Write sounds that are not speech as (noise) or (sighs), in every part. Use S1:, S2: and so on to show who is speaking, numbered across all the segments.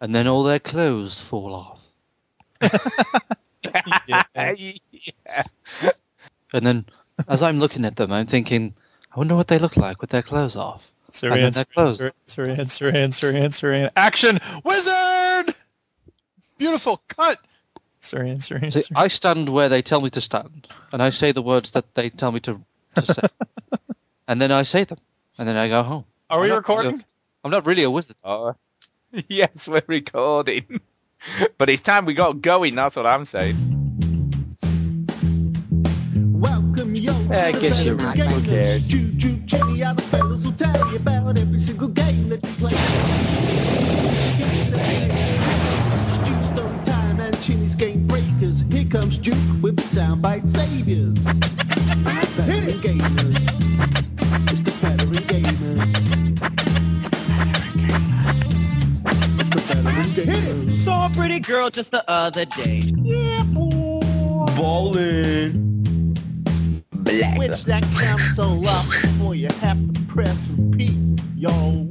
S1: and then all their clothes fall off.
S2: (laughs)
S1: And then as I'm looking at them, I'm thinking, I wonder what they look like with their clothes off.
S2: Saran,
S1: And then that
S2: Saran,
S1: closed.
S2: Saran, Saran, Saran, Saran, Saran. Action! Wizard! Beautiful cut! Saran, Saran,
S1: See,
S2: Saran.
S1: I stand where they tell me to stand, and I say the words that they tell me to, to say. and then I say them, and then I go home.
S2: Are we
S1: I'm not-
S2: recording?
S1: I'm not really a wizard.
S2: Uh,
S3: Oh. (laughs) Yes, we're recording. (laughs) but it's time we got going, that's what
S2: (laughs)
S3: I'm saying.
S4: Welcome, yo.
S3: Yeah,
S4: to
S3: it gets
S4: the
S3: you
S4: Veteran
S3: right. Who
S4: Gamers.
S3: cares?
S4: Juju, Jimmy, other fellas will tell you about every single game that you play. Stu's story time and Chinny's game breakers. Here comes Duke with the soundbite saviors. Veteran gamers. It's the veteran gamers. It's the veteran gamers.
S5: Saw a pretty girl just the other day.
S4: Switch that console up before you have to press repeat, yo.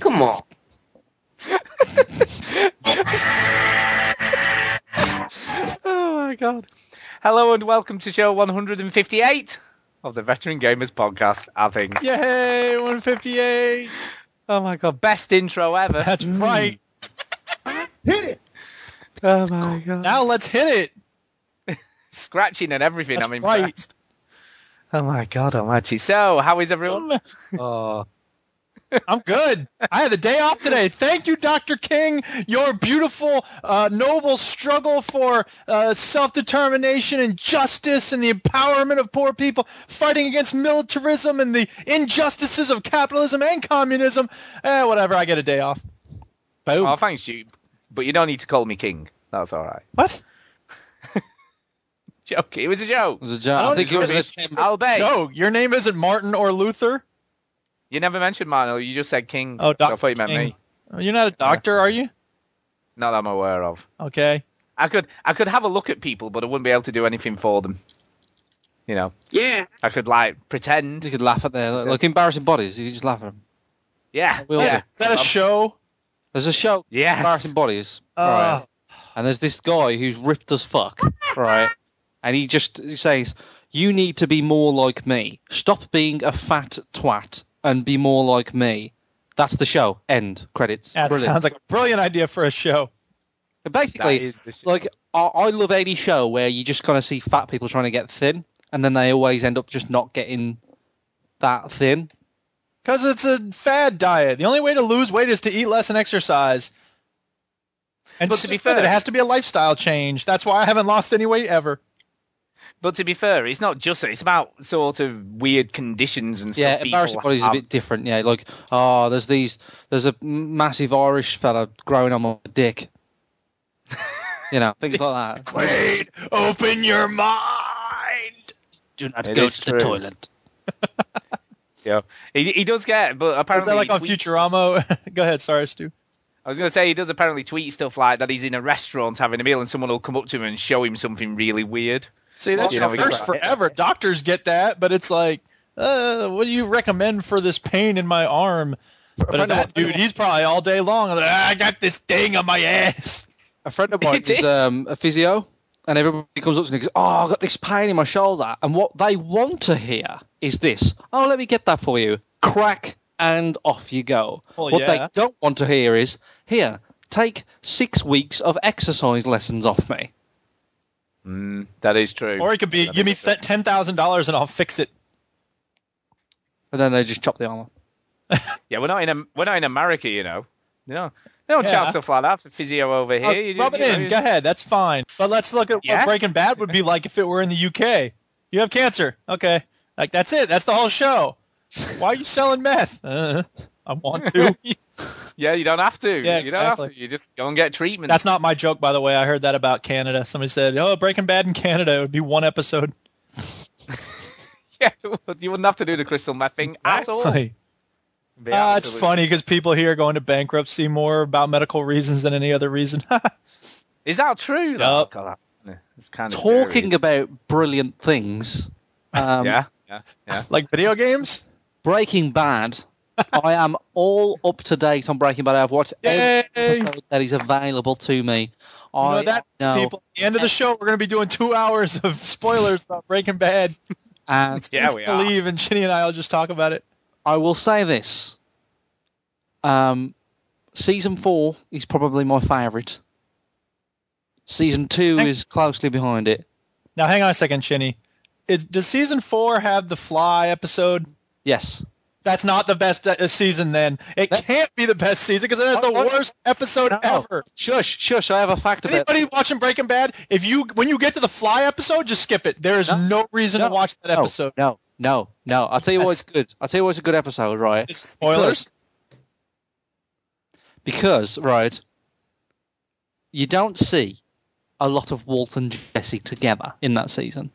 S6: Come on.
S3: Oh my god. Hello and welcome to show 158 of the Veteran Gamers Podcast, I think.
S2: Yay! 158!
S3: Oh my god, best intro ever. Mm.
S2: That's
S1: Mm.
S2: right.
S4: Hit it!
S3: Oh my god.
S2: Now let's hit it.
S3: Scratching and everything,
S2: That's
S3: I'm
S2: right.
S3: impressed. Oh my god, Almighty. So, how is everyone? (laughs)
S2: Oh. I'm good. I had the day off today. Thank you, Dr. King. Your beautiful, uh, noble struggle for uh, self determination and justice and the empowerment of poor people, fighting against militarism and the injustices of capitalism and communism. Eh, whatever. I get a day off. Boom.
S3: Oh, thanks, you. But you don't need to call me King. That's alright.
S2: What?
S3: Joke. It was a joke.
S1: It was a joke. I,
S2: don't
S1: think it was
S2: really
S1: a
S3: I'll bet.
S2: No, your name isn't Martin or Luther.
S3: You never mentioned Martin, you just said King.
S2: Oh,
S3: So I
S2: Dr.
S3: thought you meant
S2: King.
S3: me.
S2: Oh, You're not a doctor, are you?
S3: Not that I'm aware of.
S2: Okay.
S3: I could I could have a look at people, but I wouldn't be able to do anything for them. You know,
S6: Yeah.
S3: I could like
S1: You
S3: pretend.
S1: could laugh at their like, like embarrassing bodies. You could just laugh at them.
S3: Yeah,
S1: We'll
S3: yeah,
S1: do.
S2: Is that a show?
S1: There's a show,
S3: Yes.
S1: embarrassing bodies,
S2: Oh.
S1: right? And there's this guy who's ripped as
S2: (laughs)
S1: fuck, right? And he just he says, "You need to be more like me. Stop being a fat twat and be more like me." That's the show. End credits.
S2: That
S1: Brilliant.
S2: sounds like a brilliant idea for a show.
S1: Basically,
S3: That is the shit.
S1: like I, I love any show where you just kind of see fat people trying to get thin, and then they always end up just not getting that thin.
S2: Because it's a fad diet. The only way to lose weight is to eat less and exercise. And
S3: But
S2: to be fair, it has to be a lifestyle change. That's why I haven't lost any weight ever.
S3: but to be fair, it's not just that. It's about sort of weird conditions and stuff.
S1: Yeah,
S3: people
S1: embarrassing bodies is a
S3: have.
S1: bit different. Yeah, like oh, there's these, there's a massive Irish fella growing on my
S2: (laughs)
S1: dick. you know, things like that.
S2: Wade, open your mind.
S1: Do not
S3: It
S1: go
S3: is
S1: to
S3: true.
S1: the toilet.
S3: Yeah, he, he does get, but apparently
S2: Is that like
S3: he
S2: on
S3: tweets-
S2: Futurama? (laughs) Go ahead, sorry, Stu.
S3: I was going to say he does apparently tweet stuff like that. He's in a restaurant having a meal, and someone will come up to him and show him something really weird.
S2: See, that's
S3: You
S2: your
S3: know, we
S2: first
S3: got-
S2: forever. Doctors get that, but it's like, uh, what do you recommend for this pain in my arm? But
S1: friend of
S2: that
S1: mine-
S2: dude, he's probably all day long. like, "Ah, I got this thing on my ass.
S1: A friend
S2: (laughs)
S1: of mine
S3: It
S1: is
S3: is.
S1: um, a physio, and everybody comes up to me and goes, "Oh, I've got this pain in my shoulder," and what they want to hear is this: "Oh, let me get that for you." Crack and off you go.
S2: Well,
S1: what
S2: yeah.
S1: they don't want to hear is, "Here, take six weeks of exercise lessons off me."
S3: Mm, that is true.
S2: Or it could be,
S3: That
S2: give me
S3: is true.
S2: th- ten thousand dollars and I'll fix it.
S1: And then they just chop the arm off.
S3: Yeah, we're not in a, we're not in America, you know. No, they don't
S2: Yeah.
S3: charge stuff like that for physio over here.
S2: Uh,
S3: You
S2: rub it
S3: you know,
S2: in.
S3: you-
S2: Go ahead. That's fine. But let's look at
S3: Yeah?
S2: what Breaking Bad would be like if it were in the UK. You have cancer. Okay. Like that's it. That's the whole show. Why are you selling meth? Uh, I want
S3: (laughs)
S2: to.
S3: Yeah, you don't have to.
S2: Yeah,
S3: You don't have
S2: exactly.
S3: to. You just go and get treatment.
S2: that's not my joke, by the way. I heard that about Canada. Somebody said, "Oh, Breaking Bad in Canada it would be one episode."
S3: (laughs) yeah, you wouldn't have to do the crystal meth thing at all.
S2: Exactly.
S3: Be
S2: Ah, it's
S3: absolute-
S2: funny because people here are going to bankruptcy more about medical reasons than any other reason.
S3: Is that true? Oh,
S2: Yup.
S3: God, It's kind of
S1: Talking about brilliant
S2: (laughs)
S1: things. Um,
S3: yeah, yeah, yeah.
S2: (laughs) Like video games?
S1: Breaking
S2: (laughs)
S1: Bad. I am all up to date on Breaking Bad. I've watched every
S2: Yay!
S1: episode that is available to me.
S3: Oh,
S2: You
S1: I
S2: know that
S1: know,
S2: people. At the end of the show, we're going to be doing two hours of spoilers about Breaking Bad.
S1: and
S3: Yeah,
S2: Just
S3: we are.
S2: Leave and Chinny and I will just talk about it.
S1: I will say this. Um, season four is probably my favourite. Season two
S2: Thank-
S1: is closely behind it.
S2: Now, hang on a second, Chinny. Is, does season four have the Fly episode?
S1: Yes.
S2: That's not the best uh, season. Then it
S1: That-
S2: can't be the best season because it has the
S1: Oh, what?
S2: worst episode
S1: Oh,
S2: ever.
S1: Shush, shush. I have a fact about
S2: Anybody watching Breaking Bad? If you when you get to the Fly episode, just skip it. There is
S1: No.
S2: no, reason
S1: No.
S2: to watch that
S1: No,
S2: episode.
S1: No, no, no. I'll tell you what's
S2: Yes.
S1: good. I'll tell you what's a good episode, right?
S2: It's spoilers.
S1: Because, right, you don't see a lot of Walt and Jesse together in that season.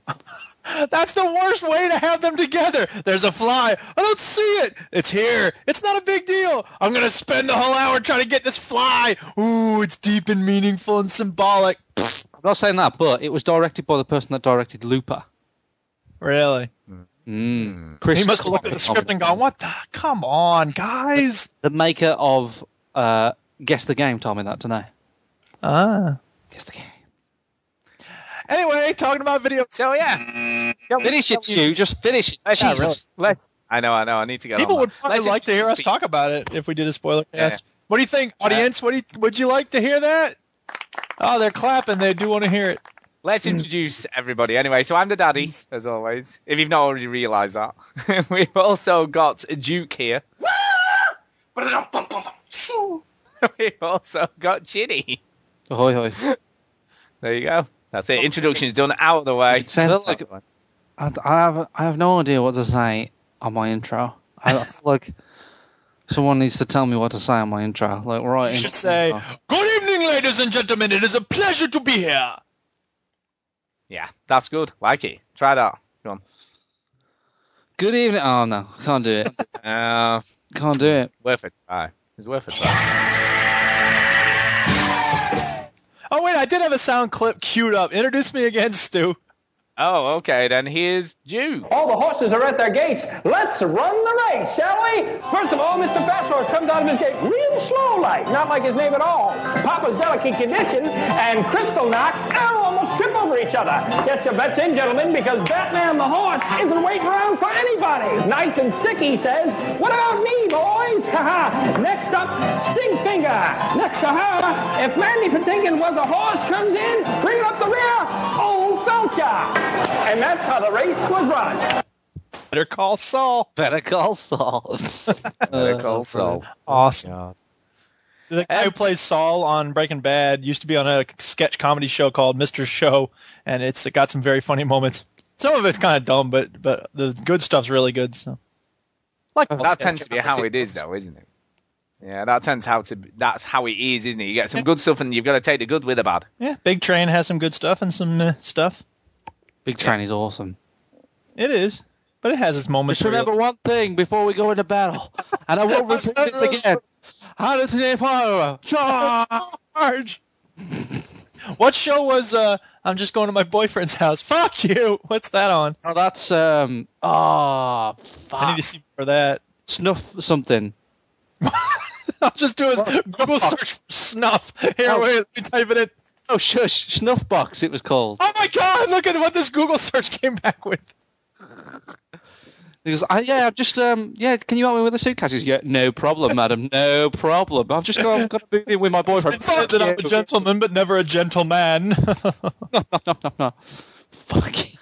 S2: That's the worst way to have them together. There's a fly. I don't see it. It's here. It's not a big deal. I'm going to spend the whole hour trying to get this fly. Ooh, it's deep and meaningful and symbolic.
S1: I'm not saying that, but it was directed by the person that directed Looper.
S2: Really?
S1: Mm. Chris
S2: He must have looked at the script and gone, what the? Come on, guys.
S1: The maker of uh, Guess the Game told me that today.
S2: Ah.
S1: Guess the Game.
S2: Anyway, talking about video. (laughs)
S3: So yeah,
S1: Finish it, Stu. Just finish it.
S3: Let's,
S1: Jesus.
S3: let's. I know, I know. I need to get.
S2: People
S3: on
S2: would
S3: that.
S2: probably
S3: Let's
S2: like to hear us
S3: speak.
S2: talk about it if we did a spoiler
S3: Yeah.
S2: cast. What do you think, audience? What do you, would you like to hear that? Oh, they're clapping. They do want to hear it.
S3: Let's introduce everybody anyway. So I'm the daddy, as always. If you've not already realised that, (laughs) we've also got Duke here. (laughs) we've also got Ginny.
S1: Ahoy, ahoy.
S3: There you go. That's it. Introduction's done. Out of the way.
S1: It sounded like- I, I have I have no idea what to say on my intro. I I feel like someone needs to tell me what to say on my intro. Like right.
S2: You
S1: in-
S2: should say, Good evening, ladies and gentlemen. It is a pleasure to be here.
S3: Yeah, that's good. Like it. Try that. Come
S1: Good evening. Oh no, can't do it.
S3: on. Uh,
S1: Can't do it.
S3: worth it. Aye. It's worth it. try.
S2: Oh, wait, I did have a sound clip queued up. Introduce me again, Stu.
S3: Oh, okay. Then here's Duke.
S2: Uh,
S7: All the horses are at their gates. Let's run the race, shall we? First of all, Mr. Fast Horse comes out of his gate real slow like, not like his name at all. Papa's delicate condition and Crystal knocked oh, almost trip over each other. Get your bets in, gentlemen, because Batman the horse isn't waiting around for anybody. Nice and sick, he says. What about me, boys? (laughs) Ha ha. Next up, Stinkfinger. Next to her, if Mandy Patinkin was a horse comes in, bring up the rear. Oh, don't ya? And that's how the race was run.
S2: Better call Saul.
S1: Better call Saul.
S3: Better call Saul.
S2: Awesome. The guy who plays Saul on Breaking Bad used to be on a sketch comedy show called Mr. Show, and it's it got some very funny moments. Some of it's kind of dumb, but but the good stuff's really good. So, like most
S3: That
S2: sketch
S3: tends to be how it is, though, isn't it? Yeah, that tends how to. That's how it is, isn't it? You get some good stuff, and you've got to take the good with the bad.
S2: Yeah, Big Train has some good stuff and some uh, stuff.
S1: Big Train is awesome.
S2: It is, but it has its moments.
S1: Just
S2: where you're
S1: remember one thing before we go into battle, and I (laughs) won't repeat this again. Hamilton Empire, charge!
S2: Charge. Uh, (laughs) what show was uh I'm just going to my boyfriend's house. Fuck you. What's that on?
S1: (laughs) Oh, that's um. Ah,
S2: I need
S1: fuck.
S2: to see for that. (laughs)
S1: Snuff something.
S2: I'll just do a (laughs) Google search for snuff. Here,
S1: Oh.
S2: wait, let me type it in.
S1: Oh, shush! Snuffbox. It was called.
S2: Oh my god, look at what this Google search came back with.
S1: He goes, I, yeah, I'm just, um, yeah, can you help me with the suitcase? He goes, yeah, no (laughs) problem, madam, no problem. I've just got, got to move in with my boyfriend.
S2: It said
S1: Fuck
S2: that I'm a
S1: you.
S2: gentleman, but never a gentleman. (laughs)
S1: (laughs) Fuck you.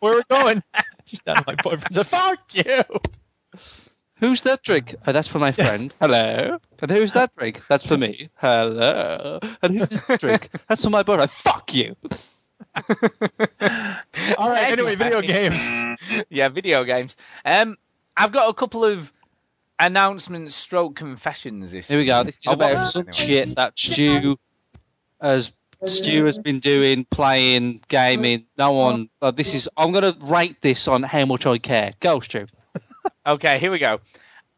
S2: Where are we going? (laughs) Just down to my boyfriend's. (laughs) Fuck you.
S1: Who's that
S3: Mm.
S1: drink? Oh, that's for my friend. Hello. And who's that drink? That's for me. Hello. And who's that drink? That's for my boyfriend. Fuck you.
S2: (laughs) All right. Anyway, video games.
S3: yeah, video games. Um, I've got a couple of announcements, stroke confessions. This
S1: Here we go. This is
S3: Oh, well,
S1: about some
S3: anyway.
S1: shit that Stu has Stu has been doing, playing, gaming. No one. Uh, this is. I'm gonna rate this on how much I care. Go, Stu.
S3: Okay, here we go.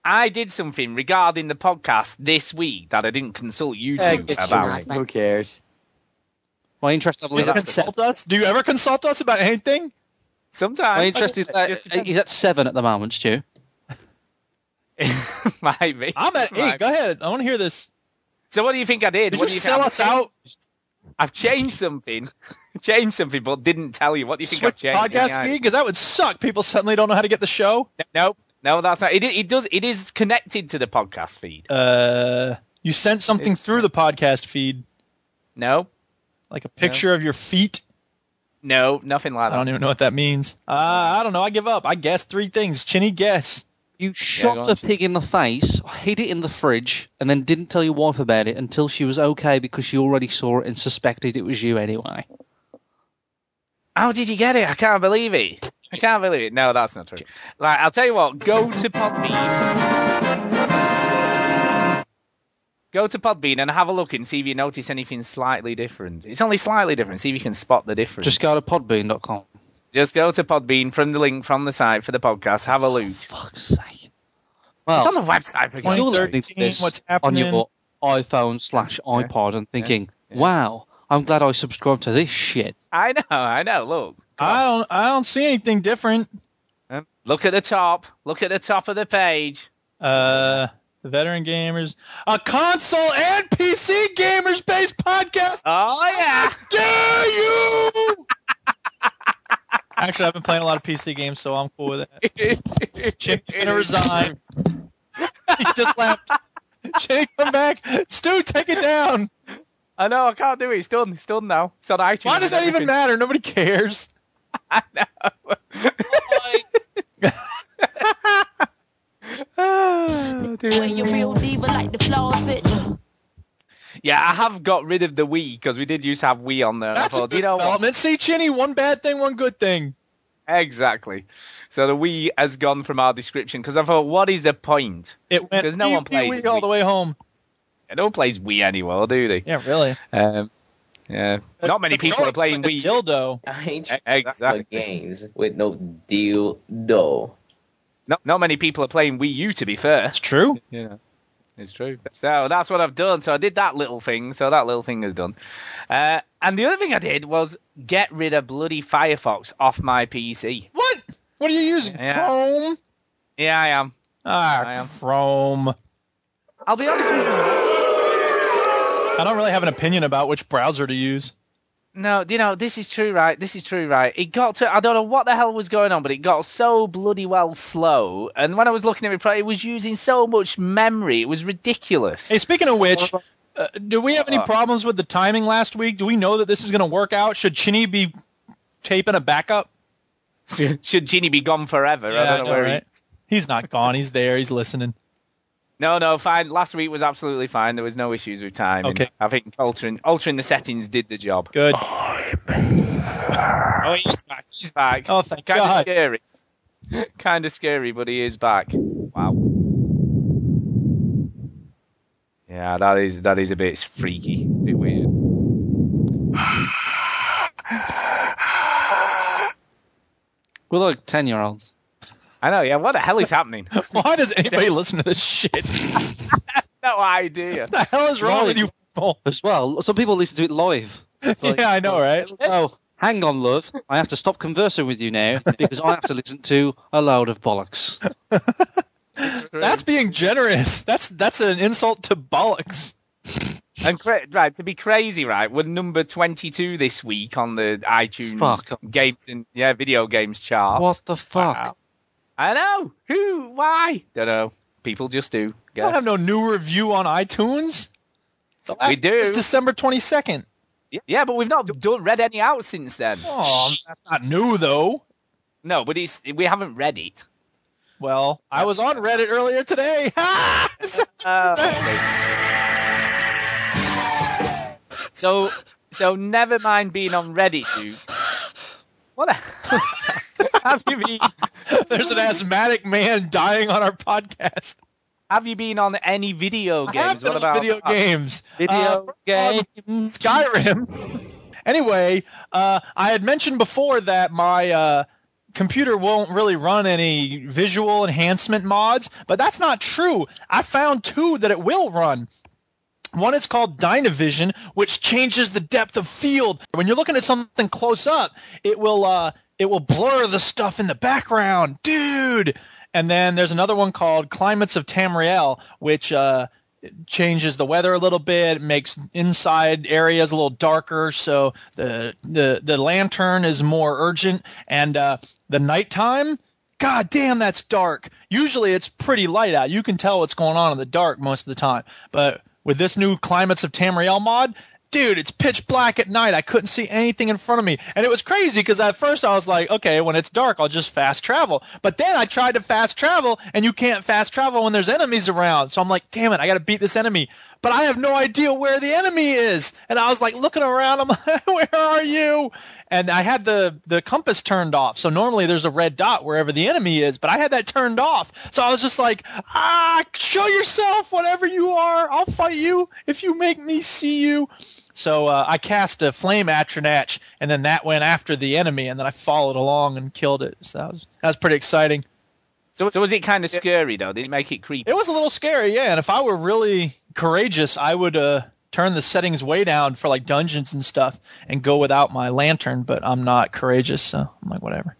S3: I did something regarding the podcast this week that I didn't consult you two about.
S7: Who cares?
S1: My interest, I
S2: Do you
S1: believe,
S2: ever
S1: that's
S2: consult us? Do you ever consult us about anything?
S3: Sometimes.
S1: my
S3: (laughs)
S1: interest is
S3: It
S1: that
S3: just
S1: he's at seven at the moment, Stu.
S3: depends. Maybe.
S2: I'm at eight.
S3: Right.
S2: Go ahead. I want to hear this.
S3: So what do you think I did?
S2: Did
S3: what
S2: you
S3: do you
S2: sell
S3: think?
S2: us out?
S3: I've changed something. (laughs) changed something, but didn't tell you. What do you think
S2: Switch
S3: I've changed?
S2: podcast
S3: Yeah.
S2: feed because that would suck. People suddenly don't know how to get the show.
S3: No, no, that's not. It, i- it does. It is connected to the podcast feed.
S2: Uh, you sent something through the podcast feed,
S3: No,
S2: like a picture of your feet.
S3: no, nothing like
S2: I
S3: that.
S2: don't even know what that means. Uh, I don't know. I give up. I guess three things. Chinny guess.
S1: You
S3: go
S1: shot
S3: on.
S1: a pig in the face, hid it in the fridge, and then didn't tell your wife about it until she was okay because she already saw it and suspected it was you anyway.
S3: How did you get it? I can't believe it. I can't believe it. No, that's not true. Like, I'll tell you what. Go to Podbean. Go to Podbean and have a look and see if you notice anything slightly different. It's only slightly different. See if you can spot the difference.
S1: Just go to podbean.com.
S3: Just go to Podbean from the link from the site for the podcast. Have a look.
S1: Fuck's sake. Well,
S3: it's on the website. for
S1: you're
S3: God's sake.
S1: listening to
S2: 2013,
S1: this
S2: what's
S1: on
S2: happening?
S1: your iPhone slash iPod and thinking, wow, I'm glad I subscribed to this shit.
S3: I know. I know. Look.
S2: I don't. I don't see anything different.
S3: Um, Look at the top. Look at the top of the page.
S2: Uh, the veteran gamers, a console and PC gamers based podcast.
S3: Oh yeah.
S2: Dare
S3: (laughs)
S2: you? Actually, I've been playing a lot of PC games, so I'm cool with that. Jimmy's gonna resign. he just left. Jimmy, come back. Stu, take it down.
S3: I know. I can't do it. It's done. It's done now. It's on iTunes.
S2: Why does that even (laughs) matter? Nobody cares.
S8: When you real diva like the closet.
S3: yeah, I have got rid of the Wii because we did used to have Wii on there. and I
S2: That's a
S3: thought,
S2: good
S3: you know what?
S2: development. See, Chinny, one bad thing, one good thing.
S3: Exactly. So the Wii has gone from our description because I thought, what is the point?
S2: It went
S3: Because no
S2: wee,
S3: one
S2: wee,
S3: plays
S2: wee
S3: it.
S2: all the way home.
S3: No one plays Wii anymore, do they?
S2: Yeah, really.
S3: Um, yeah. Not many people are playing
S2: like a
S3: Wii.
S2: dildo.
S6: I hate
S3: Exactly.
S6: exactly. games with no deal though.
S3: Not, not many people are playing Wii U, to be fair.
S2: It's true.
S3: Yeah, it's true. So that's what I've done. So I did that little thing. So that little thing is done. Uh, and the other thing I did was get rid of bloody Firefox off my PC.
S2: What? What are you using?
S3: Yeah.
S2: Chrome.
S3: Yeah, I am. I
S2: Ah,
S3: am.
S2: Chrome.
S3: I'll be honest with you.
S2: I don't really have an opinion about which browser to use.
S3: No, you know this is true, right? This is true, right? It got to I don't know what the hell was going on, but it got so bloody well slow. And when I was looking at it, it was using so much memory. It was ridiculous.
S2: Hey, speaking of which, uh, do we have any problems with the timing last week? Do we know that this is going to work out? Should Chinny be taping a backup?
S3: Should Ginny be gone forever? I don't know where he-
S2: He's not gone. He's there. He's listening.
S3: No, no, fine. Last week was absolutely fine. There was no issues with timing.
S2: Okay.
S3: I think altering altering the settings did the job. (laughs)
S2: Good.
S3: Oh, he's back. He's back.
S2: Oh, thank
S3: kind
S2: God.
S3: of scary. kind of scary, but he is back. Wow. Yeah, that is that is a bit freaky, a bit weird.
S1: We're like 10 year olds.
S3: I know. Yeah, what the hell is happening?
S2: (laughs)
S3: (laughs)
S2: Why does anybody listen to this shit? What
S3: no idea.
S2: the hell is wrong with you people?
S1: As well, some people listen to it live. It's like,
S2: (laughs) yeah, I know, right?
S1: Oh, hang on, love. I have to stop conversing with you now because I have to listen to a load of bollocks.
S2: That's being generous. That's that's an insult to bollocks.
S3: (laughs) And cra- right to be crazy, right? We're number twenty-two this week on the iTunes
S1: Fuck.
S3: games and yeah video games chart.
S1: What the fuck?
S3: Wow. I know. Who? Why? Don't know. People just do.
S2: I don't
S3: Guess.
S2: have no new review on iTunes. The last
S3: We do.
S2: It's December 22nd.
S3: Yeah, but we've not done, read any out since then.
S2: Oh, that's not new though.
S3: No, but it's we haven't read it.
S2: Well, I was on Reddit earlier today. (laughs) Uh.
S3: So, so never mind being on Reddit, you. What? A, (laughs) have you been?
S2: (laughs) There's an asthmatic man dying on our podcast.
S3: Have you been on any video
S2: I
S3: (laughs) games?
S2: have been on
S3: what about uh,
S2: video games?
S1: Video
S2: Uh,
S1: game.
S2: Skyrim. (laughs) anyway, uh, I had mentioned before that my uh, computer won't really run any visual enhancement mods, but that's not true. I found two that it will run. One is called Dynavision, which changes the depth of field. When you're looking at something close up, it will uh, it will blur the stuff in the background, dude. And then there's another one called Climates of Tamriel, which uh, changes the weather a little bit, makes inside areas a little darker, so the the the lantern is more urgent, and uh, the nighttime. God damn, that's dark. Usually it's pretty light out. You can tell what's going on in the dark most of the time. But with this new Climates of Tamriel mod, dude, it's pitch black at night. I couldn't see anything in front of me. And it was crazy because at first I was like, okay, when it's dark, I'll just fast travel. But then I tried to fast travel, and you can't fast travel when there's enemies around. So I'm like, damn it, I got to beat this enemy. But I have no idea where the enemy is. And I was like looking around. I'm like, (laughs) where are you? And I had the, the compass turned off. So normally there's a red dot wherever the enemy is, but I had that turned off. So I was just like, ah, show yourself, whatever you are. I'll fight you if you make me see you. So uh, I cast a flame atronach, and then that went after the enemy, and then I followed along and killed it. So that was that was pretty exciting.
S3: So, so was it kind of scary though? Did it make it creepy?
S2: It was a little scary, yeah. And if I were really courageous, I would uh, turn the settings way down for like dungeons and stuff, and go without my lantern. But I'm not courageous, so I'm like whatever.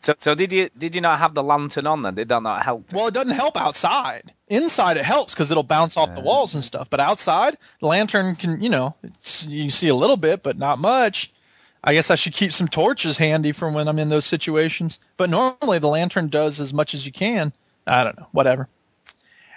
S3: So, so did you did you not have the lantern on then? Did that not help?
S2: Well, it doesn't help outside. Inside it helps because it'll bounce off the walls and stuff. But outside, the lantern can you know it's, you see a little bit, but not much. I guess I should keep some torches handy for when I'm in those situations. But normally the lantern does as much as you can. I don't know, whatever.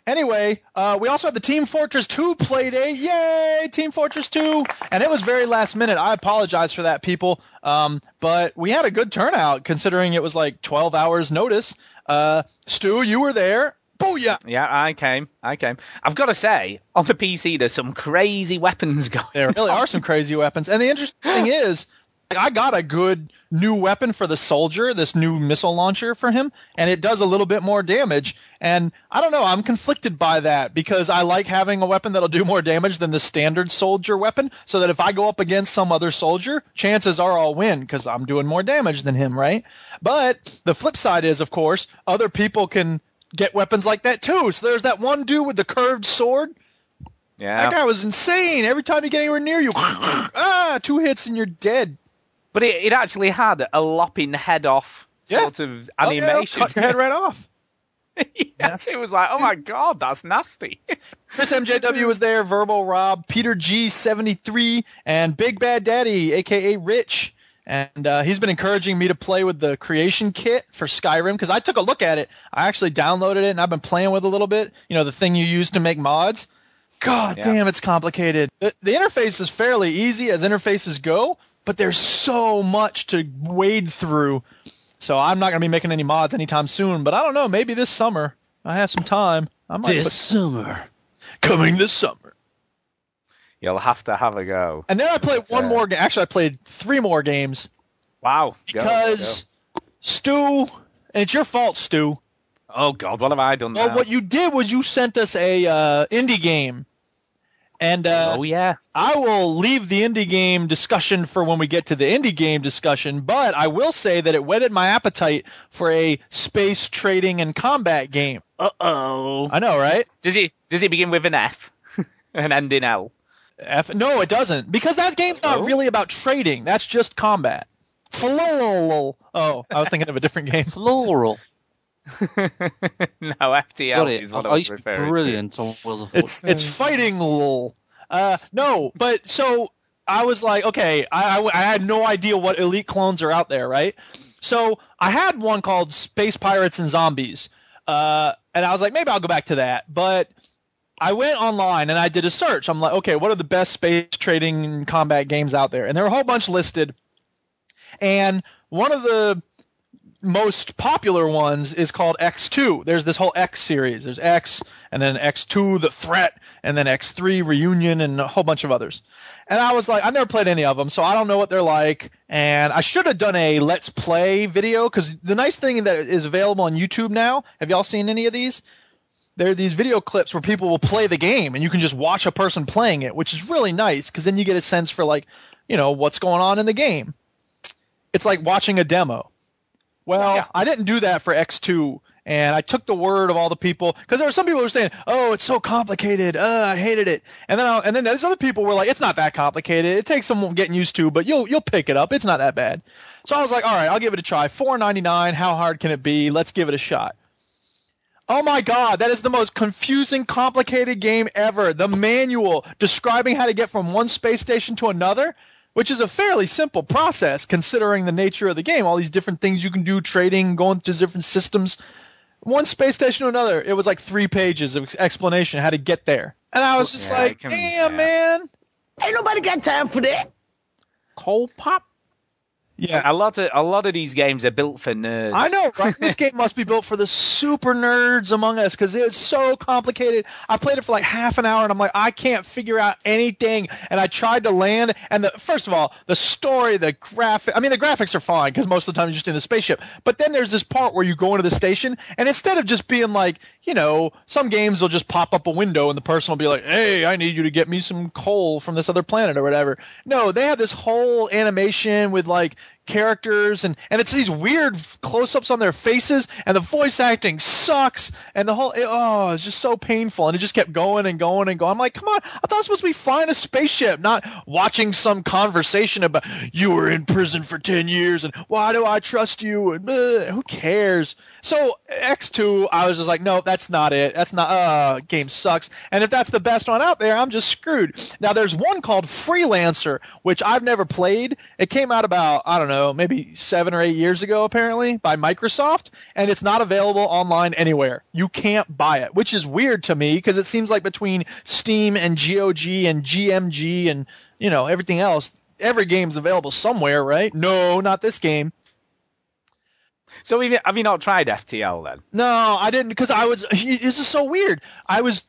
S2: Anyway, uh, we also had the Team Fortress 2 play day. Yay, Team Fortress 2! And it was very last minute. I apologize for that, people. Um, but we had a good turnout considering it was like 12 hours notice. Uh, Stu, you were there. Booyah!
S3: Yeah, I came. I came. I've got to say, on the PC, there's some crazy weapons (laughs) going.
S2: There really are some crazy weapons. And the interesting thing is, like, I got a good new weapon for the soldier, this new missile launcher for him, and it does a little bit more damage. And I don't know, I'm conflicted by that because I like having a weapon that'll do more damage than the standard soldier weapon, so that if I go up against some other soldier, chances are I'll win because I'm doing more damage than him, right? But the flip side is, of course, other people can get weapons like that too. So there's that one dude with the curved sword.
S3: Yeah.
S2: That guy was insane. Every time you get anywhere near you, (laughs) ah, two hits and you're dead.
S3: But it, it actually had a lopping head off
S2: Yeah.
S3: sort of
S2: Oh, yeah, it'll
S3: animation. (laughs)
S2: cut your head right off.
S3: yes, it was like, oh my god, that's nasty. (laughs)
S2: Chris MJW was there, Verbal Rob, Peter G73, and Big Bad Daddy, aka Rich. And uh, he's been encouraging me to play with the creation kit for Skyrim because I took a look at it. I actually downloaded it and I've been playing with it a little bit. You know, the thing you use to make mods. God
S3: Yeah.
S2: damn, it's complicated. The, the interface is fairly easy as interfaces go, but there's so much to wade through. So I'm not going to be making any mods anytime soon, but I don't know. Maybe this summer. I have some time. I might put
S1: summer.
S2: coming this summer.
S3: You'll have to have a go.
S2: And then I played one
S3: uh,
S2: more game. Actually, I played three more games
S3: Wow. go,
S2: because Stu, and it's your fault, Stu.
S3: go. Oh god, what have I done
S2: Well,
S3: now?
S2: what you did was you sent us a uh, indie game, and uh,
S3: oh yeah.
S2: I will leave the indie game discussion for when we get to the indie game discussion. But I will say that it whetted my appetite for a space trading and combat game.
S3: Uh oh.
S2: I know, right?
S3: Does it does it begin with an F (laughs) and end in L?
S2: F- no, it doesn't, because that game's not really about trading. That's just combat. Flol. Oh, I was thinking of a different (laughs) game.
S1: Floral.
S3: no, FTL
S1: Got it.
S3: is
S2: Oh,
S3: what I
S1: I
S3: was
S1: used to be
S3: referring to.
S1: brilliant on Wheels of
S2: (laughs) It's
S1: Fortune.
S2: it's fighting lol. Uh, no, but so I was like, okay, I, I, I had no idea what elite clones are out there, right? So I had one called Space Pirates and Zombies, uh, and I was like, maybe I'll go back to that. But I went online and I did a search. I'm like, okay, what are the best space trading and combat games out there? And there were a whole bunch listed, and one of the most popular ones is called X2. There's this whole X series. There's X, and then X2, The Threat, and then X3, Reunion, and a whole bunch of others. And I was like, I never played any of them, so I don't know what they're like. And I should have done a Let's Play video, because the nice thing that is available on YouTube now, have y'all seen any of these? There are these video clips where people will play the game, and you can just watch a person playing it, which is really nice, because then you get a sense for, like, you know, what's going on in the game. It's like watching a demo. Well, I didn't do that for X2, And I took the word of all the people because there were some people who were saying, "Oh, it's so complicated. Uh, I hated it." And then I, and then there's other people who were like, "It's not that complicated. It takes some getting used to, but you'll you'll pick it up. It's not that bad." So I was like, "All right, I'll give it a try. 4.99. How hard can it be? Let's give it a shot." Oh my god, that is the most confusing, complicated game ever. The manual describing how to get from one space station to another, which is a fairly simple process considering the nature of the game, all these different things you can do, trading, going to different systems. One space station to another, it was like three pages of explanation how to get there. And I was just
S3: Yeah, it
S2: like,
S3: can-
S2: damn,
S3: yeah.
S2: man.
S4: Ain't nobody got time for that.
S3: Cold pop.
S2: Yeah.
S3: A lot of a lot of these games are built for nerds.
S2: I know, right? this game must be built for the super nerds among us because it's so complicated. I played it for like half an hour and I'm like, I can't figure out anything. And I tried to land. And the first of all, the story, the graphic. I mean, the graphics are fine because most of the time you're just in a spaceship. But then there's this part where you go into the station and instead of just being like, you know, some games will just pop up a window and the person will be like, hey, I need you to get me some coal from this other planet or whatever. No, they have this whole animation with like characters and and it's these weird close-ups on their faces and the voice acting sucks and the whole it- oh it's just so painful and it just kept going and going and going i'm like come on i thought i was supposed to be flying a spaceship not watching some conversation about you were in prison for 10 years and why do i trust you and uh, who cares so x2 i was just like no that's not it that's not uh game sucks and if that's the best one out there i'm just screwed now there's one called freelancer which i've never played it came out about i don't know maybe seven or eight years ago apparently by microsoft and it's not available online anywhere you can't buy it which is weird to me because it seems like between steam and gog and gmg and you know everything else every game's available somewhere right no not this game
S3: So have you, have you not tried FTL then? (laughs)
S2: No, I didn't because I was. This is so weird. I was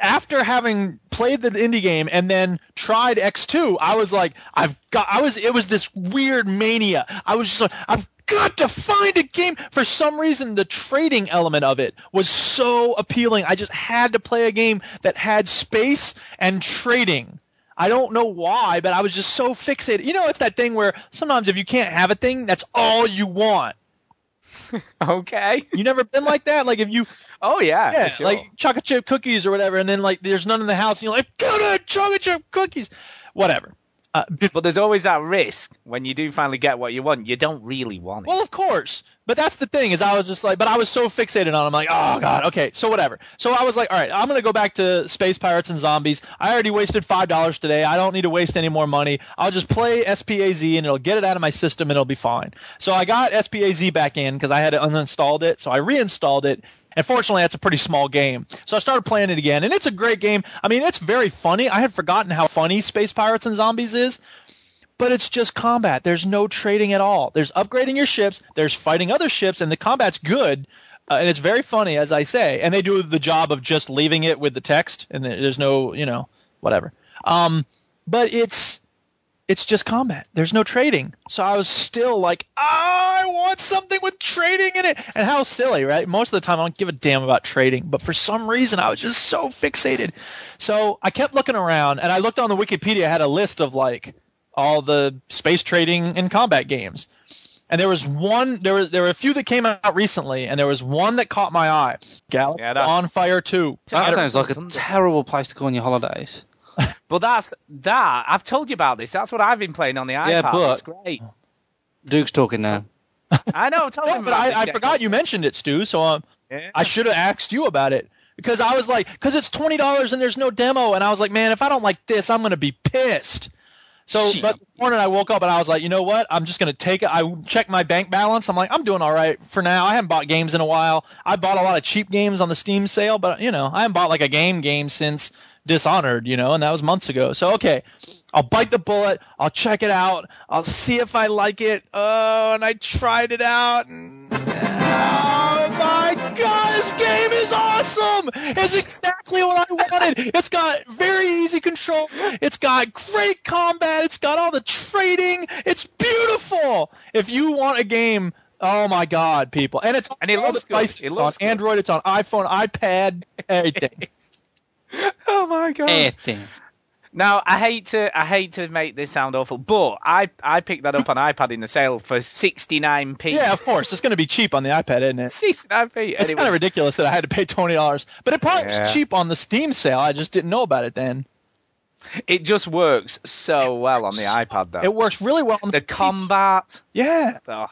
S2: after having played the indie game and then tried X2. I was like, I've got. I was. It was this weird mania. I was just like, I've got to find a game. For some reason, the trading element of it was so appealing. I just had to play a game that had space and trading. I don't know why, but I was just so fixated. You know, it's that thing where sometimes if you can't have a thing, that's all you want.
S3: Okay.
S2: You never been like that? Like if you
S3: Oh yeah.
S2: yeah,
S3: for sure.
S2: like chocolate chip cookies or whatever, and then like there's none in the house, and you're like, good chocolate chip cookies, whatever. Uh, bef-
S3: But there's always that risk when you do finally get what you want, you don't really want it.
S2: well, of course, but that's the thing is I was just like, but I was so fixated on, it, I'm like, oh god, okay, so whatever. So I was like, all right, I'm gonna go back to Space Pirates and Zombies. I already wasted five dollars today. I don't need to waste any more money. I'll just play SPAZ and it'll get it out of my system and it'll be fine. So I got SPAZ back in because I had uninstalled it, so I reinstalled it. And fortunately, that's a pretty small game. So I started playing it again, and it's a great game. I mean, it's very funny. I had forgotten how funny Space Pirates and Zombies is, but it's just combat. There's no trading at all. There's upgrading your ships, there's fighting other ships, and the combat's good. Uh, and it's very funny, as I say. And they do the job of just leaving it with the text, and there- there's no, you know, whatever. Um, but it's it's just combat. There's no trading. So I was still like, I want something with trading in it. And how silly, right? Most of the time, I don't give a damn about trading. But for some reason, I was just so fixated. So I kept looking around, and I looked on the Wikipedia. I had a list of like all the space trading and combat games. And there was one. There was there were a few that came out recently, and there was one that caught my eye. Galaxy
S3: Yeah, that's-
S2: on Fire Two.
S1: That
S3: Better-
S1: sounds like a terrible place to go on your holidays.
S3: But that's that. I've told you about this. That's what I've been playing on the iPad.
S1: Yeah, but-
S3: It's great.
S1: Duke's talking
S2: (laughs)
S1: now.
S3: I know. Tell
S2: No, (laughs)
S3: them
S2: but
S3: about
S2: I,
S3: this
S2: I
S3: game.
S2: forgot you mentioned it, Stu. So um,
S3: Yeah.
S2: I should have asked you about it because I was like, because it's twenty dollars and there's no demo, and I was like, man, if I don't like this, I'm gonna be pissed. So, but this morning I woke up and I was like, you know what? I'm just gonna take it. I checked my bank balance. I'm like, I'm doing all right for now. I haven't bought games in a while. I bought a lot of cheap games on the Steam sale, but you know, I haven't bought like a game game since Dishonored, you know, and that was months ago. So okay, I'll bite the bullet. I'll check it out. I'll see if I like it. Oh, and I tried it out. And, oh my god, this game is awesome! It's exactly what I wanted. It's got very easy control. It's got great combat. It's got all the trading. It's beautiful. If you want a game, oh my god, people, and it's on
S3: And it
S2: all
S3: looks
S2: the
S3: good.
S2: devices.
S3: It
S2: It's
S3: looks
S2: on
S3: good.
S2: Android. It's on
S3: (laughs)
S2: iPhone, iPad, everything.
S3: (laughs) Oh my god.
S1: Eh. Anything.
S3: Now I hate to I hate to make this sound awful, but I I picked
S2: (laughs)
S3: that up on iPad in the sale for 69p.
S2: Yeah,
S3: (laughs)
S2: of course. It's going to be cheap on the iPad, isn't it?
S3: 69p.
S2: It's kind of ridiculous that I had to pay twenty dollars, but it probably
S3: Yeah.
S2: was cheap on the Steam sale. I just didn't know about it then.
S3: It just works so well on the iPad though.
S2: It works really well on the,
S3: the combat.
S2: Yeah.
S3: Oh.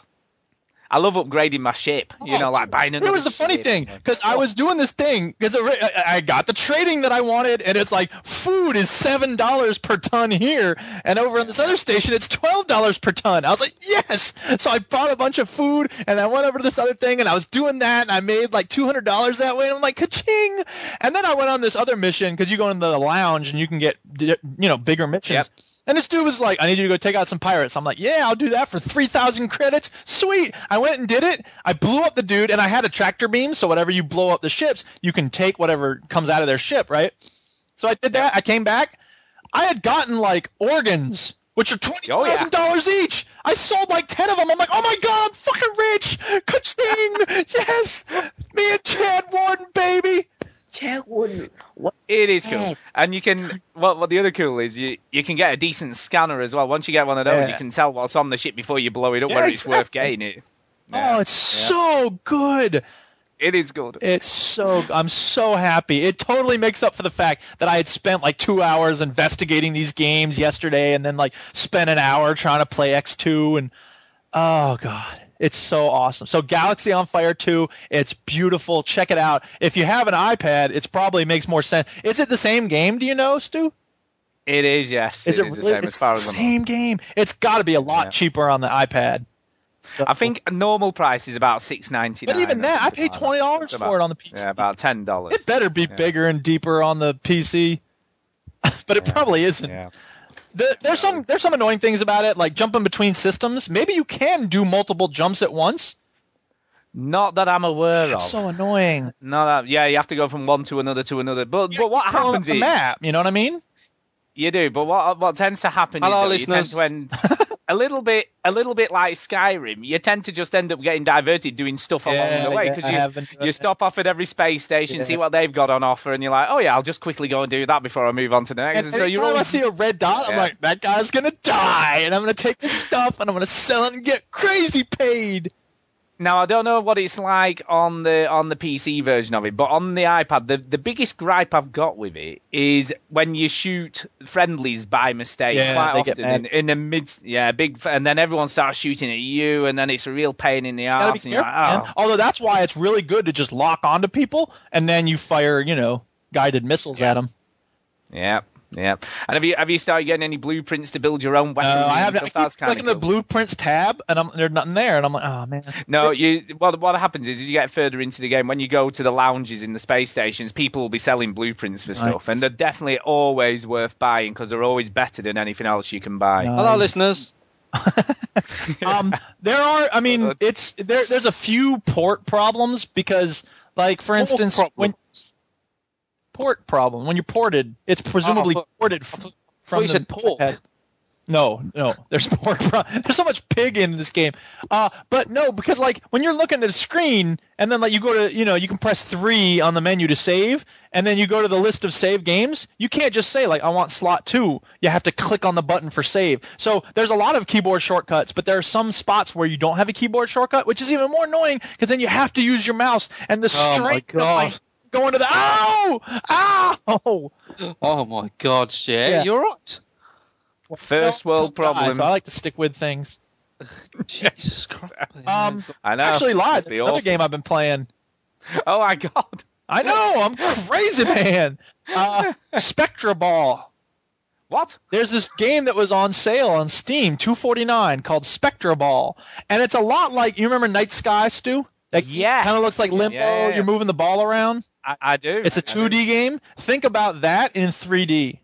S3: I love upgrading my ship. You know, like buying another.
S2: It was the funny
S3: ship.
S2: thing because I was doing this thing because I I got the trading that I wanted, and it's like food is seven dollars per ton here, and over on this other station it's twelve dollars per ton. I was like, yes! So I bought a bunch of food, and I went over to this other thing, and I was doing that, and I made like two hundred dollars that way, and I'm like, ka-ching! And then I went on this other mission because you go into the lounge and you can get di- you know bigger missions.
S3: Yep.
S2: And this dude was like, I need you to go take out some pirates. I'm like, yeah, I'll do that for 3,000 credits. Sweet. I went and did it. I blew up the dude, and I had a tractor beam, so whatever you blow up the ships, you can take whatever comes out of their ship, right? So I did that. I came back. I had gotten like organs, which are
S3: Oh, yeah.
S2: $20,000 each. I sold like 10 of them. I'm like, oh my God, I'm fucking rich. Ka-ching. yes. Me and Chad Warden, baby.
S6: Chad Warden. What?
S3: It is cool,
S6: Yes.
S3: and you can. What what the other cool is you you can get a decent scanner as well. Once you get one of
S2: Yeah.
S3: those, you can tell what's on the ship before you blow it up
S2: Yeah,
S3: whether it's worth
S2: exactly.
S3: getting it.
S2: Oh, it's so good.
S3: It is good.
S2: It's so I'm so happy. It totally makes up for the fact that I had spent like two hours investigating these games yesterday, and then like spent an hour trying to play X2, and oh god, it's so awesome. So Galaxy on Fire 2, it's beautiful. Check it out. If you have an iPad, it's probably makes more sense. Is it the same game? Do you know, Stu?
S3: It is yes. it is the
S2: really-
S3: same
S2: it's
S3: as far as
S2: the
S3: I'm.
S2: same game. It's got to be a lot
S3: Yeah.
S2: cheaper on the iPad. So-
S3: I think a normal price is about six ninety nine.
S2: But even that, I paid twenty dollars for it on the PC.
S3: Yeah, about ten dollars.
S2: It better be bigger and deeper on the PC. (laughs) but it probably isn't.
S3: Yeah.
S2: The, there's some there's some annoying things about it, like jumping between systems. Maybe you can do multiple jumps at once.
S3: Not that I'm aware of.
S2: That's so annoying.
S3: No, that, yeah, you have to go from one to another to another. But but what
S2: Well,
S3: happens
S2: on
S3: is
S2: the map? You know what I mean?
S3: you do. But what what tends to happen
S1: Hello,
S3: is that you tend to end
S2: (laughs)
S3: a little bit a little bit like Skyrim. You tend to just end up getting diverted doing stuff along
S2: Yeah,
S3: the way
S2: yeah, I have been doing
S3: because you
S2: that.
S3: you stop off at every space station, see what they've got on offer, and you're like, oh yeah, I'll just quickly go and do that before I move on to the next.
S2: And
S3: so you're
S2: anytime I
S3: always-
S2: see a red dot, I'm
S3: Yeah.
S2: like, that guy's gonna die, and I'm gonna take this stuff and I'm gonna sell it and get crazy paid.
S3: Now I don't know what it's like on the on the PC version of it, but on the iPad, the, the biggest gripe I've got with it is when you shoot friendlies by mistake.
S2: Yeah,
S3: quite
S2: they get
S3: often
S2: mad.
S3: In, in the mid, yeah, big, f- and then everyone starts shooting at you, and then it's a real pain in the
S2: Gotta be
S3: arse. And you're
S2: careful,
S3: like,
S2: man.
S3: oh,
S2: Although that's why it's really good to just lock onto people and then you fire, you know, guided missiles at 'em. at them.
S3: yeah, yeah. And have you have you started getting any blueprints to build your own
S2: No,
S3: weapons?
S2: Uh, I have.
S3: and
S2: I
S3: stuff?
S2: keep
S3: That's kinda
S2: clicking the
S3: cool.
S2: blueprints tab, and I'm, there's nothing there, and I'm like, oh man.
S3: No, you. Well, what happens is, as you get further into the game, when you go to the lounges in the space stations, people will be selling blueprints for stuff, and they're definitely always worth buying because they're always better than anything else you can buy.
S2: No.
S1: Hello,
S2: Nice.
S1: listeners.
S2: um, there are. I mean,
S1: (laughs)
S3: that-
S2: it's there. There's a few port problems because, like, for instance,
S1: problem.
S2: when port problem when you're ported, it's presumably
S1: Oh, I thought-
S2: ported f- from.
S1: Well, you
S2: the
S1: said port.
S2: iPad. No, no. There's (laughs) more. There's so much pig in this game. Uh, but no, because like when you're looking at a screen, and then like you go to, you know, you can press three on the menu to save, and then you go to the list of save games. You can't just say like I want slot two. You have to click on the button for save. So there's a lot of keyboard shortcuts, but there are some spots where you don't have a keyboard shortcut, which is even more annoying because then you have to use your mouse and the
S1: Oh my
S2: strength of
S1: God.
S2: my- going to the ow ow.
S1: Oh my God, shit!
S2: Yeah.
S1: You're
S2: (laughs)
S1: right.
S3: First world problems.
S2: So I like to stick with things.
S1: Jesus Christ.
S2: Um,
S3: I know.
S2: Actually, lies.
S3: must be
S2: Another
S3: awful.
S2: game I've been playing.
S3: Oh my god.
S2: I know.
S3: (laughs)
S2: I'm crazy, man. Uh, Spectra Ball.
S3: What?
S2: There's this game that was on sale on Steam, 249, called Spectra Ball, and it's a lot like you remember Night Sky, Stu. That
S3: Yes.
S2: Kind of looks like Limbo.
S3: Yeah.
S2: You're moving the ball around.
S3: I, I do.
S2: It's a
S3: I do.
S2: 2D game. Think about that in 3D.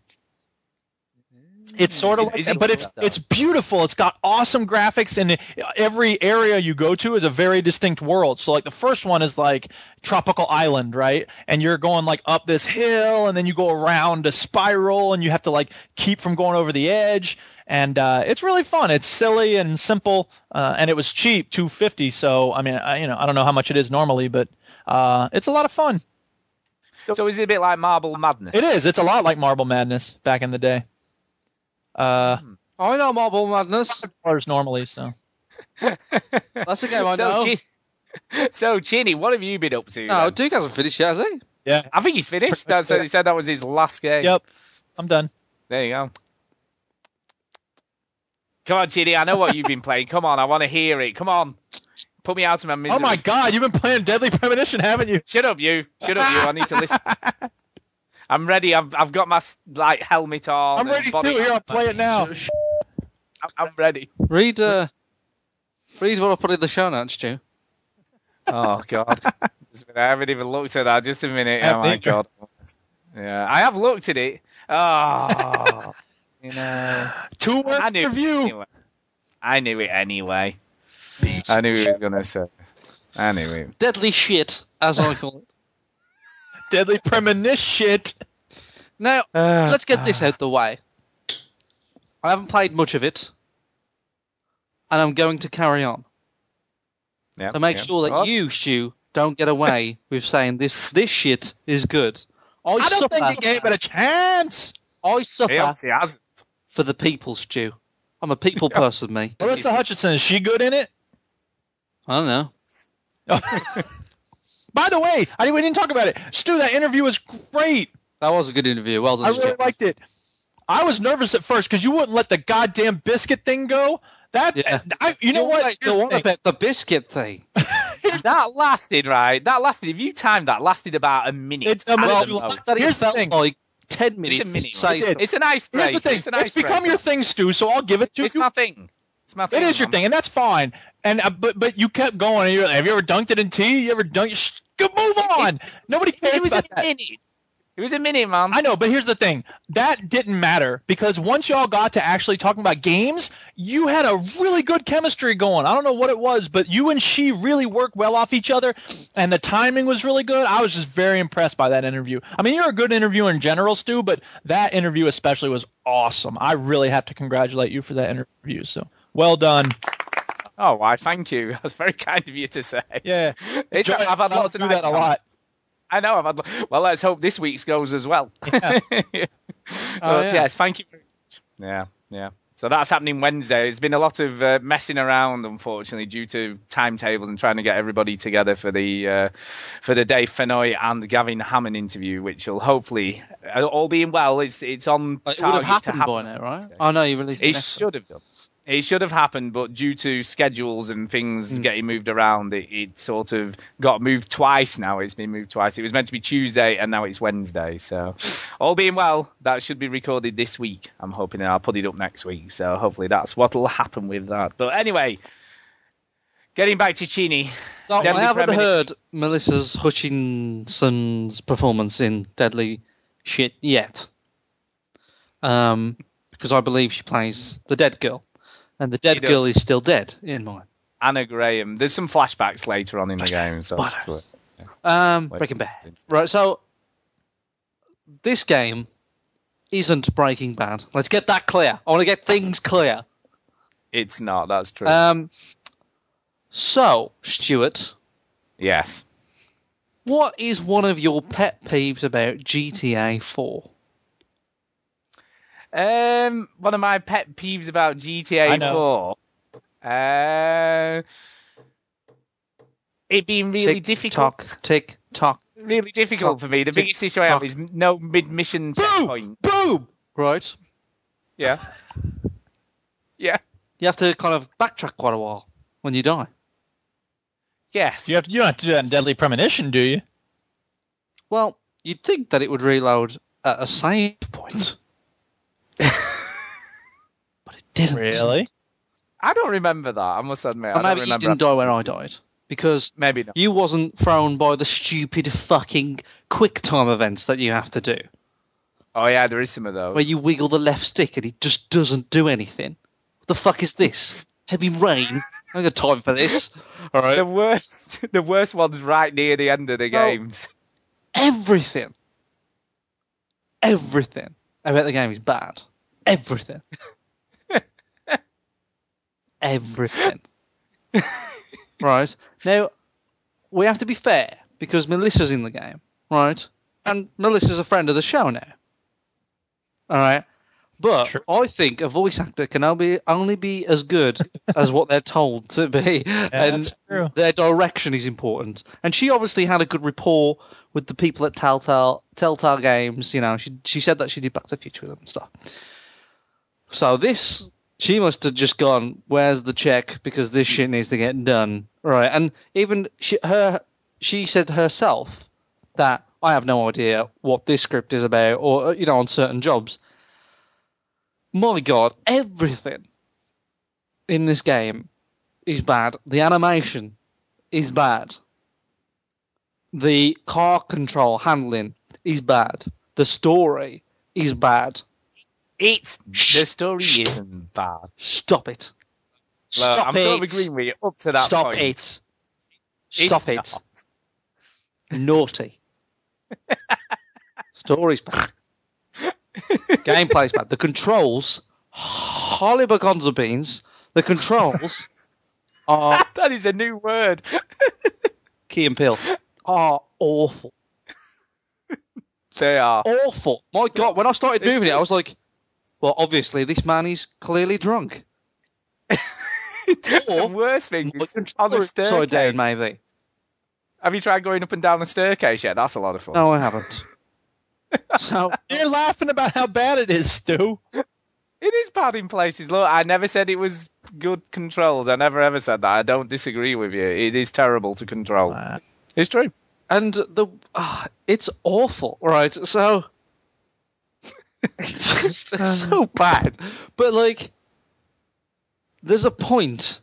S3: Mm.
S2: It's sort of like,
S3: Is it-
S2: but it's it's beautiful. It's got awesome graphics, and every area you go to is a very distinct world. So like the first one is like tropical island, right? And you're going like up this hill, and then you go around a spiral, and you have to like keep from going over the edge. And uh, it's really fun. It's silly and simple, uh, and it was cheap, two fifty. So I mean, I, you know, I don't know how much it is normally, but uh, it's a lot of fun.
S3: So is it a bit like Marble Madness?
S2: It is. It's a lot like Marble Madness back in the day. Uh,
S1: I know Marble Madness.
S2: dollars normally, so
S1: (laughs) That's a game I
S3: so,
S1: know.
S3: Gin- (laughs) so, Ginny, what have you been up to?
S1: No,
S3: then?
S1: Duke hasn't finished yet, has he?
S2: yeah.
S3: I think he's (laughs) finished. That's he said that was his last game.
S2: Yep, I'm done.
S3: There you go. Come on, Ginny. I know what you've been playing. Come on, I want to hear it. Come on, put me out of my misery.
S2: Oh my God, you've been playing Deadly Premonition, haven't you?
S3: Shut up, you. Shut up, you. I need to
S2: (laughs)
S3: listen. I'm ready. I've, I've got my s- like helmet on.
S2: I'm
S3: and
S2: ready too.
S3: body
S2: Here, I'll
S3: armor.
S2: play it now.
S3: I'm, I'm ready.
S1: Read, uh, read what I put in the show notes, Stu.
S3: Oh God. Just a minute, I haven't even looked at that. Just a minute.
S2: Yeah,
S3: Oh my
S2: neither.
S3: God. Yeah, I have looked at it.
S2: (laughs)
S3: Oh, you know.
S2: Two
S3: I
S2: word
S3: knew it
S2: review.
S3: anyway. I knew it anyway. I knew he was gonna say. I knew it.
S1: Deadly shit, as I call it.
S2: Deadly Premonition.
S1: Now,
S3: Uh,
S1: let's get this out the way. I haven't played much of it, and I'm going to carry on.
S3: Yeah,
S1: to make
S3: yeah.
S1: sure that
S3: Well,
S1: you, Stu, don't get
S2: (laughs)
S1: away with saying this this shit is good. I,
S2: I don't
S1: suffer,
S2: think Oh, you gave it a chance.
S1: I
S3: (laughs)
S1: suffer
S3: he obviously hasn't.
S1: for the people, Stu. I'm a people person, me.
S2: Melissa Hutchinson, is she good in it? (laughs)
S1: I don't know.
S2: By the way, I we didn't talk about it. Stu, that interview was great.
S1: That was a good interview. Well done,
S2: I really
S1: Stu.
S2: liked it. I was nervous at first because you wouldn't let the goddamn biscuit thing go. That
S1: Yeah.
S2: I, you know what?
S1: Still
S2: Here's
S1: on
S2: the thing.
S1: about the biscuit
S2: (laughs)
S1: thing.
S3: That lasted, right? That lasted. If you timed that, lasted about a minute.
S2: It's a minute
S3: At
S2: too long.
S3: most.
S1: That
S2: Here's
S1: it
S2: the
S1: felt
S2: thing.
S1: like ten minutes.
S3: It's a minute.
S1: say
S2: It did.
S3: It's an icebreaker.
S2: Here's the thing.
S3: It's, an
S2: It's become
S3: icebreaker.
S2: your thing, Stu. So I'll give it to
S3: It's
S2: you.
S3: my thing. It's my
S2: It
S3: thing.
S2: is your
S3: man.
S2: thing, and that's fine. And uh, but but you kept going. And you're like, have you ever dunked it in tea? You ever dunked? Shh, Good, move on. Nobody cares
S3: It was a
S2: about that.
S3: minute. It was a minute, man.
S2: I know, but here's the thing. That didn't matter because once y'all got to actually talking about games, you had a really good chemistry going. I don't know what it was, but you and she really worked well off each other, and the timing was really good. I was just very impressed by that interview. I mean, you're a good interviewer in general, Stu, but that interview especially was awesome. I really have to congratulate you for that interview. So well done.
S3: Oh, why? Thank you. (laughs) That's very kind of you to say.
S2: Yeah.
S3: It's,
S2: Enjoy it.
S3: I've had
S2: Y'all
S3: lots of
S2: do
S3: nice
S2: that a lot.
S3: I know. I've had. lo- Well, let's hope this week's goes as well. (laughs)
S2: Yeah.
S3: But
S1: yeah.
S3: yes, thank you. very much. Yeah, yeah. So that's happening Wednesday. It's been a lot of uh, messing around, unfortunately, due to timetables and trying to get everybody together for the uh, for the Dave Fenoy and Gavin Hammond interview, which will hopefully, uh, all being well, it's it's on
S1: Like, it would have
S3: target
S1: happened
S3: to happen.
S1: by now, right? I know you really.
S3: It should have done. It should have happened, but due to schedules and things getting moved around, it, it sort of got moved twice now. It's been moved twice. It was meant to be Tuesday, and now it's Wednesday. So, all being well, that should be recorded this week. I'm hoping and I'll put it up next week. So, hopefully, that's what'll happen with that. But anyway, getting back to Chini.
S1: So I
S3: Deadly
S1: haven't
S3: Premonition.
S1: heard Melissa's Hutchinson's performance in Deadly Shit yet. Um, because I believe she plays the dead girl, and the dead
S3: does.
S1: girl is still dead in mine.
S3: Anna Graham. There's some flashbacks later on in the game. So, that's what.
S1: Um,
S3: Wait.
S1: Breaking Bad. Right, so this game isn't Breaking Bad. Let's get that clear. I want to get things clear.
S3: It's not. That's true.
S1: Um, so Stuart,
S3: yes.
S1: what is one of your pet peeves about GTA 4?
S3: Um, one of my pet peeves about
S2: I
S3: GTA
S2: know.
S3: 4. Uh, it being really
S1: tick,
S3: difficult,
S1: Tock, tick tock.
S3: really difficult
S1: tock,
S3: for me. The
S1: tick,
S3: biggest issue I have
S1: tock.
S3: is no mid-mission checkpoint.
S1: Boom! Right.
S3: Yeah, yeah,
S1: You have to kind of backtrack quite a while when you die.
S3: yes.
S2: You have to, you don't have to do that in Deadly Premonition, do you?
S1: Well, you'd think that it would reload at a save point. but it didn't.
S2: Really?
S3: I don't remember that. I must admit,
S1: And
S3: I don't
S1: maybe you
S3: remember.
S1: didn't die when I died. Because
S3: Maybe not.
S1: you wasn't thrown by the stupid fucking quick time events that you have to do.
S3: Oh yeah, there is some of those.
S1: Where you wiggle the left stick and it just doesn't do anything. What the fuck is this? Heavy rain? I ain't got time for this.
S3: (laughs)
S1: Alright.
S3: the worst, (laughs) the worst ones right near the end of the
S1: Well,
S3: games.
S1: everything, everything about the game is bad. Everything.
S2: (laughs)
S1: everything. right. Now, we have to be fair because Melissa's in the game, right? And Melissa's a friend of the show now. All right. But
S2: True.
S1: I think a voice actor can only only be as
S2: (laughs)
S1: good as what they're told to be, and
S2: that's true.
S1: their direction is important. And she obviously had a good rapport with the people at Telltale Telltale Games. You know, she she said that she did Back to the Future with them and stuff. So this, she must have just gone, "Where's the check? Because this shit needs to get done." Right, and even she, her, she said herself that I have no idea what this script is about, or uh, you know, on certain jobs. My God, everything in this game is bad. The animation is bad. The car control handling is bad. The story is bad.
S3: It's the story isn't bad. Look,
S1: Stop it. Stop
S3: I'm
S1: it.
S3: not agreeing with you up to that
S1: Stop
S3: point.
S1: it.
S3: It's
S1: Stop it.
S3: not. (laughs)
S1: Naughty. Story's bad. Gameplay's bad. The controls, Holly Bagonza beans. The
S3: (laughs)
S1: controls are
S3: That is a new word. (laughs)
S1: key and peel. Are awful.
S3: (laughs) they are.
S1: Awful. My God, when I started moving it, I was like, well, obviously this man is clearly drunk.
S3: (laughs) the worst thing
S1: My
S3: is on a
S1: controller is upside
S3: staircase.
S1: down, maybe.
S3: Have you tried going up and down a staircase yet? That's a lot of fun.
S1: No, I
S3: (laughs)
S1: haven't. so
S2: You're laughing about how bad it is, Stu.
S3: It is bad in places. Look, I never said it was good controls. I never ever said that. I don't disagree with you. It is terrible to control. It's true.
S1: and the ah, it's awful, right? So it's just it's so bad. But like, there's a point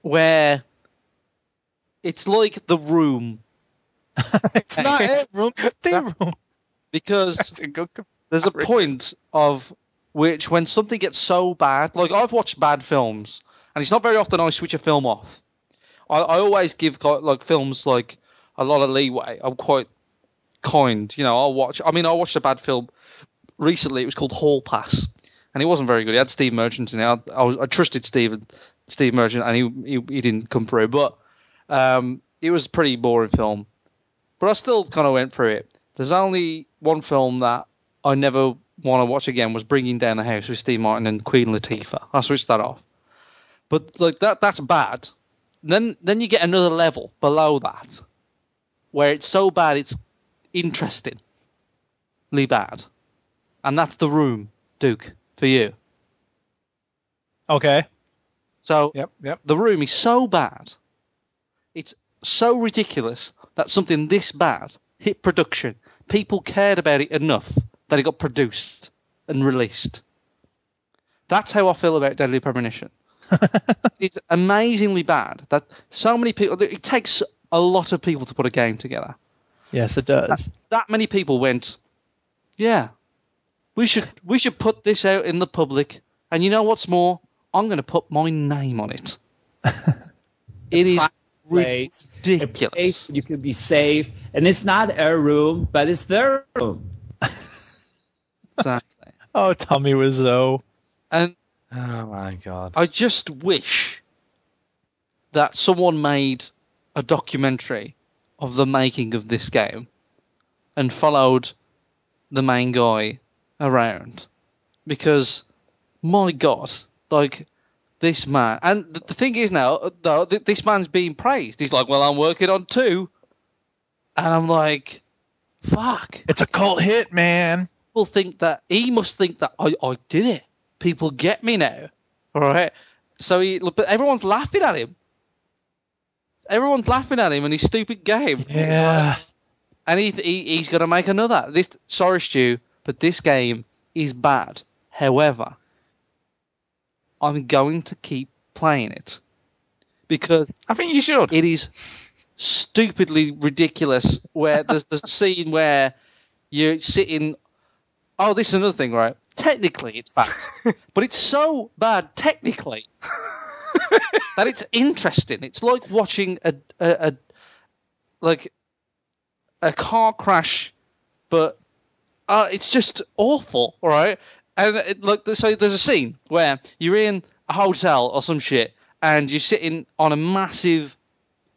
S1: where it's like the room
S2: It's (laughs)
S3: (laughs)
S2: not it room. It's the room.
S1: because
S3: It's a good. com- (laughs)
S1: there's a
S3: Comparison.
S1: point of which when something gets so bad, like I've watched bad films, and it's not very often I switch a film off. I, I always give co- like films like a lot of leeway. I'm quite kind, you know. I'll watch. I mean, I watched a bad film recently. It was called Hall Pass, and it wasn't very good. It had Steve Merchant in it. I, I, was- I trusted Steve Steve Merchant, and he, he he didn't come through. But um, it was a pretty boring film. But I still kind of went through it. There's only one film that I never want to watch again was Bringing Down the House with Steve Martin and Queen Latifah. I switched that off. But like that, that's bad. Then then you get another level below that, where it's so bad it's interestingly bad, and that's the room, Duke, for you.
S2: Okay.
S1: So
S2: Yep. Yep.
S1: the room is so bad, it's so ridiculous that something this bad hit production. People cared about it enough that it got produced and released. That's how I feel about Deadly Premonition. it's amazingly bad that so many people. It takes a lot of people to put a game together.
S2: Yes, it does.
S1: That many people went, yeah, we should we should put this out in the public. And you know what's more? I'm going to put my name on it. it is
S9: place, a place
S1: ridiculous.
S9: where you could be safe, and it's not a room, but it's their room.
S1: Exactly.
S2: Oh, Tommy Wiseau.
S1: And
S3: Oh my god.
S1: I just wish that someone made a documentary of the making of this game and followed the main guy around because my god like this man and th- the thing is now though th- this man's being praised he's like well i'm working on two and i'm like fuck
S2: It's a cult hit, man.
S1: people think that he must think that I, I did it. People get me now, all right? So he, but everyone's laughing at him. Everyone's laughing at him and his stupid game.
S2: Yeah.
S1: And he, he he's gonna make another. This sorry, Stu, but this game is bad. However, I'm going to keep playing it because
S3: I think you should.
S1: it is stupidly ridiculous. Where (laughs) there's the scene where you're sitting. Oh, this is another thing, right? Technically, it's
S3: (laughs)
S1: bad, but it's so bad technically that it's interesting. It's like watching a, a, a like a car crash, but uh, it's just awful, all right? And it, like, so there's a scene where you're in a hotel or some shit, and you're sitting on a massive,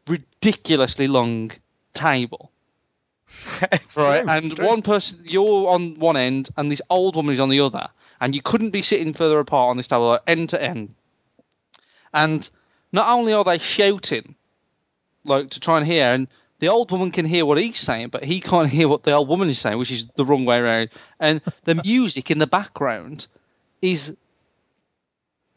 S1: ridiculously long table,
S3: It's
S1: right?
S3: true,
S1: and
S3: it's true.
S1: one person, you're on one end, and this old woman is on the other, and you couldn't be sitting further apart on this table, like, end to end. And not only are they shouting, like to try and hear, and the old woman can hear what he's saying, but he can't (laughs) hear what the old woman is saying, which is the wrong way around. And the (laughs) music in the background is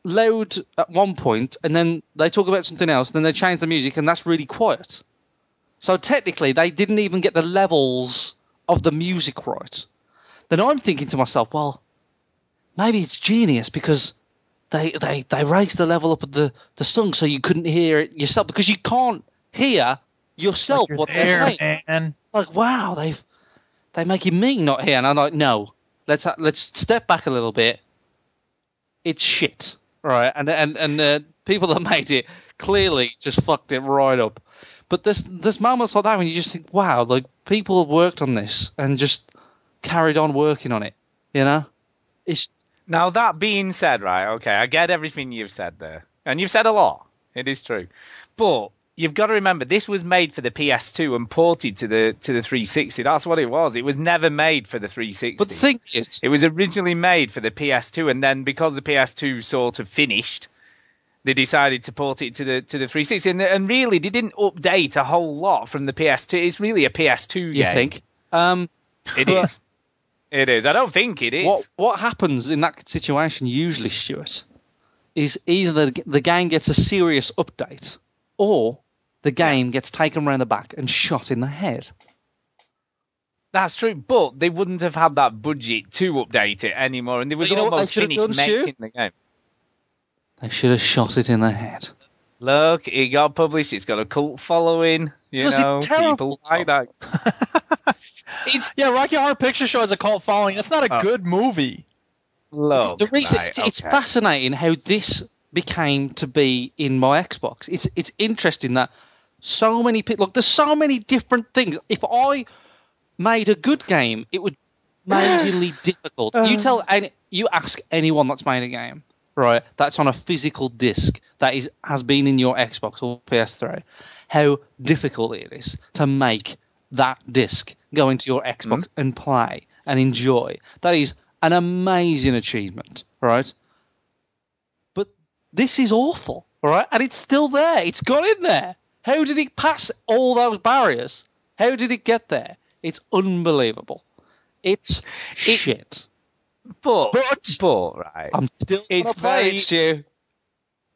S1: loud at one point, and then they talk about something else, and then they change the music, and that's really quiet. So technically, they didn't even get the levels of the music right. Then I'm thinking to myself, well, maybe it's genius because they they they raised the level up of the the song so you couldn't hear it yourself because you can't hear yourself
S2: You're
S1: what they're
S2: there,
S1: saying.
S2: man.
S1: Like wow, they've they making me not hear, and I'm like, no, let's ha- let's step back a little bit. It's shit, right? And and and uh, people that (laughs) made it clearly just fucked it right up. But there's there's moments like that when you just think, wow, like people have worked on this and just carried on working on it. You know, it's
S3: Now that being said, right, okay, I get everything you've said there, and you've said a lot. It is true, but you've got to remember this was made for the PS2 and ported to the to the 360. That's what it was. It was never made for the 360.
S1: But the thing is,
S3: It was originally made for the PS2, and then because the PS2 sort of finished, they decided to port it to the to the 360. And, and really, they didn't update a whole lot from the PS2. It's really a PS2
S1: you
S3: game.
S1: think um, (laughs)
S3: It is. It is. I don't think it is.
S1: what what happens in that situation usually, Stuart, is either the, the game gets a serious update or the game gets taken round the back and shot in the head.
S3: That's true, but they wouldn't have had that budget to update it anymore, and they was
S1: you know what they
S3: almost
S1: should have
S3: finished
S1: done, Stu?
S3: making the game.
S1: They should have shot it in the head.
S3: Look, it got published. It's got a cult following. You
S1: Was it Oh.
S3: know,
S1: terrible?
S3: people like that. it's
S2: Yeah, Rocky Horror Picture Show has a cult following. That's not a
S3: Oh.
S2: good movie.
S3: look.
S1: the reason
S3: right,
S1: it's, it's
S3: okay.
S1: fascinating how this became to be in my Xbox. It's it's interesting that so many people look. There's so many different things. If I made a good game, it would majorly difficult. You tell any, you ask anyone that's made a game, right? That's on a physical disc that is has been in your Xbox or PS3, how difficult it is to make that disc go into your Xbox and play and enjoy. That is an amazing achievement, right? But this is awful, all right? And it's still there. It's got in there. How did it pass all those barriers? How did it get there? It's unbelievable. It's shit.
S3: But,
S1: But- Um,
S3: but, right.
S1: I'm still
S3: It's
S1: gonna play
S3: very-
S1: it, Stu.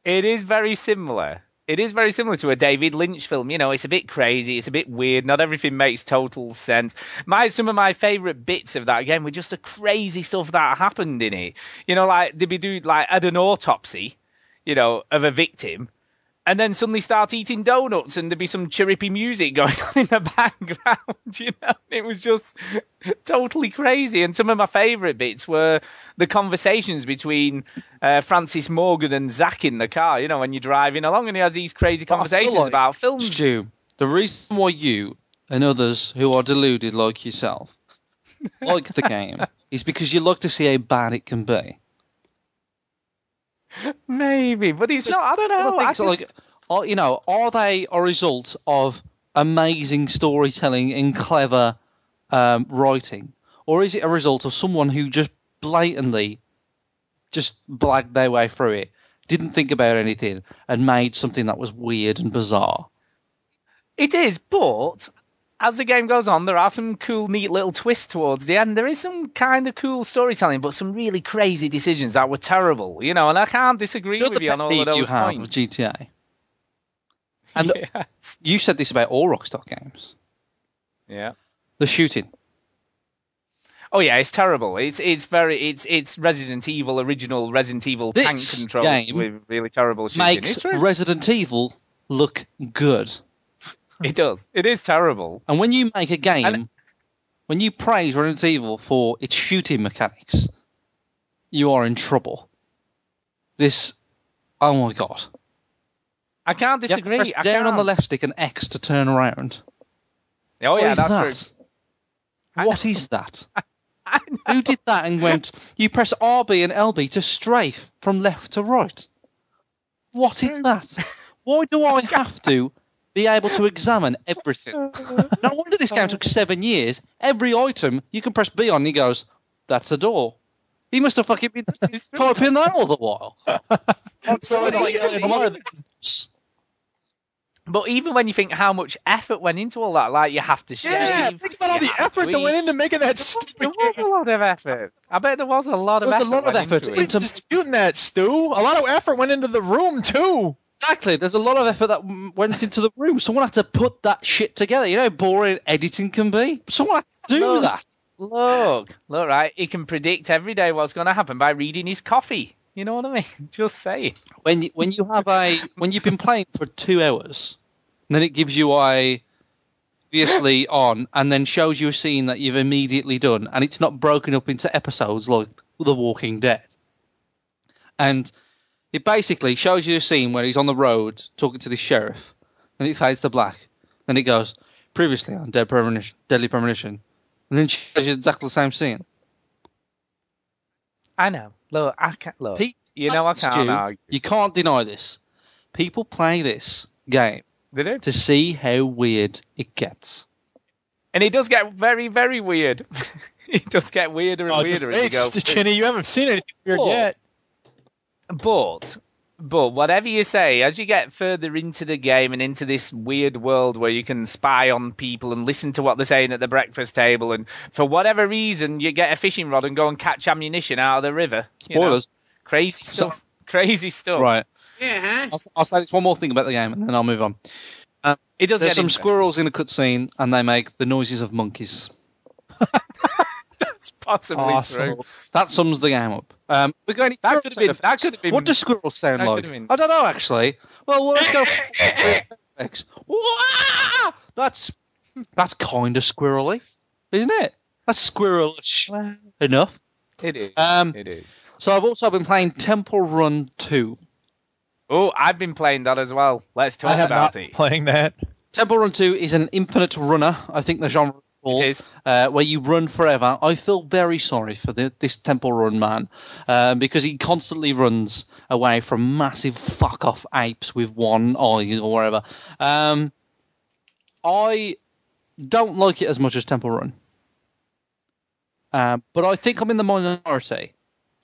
S3: It is very similar. It is very similar to a David Lynch film. You know, it's a bit crazy, it's a bit weird. Not everything makes total sense. My some of my favourite bits of that game were just the crazy stuff that happened in it. You know, like they'd be doing like had an autopsy, you know, of a victim, and then suddenly start eating donuts and there'd be some chirrupy music going (laughs) on in the background (laughs) you know it was just totally crazy and some of my favorite bits were the conversations between uh, francis morgan and zach in the car you know when you're driving along and he has these crazy
S1: But Oh, I feel
S3: conversations
S1: like,
S3: about films
S1: Hmm. Stu, the reason why you and others who are deluded like (laughs) yourself like the game is because you like to see how bad it can be.
S3: maybe but it's not i don't know
S1: Oh, I
S3: I
S1: think so,
S3: just,
S1: like, are, you know, are they a result of amazing storytelling and clever um, writing, or is it a result of someone who just blatantly just blagged their way through it, didn't think about anything, and made something that was weird and bizarre?
S3: It is, but as the game goes on, there are some cool, neat little twists towards the end. There is some kind of cool storytelling, but some really crazy decisions that were terrible, you know. And I can't disagree
S1: You're the
S3: with you on
S1: pet
S3: all
S1: peeve
S3: of those
S1: you have with
S3: points.
S1: GTA. And the-
S3: (laughs) Yes.
S1: you said this about all Rockstar games.
S3: yeah.
S1: The shooting.
S3: Oh yeah, it's terrible. It's it's very it's it's Resident Evil original Resident Evil
S1: This
S3: tank control
S1: game
S3: with really terrible shooting. It's
S1: makes
S3: true.
S1: Resident Evil look good.
S3: it does. It is terrible.
S1: And when you make a game,
S3: And-
S1: when you praise Resident Evil for its shooting mechanics, you are in trouble. This, oh my god!
S3: I can't
S1: You have to
S3: disagree.
S1: press
S3: I
S1: down on the
S3: can't.
S1: left stick and X to turn around.
S3: Oh
S1: What
S3: yeah,
S1: is
S3: that's
S1: that?
S3: true.
S1: What is that?
S3: (laughs) I know.
S1: Who did that and went? You press RB and LB to strafe from left to right. What is that? Why do I have to be able to examine everything? No wonder this game took seven years. Every item you can press B on, he goes, "That's a door. He must have fucking been typing that all the while.
S2: so it's like
S1: Come on.
S3: But even when you think how much effort went into all that, like you have to shave.
S2: yeah, think about all
S3: you
S2: the
S3: have
S2: effort that
S3: sweets.
S2: went into making that
S3: There
S2: stupid
S3: was a
S2: game.
S3: lot of effort. I bet there was a lot of
S1: There was
S3: effort.
S1: a lot of
S3: went
S1: effort.
S3: into it.
S2: It's disputing that, Stu. A lot of effort went into the room too.
S1: Exactly. There's a lot of effort that m- went into the room. Someone had to put that shit together. You know how boring editing can be? Someone had to do
S3: No.
S1: that.
S3: Look, look, right. He can predict every day what's going to happen by reading his coffee. You know what I mean? (laughs) Just saying.
S1: When you, when you have a when you've been playing for two hours, and then it gives you a obviously on, and then shows you a scene that you've immediately done, and it's not broken up into episodes like The Walking Dead. And it basically shows you a scene where he's on the road talking to the sheriff, then it fades to black, then it goes previously on Dead Premonition, Deadly Premonition, and then shows you exactly the same scene.
S3: I know. Look, I can't look.
S1: Pete,
S3: you know I can't
S1: Stu,
S3: argue.
S1: You can't deny this. People play this game
S3: They do.
S1: to see how weird it gets.
S3: And it does get very, very weird. (laughs) it does get weirder and
S2: Oh, just,
S3: weirder
S2: hey,
S3: as you go.
S2: Chinny, you haven't seen anything weird
S3: Cool.
S2: yet.
S3: But but whatever you say, as you get further into the game and into this weird world where you can spy on people and listen to what they're saying at the breakfast table, and for whatever reason you get a fishing rod and go and catch ammunition out of the river. you know. Oh.
S1: Spoilers.
S3: Crazy stuff. (laughs) Crazy stuff.
S1: Right.
S5: Yeah, huh?
S1: I'll, I'll say this one more thing about the game and then I'll move on.
S3: It
S1: There's
S3: does get
S1: some
S3: interesting.
S1: squirrels in a cutscene and they make the noises of monkeys.
S3: That's possibly
S2: Awesome.
S3: true.
S1: That sums the game up. Um, we're going
S3: That could've been- that could've been-
S1: What do squirrels sound
S3: that
S1: like?
S3: could've been-
S1: I don't know actually. Well, well let's go.
S3: (laughs)
S1: X. Wah! that's that's kind of squirrely, isn't it? That's squirrelish enough.
S3: It is.
S1: Um,
S3: it is.
S1: So I've also been playing Temple Run 2.
S3: Oh, I've been playing that as well. Let's talk
S2: I have
S3: about
S2: not
S3: it.
S2: playing that.
S1: Temple Run 2 is an infinite runner, I think the genre is called,
S3: It is.
S1: Uh, where you run forever. I feel very sorry for the, this Temple Run man um, because he constantly runs away from massive fuck off apes with one eye or whatever. Um, I don't like it as much as Temple Run. Um, but I think I'm in the minority.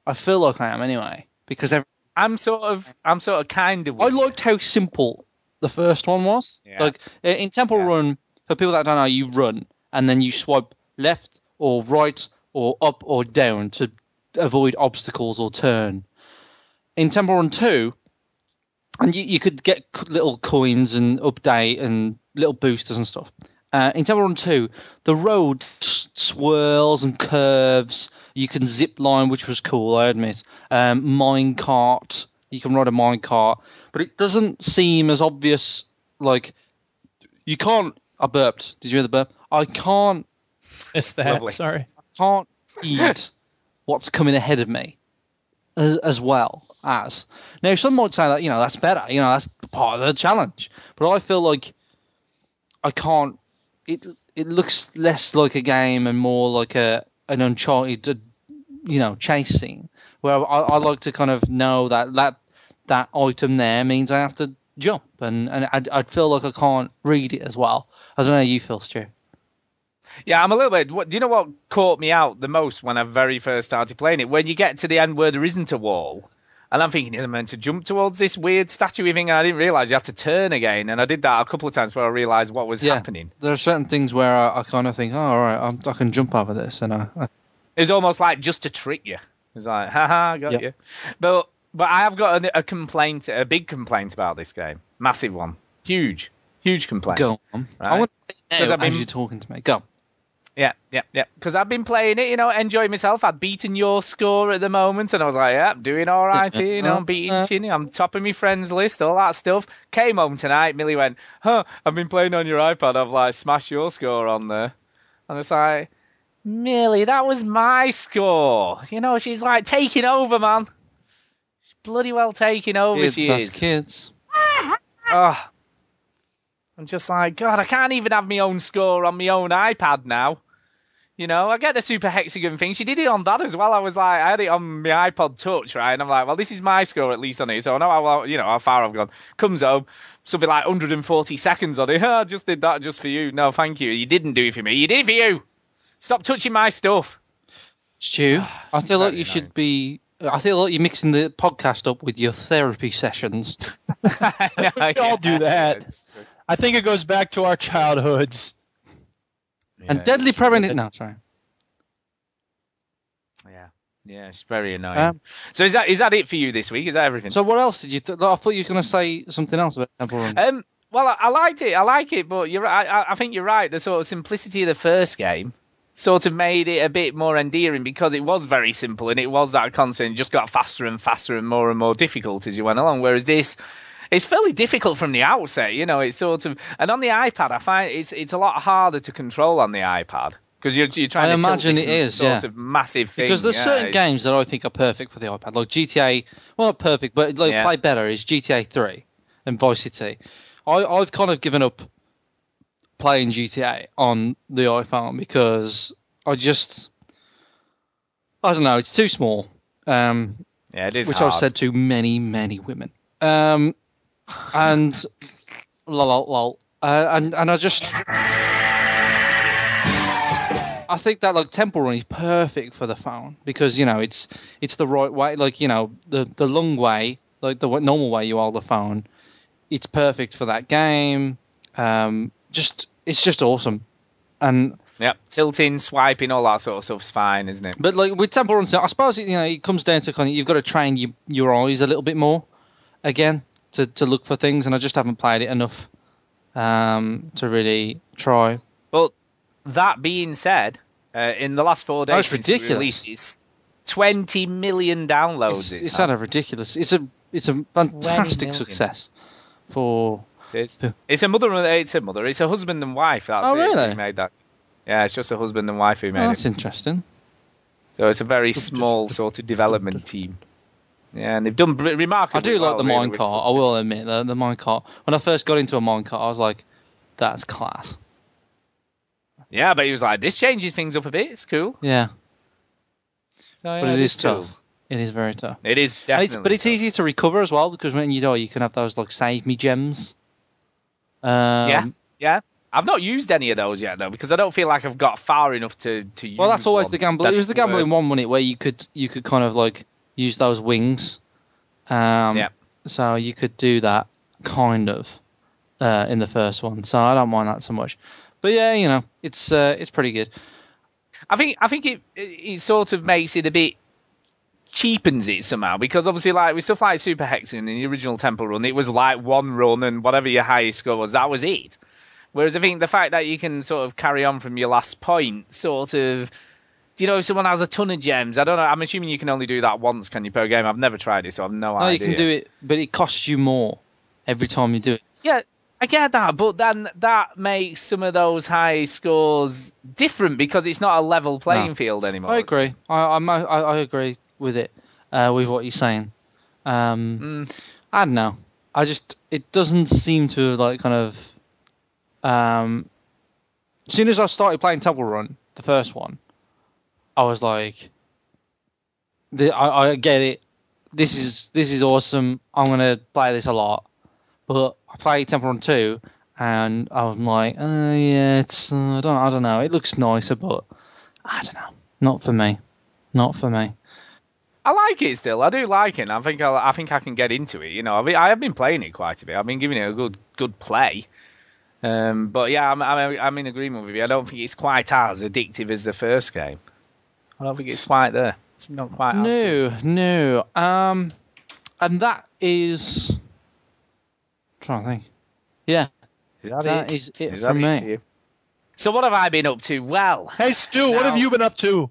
S1: I feel like I am anyway because every
S3: I'm sort of, I'm sort of kind of.
S1: I liked how simple the first one was.
S3: Yeah.
S1: Like i- in Temple
S3: Yeah.
S1: Run, for people that don't know, you run and then you swipe left or right or up or down to avoid obstacles or turn. In Temple Run Two, and you, you could get c- little coins and update and little boosters and stuff. Uh, in Temple Run 2, the road s- swirls and curves. You can zip line, which was cool, I admit. Um, mine cart, you can ride a mine cart, but it doesn't seem as obvious. Like you can't. I burped. Did you hear the burp? I can't.
S2: Missed that.
S3: Lovely.
S2: Sorry.
S1: Can't eat what's coming ahead of me as, as well as. Now, some might say that, you know, that's better. You know, that's part of the challenge. But I feel like I can't. It it looks less like a game and more like a an uncharted, uh, you know, chase scene. Where I, I like to kind of know that that that item there means I have to jump, and and I'd, I'd feel like I can't read it as well. I don't know how you feel, Stu.
S3: Yeah, I'm a little bit. What, do you know what caught me out the most when I very first started playing it? When you get to the end where there isn't a wall, and I'm thinking, is I meant to jump towards this weird statuey thing? And I didn't realise you have to turn again, and I did that a couple of times where I realised what was happening.
S1: There are certain things where I, I kind of think, oh, all right, I'm, I can jump over this, and I, I
S3: It was almost like just to trick you. It was like, haha, got
S1: Yeah.
S3: you. But but I have got a, a complaint, a big complaint about this game, massive one, huge, huge complaint.
S1: go on. I
S3: Right.
S1: want to play
S3: Because
S1: now
S3: I've
S1: as
S3: been-
S1: you're talking to me. Go.
S3: Yeah, yeah, yeah. Because I've been playing it, you know, enjoying myself. I'd beaten your score at the moment, and I was like, yeah, I'm doing all right here. You know, I'm beating Chinny. I'm top of my friends list, all that stuff. Came home tonight. Millie went, huh, I've been playing on your iPad. I've like smashed your score on there. And it's like, Millie, that was my score. You know, she's like taking over, man. She's bloody well taking over,
S1: Kids,
S3: she
S1: that's
S3: is.
S1: kids.
S3: Oh, I'm just like, God, I can't even have my own score on my own iPad now. You know, I get the super hexagon thing. She did it on that as well. I was like, I had it on my iPod Touch, right? And I'm like, well, this is my score at least on it, so I know how well- you know how far I've gone. Comes home, something like 140 seconds on it. (laughs) I just did that just for you. No, thank you. You didn't do it for me. You did it for you. Stop touching my stuff. (laughs)
S1: Stu,
S3: Ah,
S1: I feel like you
S2: Very nice.
S1: should be. I feel like you're mixing the podcast up with your therapy sessions.
S2: (laughs) We all do that. I think it goes back to our childhoods.
S1: and Deadly Premonition. No, sorry.
S3: Yeah. Yeah, it's very annoying.
S1: Um,
S3: so is that is that it for you this week? Is that everything?
S1: So what else did you? Th- I thought you were going to say something else about Temple Run.
S3: um, well, I, I liked it. I like it, but you're right. I, I think you're right. The sort of simplicity of the first game sort of made it a bit more endearing because it was very simple and it was that concept. It just got faster and faster and more and more difficult as you went along. Whereas this. It's fairly difficult from the outset, you know. It's sort of, and on the iPad, I find it's it's a lot harder to control on the iPad because you're you're trying
S1: I
S3: to tilt
S1: imagine
S3: this
S1: it is,
S3: sort
S1: yeah.
S3: of massive thing.
S1: because there's
S3: yeah,
S1: certain
S3: it's-
S1: games that I think are perfect for the iPad, like GTA. Well, not perfect, but like
S3: Yeah.
S1: play better is GTA 3 and Vice City. I, I've kind of given up playing GTA on the iPhone because I just, I don't know, it's too small. Um,
S3: Yeah, it is.
S1: which
S3: hard.
S1: I've said to many, many women. Um, and (laughs) lol, lol, lol. Uh, and and I just, I think that like Temple Run is perfect for the phone because you know it's it's the right way, like you know the the long way, like the w- normal way you hold the phone. It's perfect for that game. Um, just it's just awesome, and
S3: Yep. Tilting, swiping, all that sort of stuff's fine, isn't it?
S1: But like with Temple Run, I suppose you know it comes down to kind of you've got to train your, your eyes a little bit more again to, to look for things, and I just haven't played it enough um, to really try.
S3: But that being said, uh, in the last four days
S1: That's
S3: since
S1: ridiculous.
S3: it released, it's 20 million downloads.
S1: It's,
S3: it's
S1: it's
S3: had.
S1: had a ridiculous. It's a it's a fantastic
S3: million.
S1: success for.
S3: It is. It's a mother and it's a mother. It's a husband and wife. That's
S1: Oh,
S3: it, who
S1: really?
S3: made that. Yeah, it's just a husband and wife who
S1: Oh,
S3: made
S1: that's
S3: it.
S1: interesting.
S3: So it's a very small sort of development team. Yeah, and they've done br-
S1: I
S3: remarkably.
S1: do like the
S3: well, really,
S1: minecart.
S3: with
S1: I
S3: some-
S1: will admit the the minecart. When I first got into a minecart, I was like, "That's class."
S3: Yeah, but he was like, this changes things up a bit. It's cool.
S1: Yeah,
S3: So,
S1: but
S3: yeah,
S1: it is
S3: cool.
S1: tough. It is very tough.
S3: It is
S1: And
S3: definitely.
S1: It's, but it's
S3: tough.
S1: easy to recover as well because when you die, you can have those like save me gems. Um,
S3: Yeah, yeah. I've not used any of those yet though, because I don't feel like I've got far enough to to use.
S1: Well, that's always
S3: one.
S1: the gamble. It
S3: That
S1: was the gamble in
S3: works.
S1: one minute where you could you could kind of like use those wings. Um,
S3: Yeah.
S1: So you could do that kind of uh, in the first one. So I don't mind that so much. But yeah, you know, it's uh, it's pretty good.
S3: I think I think it it it sort of makes it a bit cheapens it somehow because obviously like with stuff like Super Hexen in the original Temple Run, it was like one run and whatever your highest score was, that was it. Whereas I think the fact that you can sort of carry on from your last point, sort of. Do you know if someone has a ton of gems? I don't know. I'm assuming you can only do that once, can you, per game? I've never tried it, so I've no
S1: No, you
S3: idea.
S1: can do it, but it costs you more every time you do it.
S3: Yeah, I get that, but then that makes some of those high scores different because it's not a level playing
S1: No.
S3: field anymore.
S1: I agree. I I'm, I, I agree with it, uh, with what you're saying. Um,
S3: Mm.
S1: I don't know. I just it doesn't seem to like kind of. Um, as soon as I started playing Temple Run, the first one, I was like, the, I, I get it. This is this is awesome. I'm gonna play this a lot. But I played Temple Run two, and I'm like, uh, yeah, it's uh, I don't I don't know. It looks nicer, but I don't know. Not for me. Not for me.
S3: I like it still. I do like it. I think I'll, I think I can get into it. You know, I mean, I have been playing it quite a bit. I've been giving it a good good play. Um, but yeah, I'm, I'm I'm in agreement with you. I don't think it's quite as addictive as the first game. I don't think it's quite there. It's not quite. as good.
S1: No, no. Um, and that is. trying to think. Yeah,
S3: Is that,
S1: that
S3: it?
S1: is it
S3: Is
S1: for
S3: that it
S1: me.
S3: for you? So what have I been up to? Well,
S2: Hey, Stu, what
S3: Now-
S2: have you been up to?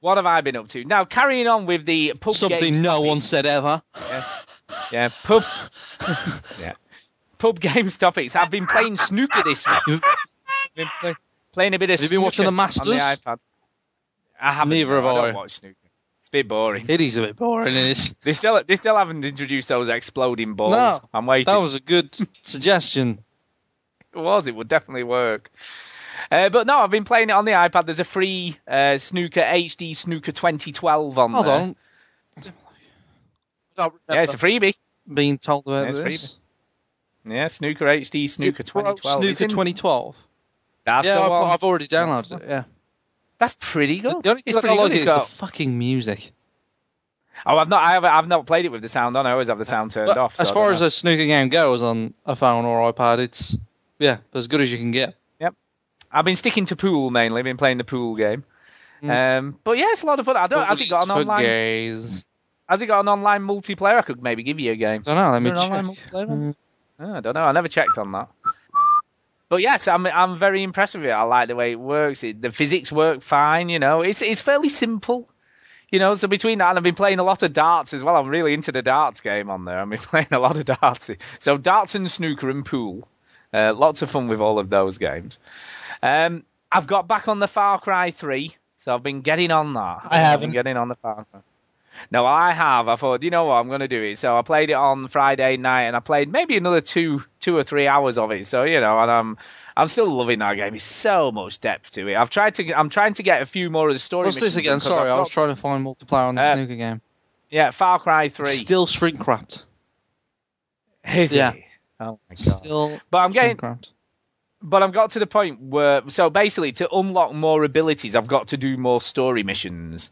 S3: what have I been up to? Now carrying on with the pub games
S1: Something no
S3: topic.
S1: one said ever.
S3: Yeah, pub. yeah, pub games topics. I've been playing snooker this week.
S1: You-
S3: Been play- playing a bit of.
S1: Have you been watching
S3: snooker
S1: the
S3: on
S1: Masters?
S3: the iPad. I haven't.
S1: Neither
S3: no,
S1: have
S3: I.
S1: I.
S3: don't watch snooker. It's a bit boring.
S1: It is a bit boring. It is.
S3: (laughs) They still they still haven't introduced those exploding balls.
S1: No,
S3: I'm waiting.
S1: That was a good suggestion.
S3: It was. It would definitely work. Uh, but no, I've been playing it on the iPad. There's a free uh, snooker HD snooker 2012 on
S1: Hold
S3: there.
S1: on. I don't
S3: Yeah, it's a
S1: remember
S3: freebie.
S1: being told about
S3: Yeah, it's free.
S1: this. Is
S3: Yeah, snooker HD
S1: it
S3: snooker
S1: Pro
S3: 2012. It's
S1: Snooker
S3: in-
S1: 2012.
S3: That's
S1: Yeah,
S3: the
S1: I've,
S3: one.
S1: I've already
S3: That's
S1: downloaded it. Yeah.
S3: That's pretty good.
S1: The only
S3: it's
S1: thing that I
S3: pretty
S1: like
S3: good. It's
S1: is
S3: got-
S1: the fucking music.
S3: Oh, I've not. I haven't, I've not played it with the sound on. I always have the sound turned
S1: But
S3: off. so
S1: as
S3: I
S1: far
S3: don't
S1: as
S3: know.
S1: a snooker game goes on a phone or iPad, it's yeah as good as you can get.
S3: I've been sticking to pool mainly. Been playing the pool game.
S1: Mm.
S3: Um, but yeah, it's a lot of fun. I don't. Has it got an
S1: For
S3: online?
S1: gays.
S3: Has it got an online multiplayer? I could maybe give you a game.
S1: I don't know. Let
S3: Is
S1: me
S3: there an online
S1: check. Mm.
S3: multiplayer one? Oh, I don't know. I never checked on that. But yes, I'm I'm very impressed with it. I like the way it works. It, the physics work fine. You know, it's it's fairly simple. You know, so between that and I've been playing a lot of darts as well. I'm really into the darts game on there. I've been (laughs) playing a lot of darts. So darts and snooker and pool. Uh, lots of fun with all of those games. Um, I've got back on the Far Cry 3, so I've been getting on that.
S2: I haven't.
S3: I've been getting on the Far Cry. No, I have. I thought, you know what, I'm going to do it. So I played it on Friday night, and I played maybe another two, two or three hours of it. So you know, and I'm, I'm still loving that game. It's so much depth to it. I've tried to, I'm trying to get a few more of the story.
S1: What's this
S3: missions in
S1: again?
S3: 'cause
S1: Sorry,
S3: I've
S1: I was
S3: got-
S1: trying to find multiplayer on the
S3: Uh,
S1: snooker game.
S3: Yeah, Far Cry 3.
S1: Still shrink wrapped.
S3: Is
S1: yeah.
S3: it? Oh my god.
S1: Still.
S3: But I'm getting,
S1: shrink wrapped.
S3: but I've got to the point where so basically to unlock more abilities, I've got to do more story missions.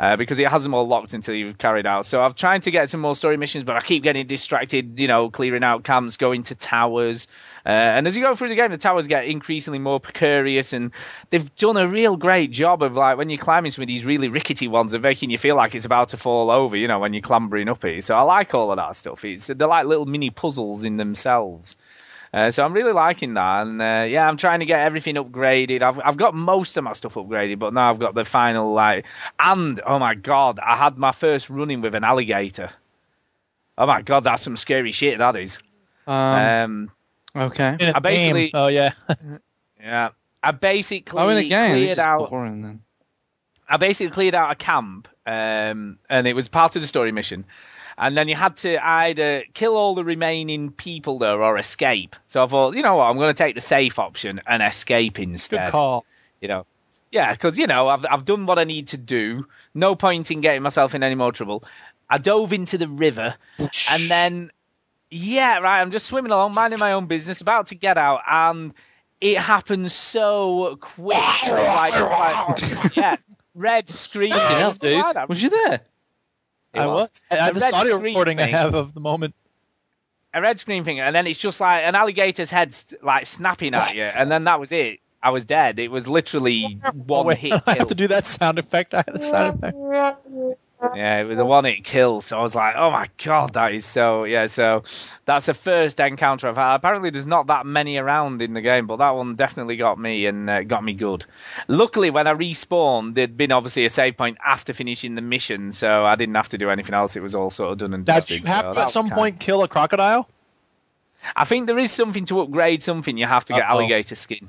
S3: Uh, because it has them all locked until you've carried out. So I've tried to get some more story missions, but I keep getting distracted, you know, clearing out camps, going to towers. Uh, and as you go through the game, the towers get increasingly more precarious, and they've done a real great job of, like, when you're climbing some of these really rickety ones, of making you feel like it's about to fall over, you know, when you're clambering up it. So I like all of that stuff. It's, they're like little mini puzzles in themselves. Uh, so I'm really liking that, and uh, yeah, I'm trying to get everything upgraded. I've I've got most of my stuff upgraded, but now I've got the final like. And oh my god, I had my first running with an alligator. Oh my god, that's some scary shit. That is.
S1: Um,
S3: Um,
S1: okay.
S2: In a
S3: I basically-
S2: game. Oh yeah.
S3: yeah, I basically
S1: Oh, in a game. This
S3: cleared
S1: is
S3: out.
S1: boring then.
S3: I basically cleared out a camp, um, and it was part of the story mission. And then you had to either kill all the remaining people there or escape. So I thought, you know what, I'm going to take the safe option and escape instead.
S2: Good call.
S3: You know, yeah, because you know I've I've done what I need to do. No point in getting myself in any more trouble. I dove into the river, and then yeah, right. I'm just swimming along, minding my own business, about to get out, and it happens so quick. like, like- yeah, red screen.
S1: hell, dude. Was you there?
S2: I was. I, I
S3: The
S2: just
S3: red
S2: audio
S3: screen
S2: recording
S3: thing.
S2: I have of the
S3: (laughs)
S2: moment.
S3: a red screen thing, and then it's just like an alligator's head st- like snapping at you, and then that was it. I was dead. It was literally one
S2: Wait,
S3: hit
S2: (laughs) I
S3: kill.
S2: have to do that sound effect. (laughs) I had a sound effect.
S3: Yeah, it was a one hit kill. So I was like, oh my god, that is so. Yeah, so that's the first encounter I've had. Apparently, there's not that many around in the game, but that one definitely got me and uh, got me good. Luckily, when I respawned, there'd been obviously a save point after finishing the mission, so I didn't have to do anything else. It was all sort of done and
S2: Did
S3: dusted.
S2: you have
S3: so
S2: to
S3: that
S2: at
S3: was
S2: some
S3: kind-
S2: point kill a crocodile?
S3: I think there is something to upgrade something. You have to get
S2: Uh-oh.
S3: alligator skin.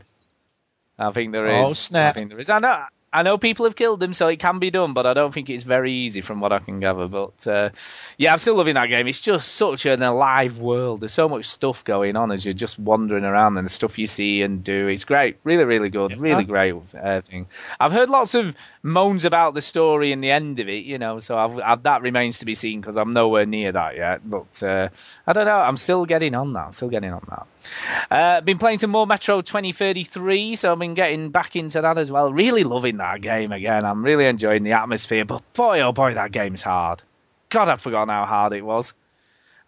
S3: I think there is.
S2: Oh, snap.
S3: I think there is. I know. I know people have killed them, so it can be done, but I don't think it's very easy from what I can gather. But uh, yeah, I'm still loving that game. It's just such an alive world. There's so much stuff going on as you're just wandering around and the stuff you see and do. It's great. Really, really good. Really great uh, thing. I've heard lots of moans about the story and the end of it, you know, so I've, I've, that remains to be seen because I'm nowhere near that yet. But uh, I don't know. I'm still getting on that. I'm still getting on that. Uh, been playing some more Metro 2033, so I've been getting back into that as well. Really loving that game again. I'm really enjoying the atmosphere, but boy, oh boy, that game's hard. God, I've forgotten how hard it was.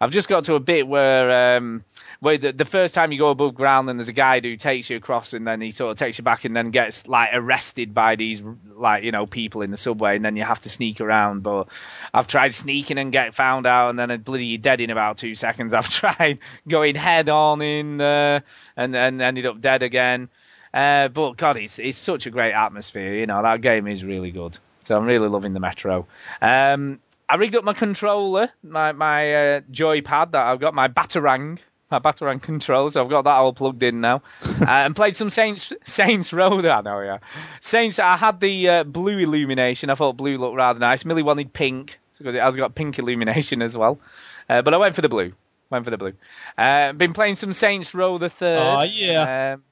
S3: I've just got to a bit where um, where the, the first time you go above ground and there's a guy who takes you across and then he sort of takes you back and then gets like arrested by these like you know people in the subway and then you have to sneak around. But I've tried sneaking and get found out and then I'm bloody dead in about two seconds. (laughs) I've tried going head on in uh, and and ended up dead again. Uh, but God, it's it's such a great atmosphere. You know that game is really good. So I'm really loving the Metro. Um, I rigged up my controller, my my uh, joypad that I've got, my Batarang, my Batarang controller. So I've got that all plugged in now, uh, and played some Saints Saints Row. I know, yeah. Saints. I had the uh, blue illumination. I thought blue looked rather nice. Millie wanted pink, so it has got pink illumination as well. Uh, but I went for the blue. Went for the blue. Uh, been playing some Saints Row the third.
S2: Aw, yeah.
S3: Um,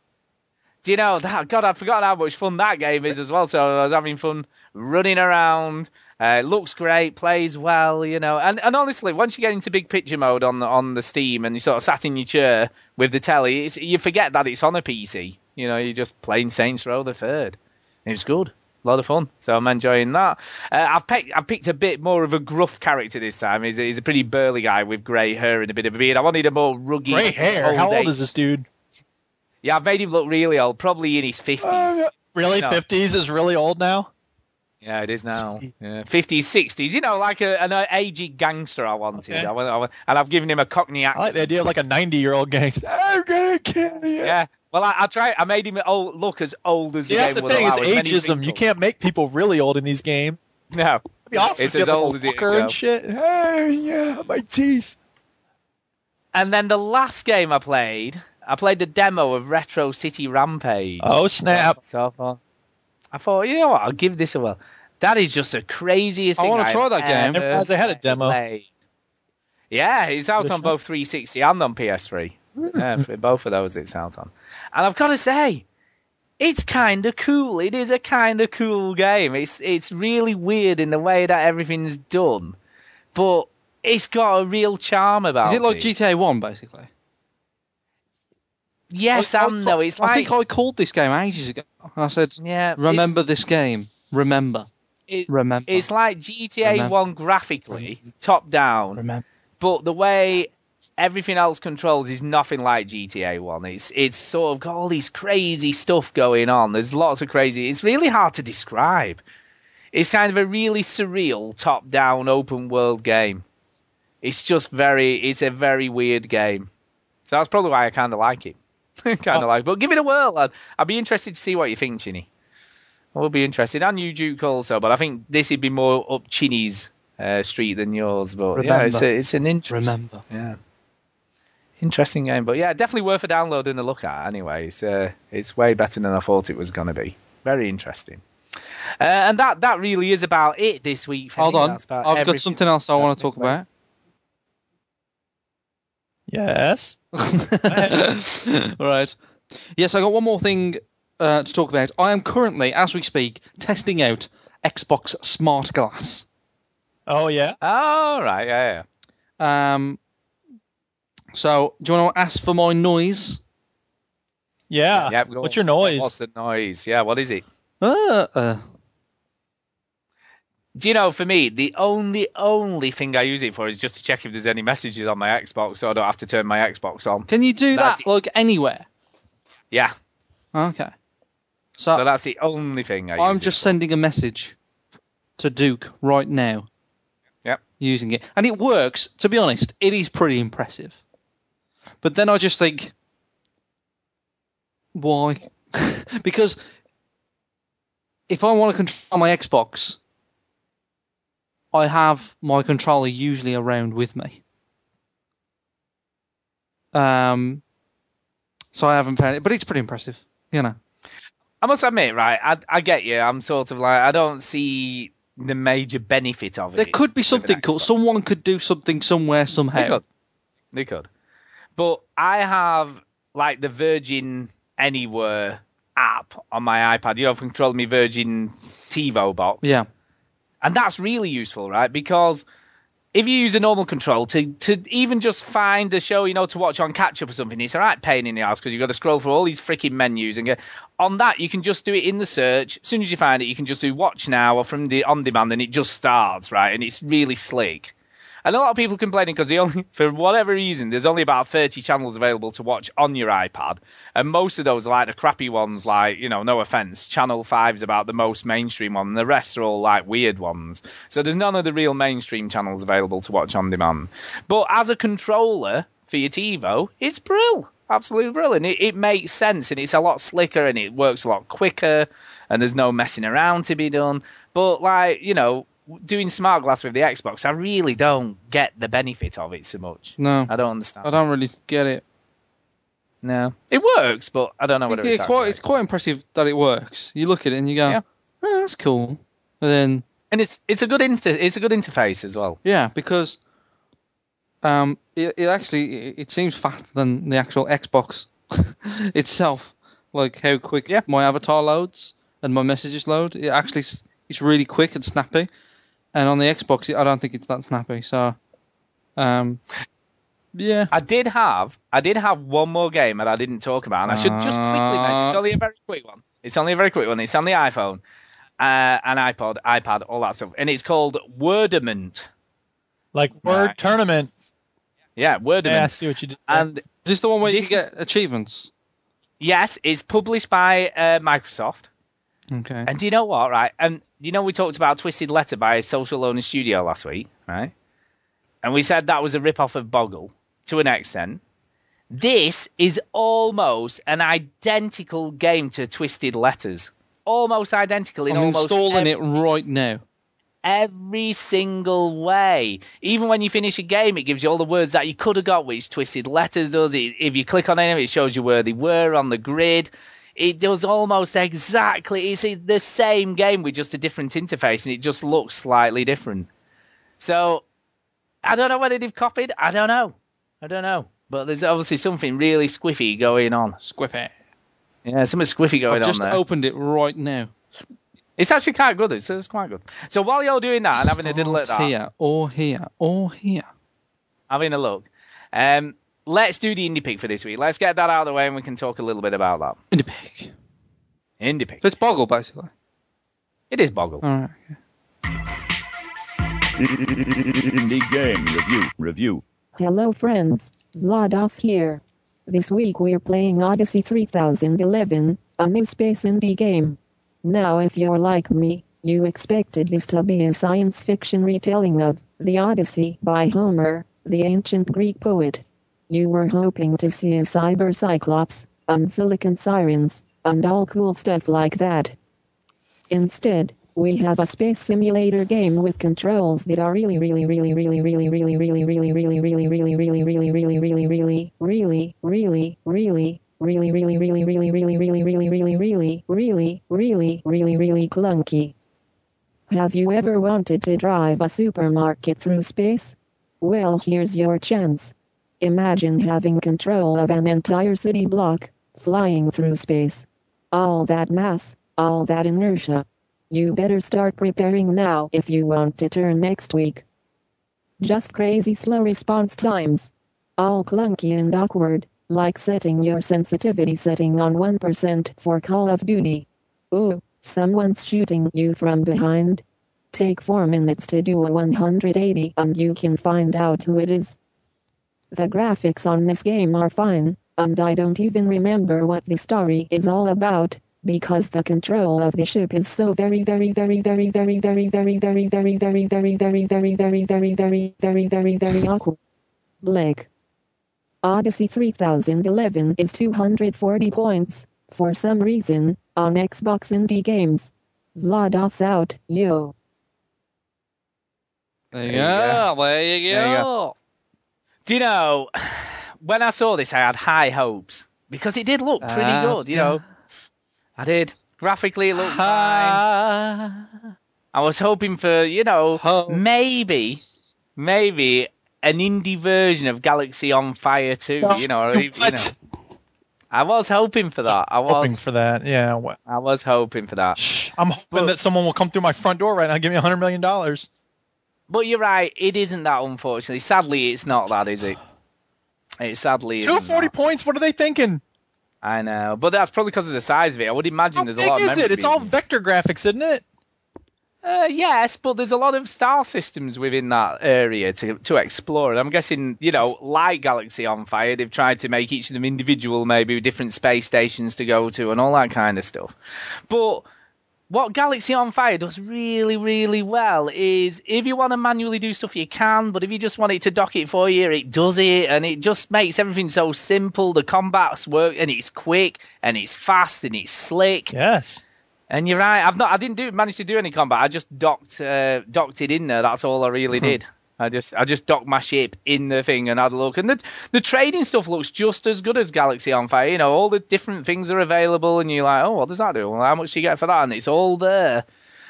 S3: do you know that? God, I forgot how much fun that game is as well. So I was having fun running around. Uh, it looks great, plays well, you know. And and honestly, once you get into big picture mode on the, on the Steam and you sort of sat in your chair with the telly, it's, you forget that it's on a PC. You know, you're just playing Saints Row the Third. It was good. a lot of fun. So I'm enjoying that. Uh, I've picked I've picked a bit more of a gruff character this time. He's a, he's a pretty burly guy with grey hair and a bit of a beard. I wanted a more rugged.
S2: Gray hair.
S3: old
S2: How old
S3: age-
S2: is this dude?
S3: Yeah, I've made him look really old, probably in his fifties.
S2: Uh, really,
S3: Uh, No.
S2: fifties is really old now.
S3: Yeah, it is now. Yeah, fifties, sixties. You know, like a, an aged gangster. I wanted.
S2: Okay. Oh,
S3: I want, I want, and I've given him a Cockney
S2: I
S3: accent.
S2: like the idea of like a ninety-year-old gangster. (laughs) I'm gonna kill you.
S3: yeah. Well, I, I tried. I made him old, look as old as
S2: See,
S3: the
S2: that's
S3: game
S2: the
S3: would
S2: thing. It's
S3: allow, as many
S2: ageism. You
S3: wrinkles.
S2: can't make people really old in these games.
S3: (laughs) No.
S2: It'd be awesome
S3: It's
S2: if you
S3: as
S2: had, like, a
S3: old as it
S2: walker
S3: can go.
S2: and shit. Hey, yeah, my teeth.
S3: And then the last game I played, I played the demo of Retro City Rampage.
S2: Oh snap!
S3: So I thought, I thought, you know what? I'll give this a whirl. That is just the craziest
S1: I
S3: thing.
S1: wanna try that game.
S3: I've
S1: I
S2: didn't realize they had a demo.
S3: played. Yeah, it's out
S2: Listen.
S3: on both 360 and on PS3.
S1: (laughs)
S3: yeah, for both of those it's out on. And I've got to say, it's kind of cool. It is a kind of cool game. It's it's really weird in the way that everything's done, but it's got a real charm about
S1: Is it like
S3: it.
S1: GTA One basically?
S3: Yes,
S1: I- I
S3: and no. It's
S1: I
S3: like
S1: think I called this game ages ago. And I said,
S3: yeah. it's-
S1: remember this game. Remember.
S3: it-
S1: Remember.
S3: It's like GTA
S1: Remember.
S3: One graphically, top down,
S1: remember.
S3: but the way everything else controls is nothing like GTA One. It's it's sort of got all these crazy stuff going on. There's lots of crazy. It's really hard to describe. It's kind of a really surreal top down open world game. It's just very. It's a very weird game. So that's probably why I kind of like it. (laughs) kind of like, it. but give it a whirl. I'd, I'd be interested to see what you think, Chinny. I will be interested, and you, Duke, also. But I think this would be more up Chinny's uh, street than yours. But yeah,
S1: Remember.
S3: it's, a, it's an interesting,
S1: Remember.
S3: yeah, interesting game. But yeah, definitely worth a download and a look at. Anyway, it's uh, it's way better than I thought it was going to be. Very interesting. Uh, and that that really is about it this week. For
S1: Hold
S3: me.
S1: on.
S3: That's about
S1: I've got
S3: everything.
S1: something else I want to
S3: Everything.
S1: talk about.
S2: Yes.
S1: (laughs) right. Yes, I got one more thing uh, to talk about. I am currently, as we speak, testing out Xbox Smart Glass.
S2: Oh yeah.
S3: All right, yeah, yeah.
S1: Um, so, do you want to ask for my noise? Ah,
S2: Yeah.
S3: Yep, go
S2: What's
S3: on.
S2: your noise?
S3: What's the noise? Yeah, what is it?
S1: Uh, uh,
S3: Do you know, for me, the only, only thing I use it for is just to check if there's any messages on my Xbox so I don't have to turn my Xbox on.
S1: can you do
S3: That's
S1: that
S3: it.
S1: like anywhere?
S3: Yeah,
S1: Okay. So,
S3: so that's the only thing I use.
S1: Ah. I'm
S3: it
S1: just
S3: for.
S1: sending a message to Duke right now.
S3: Yep.
S1: Using it. And it works, to be honest, it is pretty impressive. But then I just think why? (laughs) because if I want to control my Xbox, I have my controller usually around with me. Um so I haven't found it, but it's pretty impressive, you know.
S3: I must admit, right, I, I get you. I'm sort of like, I don't see the major benefit of it.
S1: There could be
S3: with an
S1: something cool.
S3: Xbox.
S1: Someone could do something somewhere
S3: They
S1: somehow.
S3: could. They could. But I have like the Virgin Anywhere app on my iPad. You know, control my Virgin TiVo box.
S1: Yeah.
S3: And that's really useful, right? Because if you use a normal control to, to even just find a show, you know, to watch on catch up or something, it's a right pain in the ass because you've got to scroll through all these freaking menus and go. On that, you can just do it in the search. As soon as you find it, you can just do watch now or from the on demand, and it just starts, right? And it's really slick. And a lot of people complaining because the only, (laughs) for whatever reason, there's only about 30 channels available to watch on your iPad, and most of those are like the crappy ones, like you know, no offense, Channel 5's about the most mainstream one, and the rest are all like weird ones. So there's none of the real mainstream channels available to watch on demand. But as a controller for your TiVo, it's brill, absolutely brilliant. It, it makes sense, and it's a lot slicker, and it works a lot quicker, and there's no messing around to be done. But like you know. Doing smart glass with the Xbox, I really don't get the benefit of it so much.
S1: No.
S3: I don't understand.
S1: Mm. I don't really get it.
S3: No, it works, but I don't know whether
S1: It-
S3: it's
S1: it's, quite,
S3: actually-
S1: it's quite impressive that it works. You look at it and you go,
S3: Yeah.
S1: "Oh, that's cool. And then,
S3: and it's it's a good inter- it's a good interface as well.
S1: yeah, because um, it, it actually it, it seems faster than the actual Xbox (laughs) itself. Like how quick
S3: Yeah.
S1: my avatar loads and my messages load. It actually s- it's really quick and snappy. And on the Xbox, I don't think it's that snappy. So, um, yeah.
S3: I did have I did have one more game that I didn't talk about, and I should just quickly mention. It's only a very quick one. It's only a very quick one. It's on the iPhone, uh, an iPod, iPad, all that stuff, and it's called Wordament.
S2: Like word
S3: Right.
S2: tournament.
S3: Yeah, Wordament.
S2: Yeah, I see what you did. there.
S3: And
S1: Is this the one where
S3: This
S1: you
S3: is-
S1: get achievements?
S3: yes, it's published by uh, Microsoft.
S1: Okay.
S3: And do you know what, right? And you know we talked about Twisted Letter by Social Loner Studio last week, right? And we said that was a rip-off of Boggle to an extent. This is almost an identical game to Twisted Letters. Almost identical in
S1: I'm
S3: almost
S1: installing
S3: every,
S1: it right now.
S3: every single way. Even when you finish a game, it gives you all the words that you could have got, which Twisted Letters does. It, if you click on any of it, it shows you where they were on the grid. It does almost exactly. It's the same game with just a different interface, and it just looks slightly different. So I don't know whether they've copied. I don't know. I don't know. But there's obviously something really squiffy going on.
S1: Squip it.
S3: Yeah, something squiffy going
S1: I've
S3: on
S1: just
S3: there.
S1: opened it right now.
S3: It's actually quite good. It's, it's quite good. So while you're doing that and having a diddle at
S1: Start
S3: that,
S1: here or here or here.
S3: having a look. Um, let's do the indie pick for this week. Let's get that out of the way, and we can talk a little bit about that
S1: In the pig.
S3: indie pick.
S1: So it's Boggle basically.
S3: It is Boggle.
S2: Oh.
S1: All right.
S10: Indie Game Review. Review.
S11: Hello friends, Vlados here. This week we're playing Odyssey 3011, a new space indie game. Now if you're like me, you expected this to be a science fiction retelling of The Odyssey by Homer, the ancient Greek poet. You were hoping to see a cyber cyclops, and silicon sirens, and all cool stuff like that. Instead, we have a space simulator game with controls that are really, really, really, really, really, really, really, really, really, really, really, really, really, really, really, really, really, really, really, really, really, really, really, really, really, really, really, really, really, really, really, really clunky. Have you ever wanted to drive a supermarket through space? Well, here's your chance. Imagine having control of an entire city block, flying through space. All that mass, all that inertia. You better start preparing now if you want to turn next week. Just crazy slow response times. All clunky and awkward, like setting your sensitivity setting on 1% for Call of Duty. Ooh, someone's shooting you from behind. Take 4 minutes to do a 180 and you can find out who it is. The graphics on this game are fine, and I don't even remember what the story is all about, because the control of the ship is so very very very very very very very very very very very very very very very very very very very awkward. Blake. Odyssey 3011 is 240 points, for some reason, on Xbox Indie Games. Vlados out, yo.
S1: There
S3: There
S1: you
S3: you
S1: go. There you
S3: There you
S1: go.
S3: Do you know? When I saw this, I had high hopes because it did look pretty
S1: Ah,
S3: good. You
S1: yeah.
S3: know, I did. Graphically, it looked fine.
S1: Ah.
S3: I was hoping for, you know,
S1: Hope.
S3: maybe, maybe an indie version of Galaxy on Fire 2. You know, or, you know.
S2: What?
S3: I was hoping for that. I
S2: Hoping
S3: was,
S2: for that. Yeah. what-
S3: I was hoping for that.
S2: I'm hoping
S3: But-
S2: that someone will come through my front door right now and give me a hundred million dollars.
S3: But you're right, it isn't that unfortunately. Sadly, it's not that, is it? It sadly isn't
S2: Two forty
S3: that.
S2: points. What are they thinking?
S3: I know, but that's probably because of the size of it. I would imagine
S2: How
S3: there's
S2: big
S3: a lot of
S2: is it?
S3: memory
S2: It's all
S3: being-
S2: vector graphics, isn't it?
S3: Uh, yes, but there's a lot of star systems within that area to to explore. And I'm guessing, you know, like Galaxy on Fire, they've tried to make each of them individual, maybe with different space stations to go to and all that kind of stuff. But what Galaxy on Fire does really, really well is if you want to manually do stuff, you can, but if you just want it to dock it for you, it does it, and it just makes everything so simple. The combats work, and it's quick, and it's fast, and it's slick.
S2: Yes.
S3: And you're right. I've not. I didn't do manage to do any combat. I just docked uh, docked it in there. That's all I really did. I just I just docked my ship in the thing and had a look. And the the trading stuff looks just as good as Galaxy on Fire. You know, all the different things are available, and you're like, oh, what does that do? Well, how much do you get for that? And it's all there.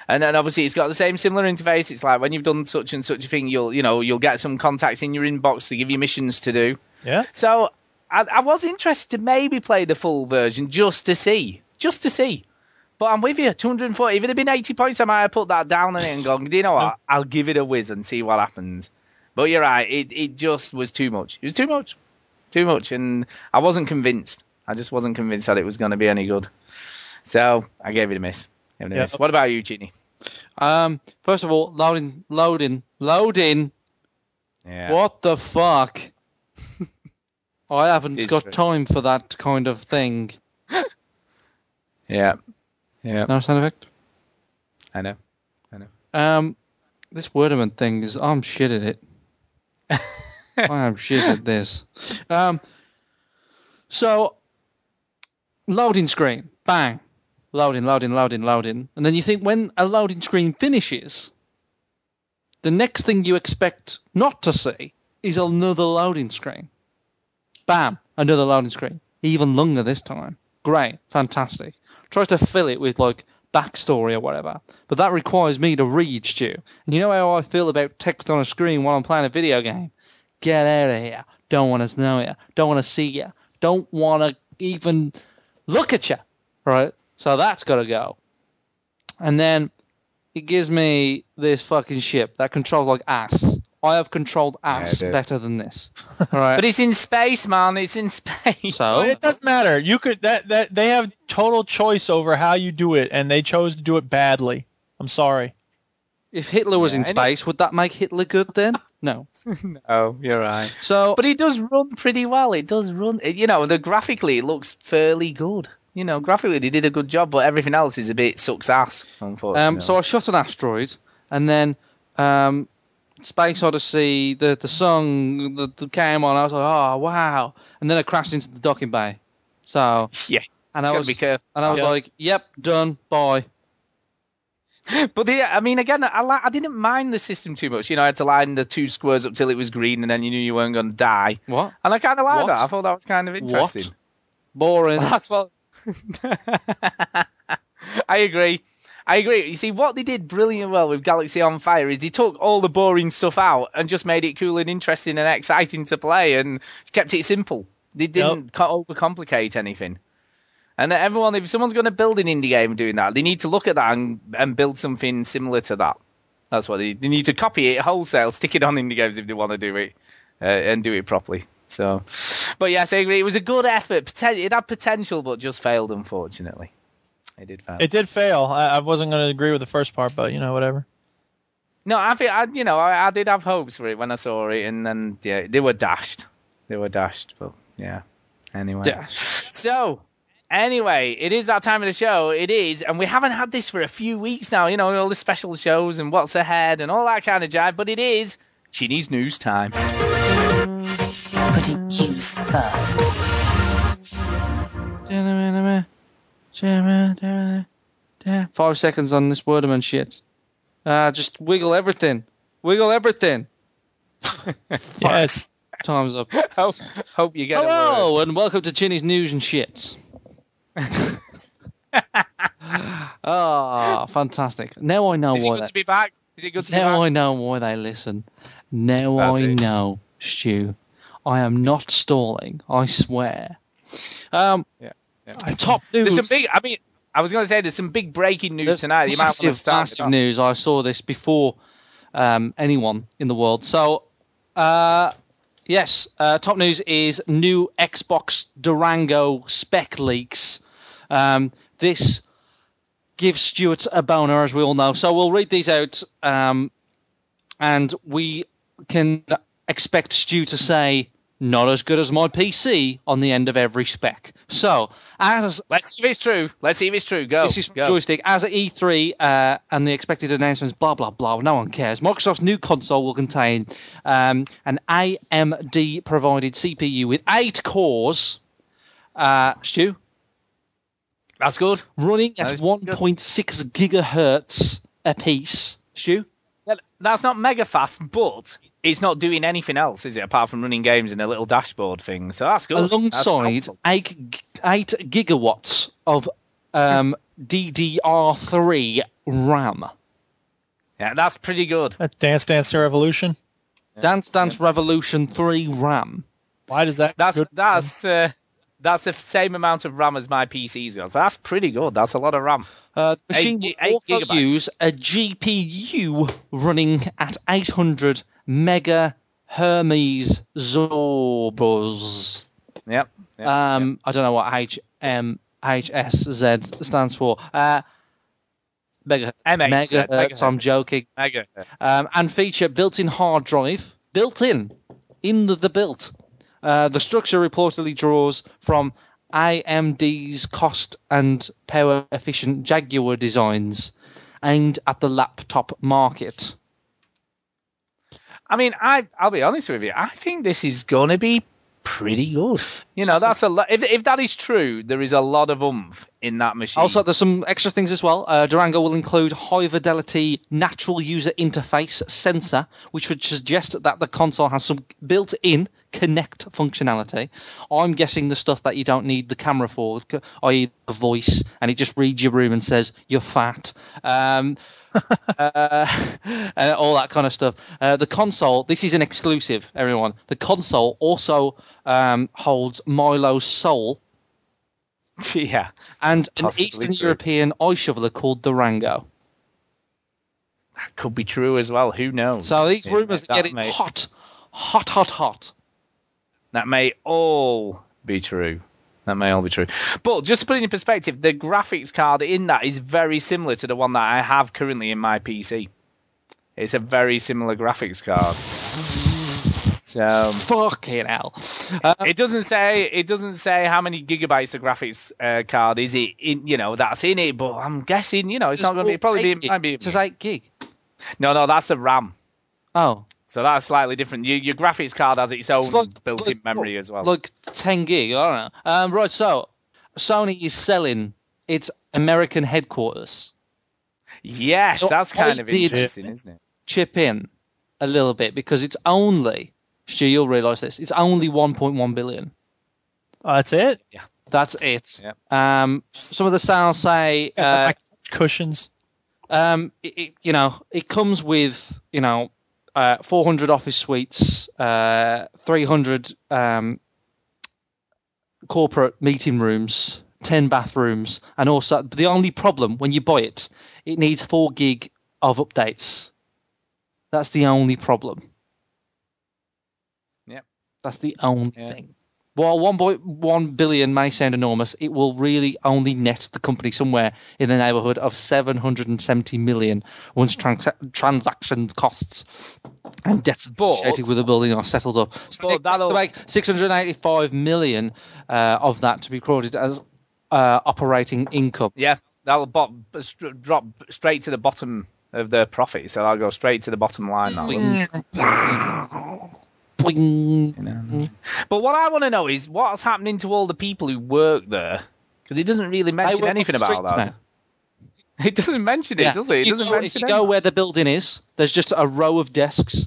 S3: And then obviously it's got the same similar interface. It's like when you've done such and such a thing, you'll you know you'll get some contacts in your inbox to give you missions to do.
S2: Yeah.
S3: So I, I was interested to maybe play the full version just to see, just to see. But I'm with you, 240. If it had been 80 points, I might have put that down on it and gone, do you know what? I'll give it a whiz and see what happens. But you're right, it, it just was too much. It was too much. Too much. And I wasn't convinced. I just wasn't convinced that it was going to be any good. So I gave it a miss. Who knows? What about you, Ginny?
S1: Um, first of all, loading, loading, loading.
S3: Yeah.
S1: What the (laughs) fuck? I haven't
S3: It's
S1: got
S3: true.
S1: time for that kind of thing.
S3: Yeah. Yeah.
S1: No sound effect.
S3: I know. I know.
S1: Um, this Worderman thing is I'm shit at it. I am shit at this. Um, so loading screen, bang, loading, loading, loading, loading, and then you think when a loading screen finishes, the next thing you expect not to see is another loading screen. Bam, another loading screen, even longer this time. Great, fantastic. Tries to fill it with like backstory or whatever, but that requires me to read Stu. And you know how I feel about text on a screen while I'm playing a video game? Get out of here. Don't want to know you. Don't want to see you. Don't want to even look at you. Right? So that's got to go. And then it gives me this fucking ship that controls like ass. I have controlled ass
S2: Yeah, I do.
S1: better than this. All
S2: (laughs)
S1: right.
S3: But it's in space, man. It's in (laughs) space.
S1: so
S2: It doesn't matter. You could that that they have total choice over how you do it, and they chose to do it badly. I'm sorry.
S1: if Hitler was in
S3: Yeah, and it-
S1: space, would that make Hitler good then? No.
S3: Oh, you're right.
S1: So
S3: But it does run pretty well. It does run. it- You know, the graphically it looks fairly good. You know, graphically they did a good job, but everything else is a bit sucks ass. Unfortunately.
S1: Um, so I shot an asteroid, and then um, Space Odyssey, the the song that that came on, I was like, oh wow! And then I crashed into the docking bay. So
S3: yeah. (laughs)
S1: and I
S3: Gotta
S1: was
S3: be careful.
S1: and I was
S2: Yeah.
S1: like, yep, done, bye.
S3: But yeah, I mean, again, I li- I didn't mind the system too much. You know, I had to line the two squares up till it was green, and then you knew you weren't going to die.
S1: What?
S3: And I kind of liked
S1: What?
S3: that. I thought that was kind of interesting.
S1: What? Boring.
S3: That's what. (laughs) I agree. I agree. You see, what they did brilliant well with Galaxy on Fire is they took all the boring stuff out and just made it cool and interesting and exciting to play and kept it simple. They didn't co- overcomplicate anything. And everyone, if someone's going to build an indie game doing that, they need to look at that and, and build something similar to that. That's what they, they need to copy it wholesale, stick it on indie games if they want to do it uh, and do it properly. So, but yes, I agree. It was a good effort. Poten- it had potential, but just failed, unfortunately. It did fail.
S2: It did fail. I, I wasn't going to agree with the first part, but you know whatever.
S3: no, I think I, you know, I, I did have hopes for it when I saw it, and then yeah, they were dashed. They were dashed, but yeah. Anyway. So, anyway, it is that time of the show. It is, and we haven't had this for a few weeks now. You know, all the special shows and what's ahead and all that kind of jive. But it is Chinese news time. (laughs)
S12: Putting news first.
S1: Five seconds on this Worderman shit. Uh, just wiggle everything. Wiggle everything.
S2: Yes.
S1: Time's up.
S3: (laughs) hope, hope you get a word.
S1: Hello and welcome to Chinny's news and
S3: (laughs)
S1: shit. Ah, fantastic. Now I know
S3: Is it
S1: why.
S3: good
S1: that-
S3: to be back? Is it good to be back?
S1: Now I know why they listen. Now
S3: That's
S1: I
S3: it.
S1: know, Stu. I am not stalling. I swear. Um,
S3: Yeah,
S1: top news.
S3: There's some big. I mean, I was going to say there's some big breaking news
S1: There's
S3: tonight. You might want to
S1: massive,
S3: start. with
S1: massive
S3: that.
S1: news. I saw this before um, anyone in the world. So, uh, yes, uh, top news is new Xbox Durango spec leaks. Um, this gives Stuart a boner, as we all know. So we'll read these out, um, and we can expect Stu to say. Not as good as my PC on the end of every spec. So, as
S3: Let's see if it's true. Let's see if it's true. Go.
S1: this is
S3: Oh, go.
S1: joystick. As at E3 uh, and the expected announcements, blah blah blah. No one cares. Microsoft's new console will contain um, an AMD provided CPU with eight cores. Uh, Stu,
S3: That's good.
S1: running
S3: That
S1: at
S3: is
S1: 1.6 gigahertz apiece. Stu,
S3: Well, That's not mega fast, but it's not doing anything else, is it? Apart from running games and a little dashboard thing. So that's good. That's
S1: alongside
S3: helpful.
S1: eight, g- eight gigawatts of um, DDR3 RAM.
S3: yeah, that's pretty good.
S2: That Dance Dance Revolution.
S1: Dance Dance Revolution 3 RAM.
S2: Why does that?
S3: That's
S2: good-
S3: that's uh, that's the same amount of RAM as my PC's got. So that's pretty good. That's a lot of RAM.
S1: Uh, the
S3: Eight
S1: machine
S3: gi-
S1: will
S3: eight
S1: also
S3: gigabytes.
S1: use a GPU running at 800 mega Hermes Zorbos.
S3: Yep. yep,
S1: Um, I don't know what H M H S Z stands for. Uh, Mega,
S3: MHz,
S1: megahertz,
S3: megahertz.
S1: I'm joking.
S3: Mega.
S1: Um, and feature built-in hard drive, built in, in the, the built. Uh, the structure reportedly draws from IMD's cost and power efficient Jaguar designs aimed at the laptop market.
S3: I mean, I I'll be honest with you. I think this is going to be pretty good. You know, that's a lot. If, if that is true, there is a lot of oomph in that machine.
S1: Also, there's some extra things as well. Uh, Durango will include high fidelity natural user interface sensor, which would suggest that the console has some built in connect functionality. I'm guessing the stuff that you don't need the camera for, c- i.e., the voice, and it just reads your room and says, you're fat. Um, uh, (laughs) and all that kind of stuff. Uh, the console, this is an exclusive, everyone. The console also um, holds Milo's soul,
S3: (laughs) yeah.
S1: and an
S3: possibly
S1: Eastern
S3: true.
S1: European eye shoveler called Durango.
S3: That could be true as well. Who knows?
S1: So these
S3: It-
S1: rumours
S3: that
S1: are getting
S3: may-
S1: hot, hot, hot, hot.
S3: That may all be true. That may all be true. But just to put it in perspective, the graphics card in that is very similar to the one that I have currently in my PC. It's a very similar graphics card. So
S1: Fucking hell. Uh,
S3: it doesn't say it doesn't say how many gigabytes the graphics uh, card is it in you know that's in it, but I'm guessing you know it's not going to be probably be, might be
S1: It says eight gig.
S3: no no that's the RAM.
S1: Oh,
S3: So that's slightly different. Your, your graphics card has its own
S1: It's like-
S3: built-in memory as well.
S1: like ten gig. I don't know. Um, right, so Sony is selling its American headquarters.
S3: yes,
S1: so
S3: that's kind of
S1: I did-
S3: interesting, isn't it?
S1: Chip in a little bit because it's only. Stu, you'll realise this. It's only 1.1 billion.
S2: Oh, that's it.
S1: That's it.
S3: Yep.
S1: Um, some of the sales say uh,
S2: My couch cushions.
S1: Um, it, it, you know, it comes with you know, uh, 400 office suites, uh, 300 um, corporate meeting rooms, 10 bathrooms, and also the only problem when you buy it, it needs four gig of updates. That's the only problem.
S3: Yep.
S1: That's the only
S3: Yeah.
S1: thing. While 1.1 billion may sound enormous, it will really only net the company somewhere in the neighborhood of 770 million once trans- transaction costs and debts
S3: But-
S1: associated with the building are settled up. So
S3: But
S1: they expect
S3: that'll-
S1: to make 685 million uh, of that to be recorded as uh, operating income.
S3: Yeah, that'll bo- str- drop straight to the bottom of their profit. So that'll go straight to the bottom line. That will.
S1: Boing.
S3: But what I want to know is what's happening to all the people who work there, because it doesn't really mention
S1: work on
S3: anything
S1: the
S3: about
S1: streets
S3: that.
S1: now.
S3: (laughs) It doesn't mention it,
S1: Yeah.
S3: does it? It
S1: You
S3: doesn't
S1: go- if
S3: mention
S1: you
S3: it.
S1: go where the building is, there's just a row of desks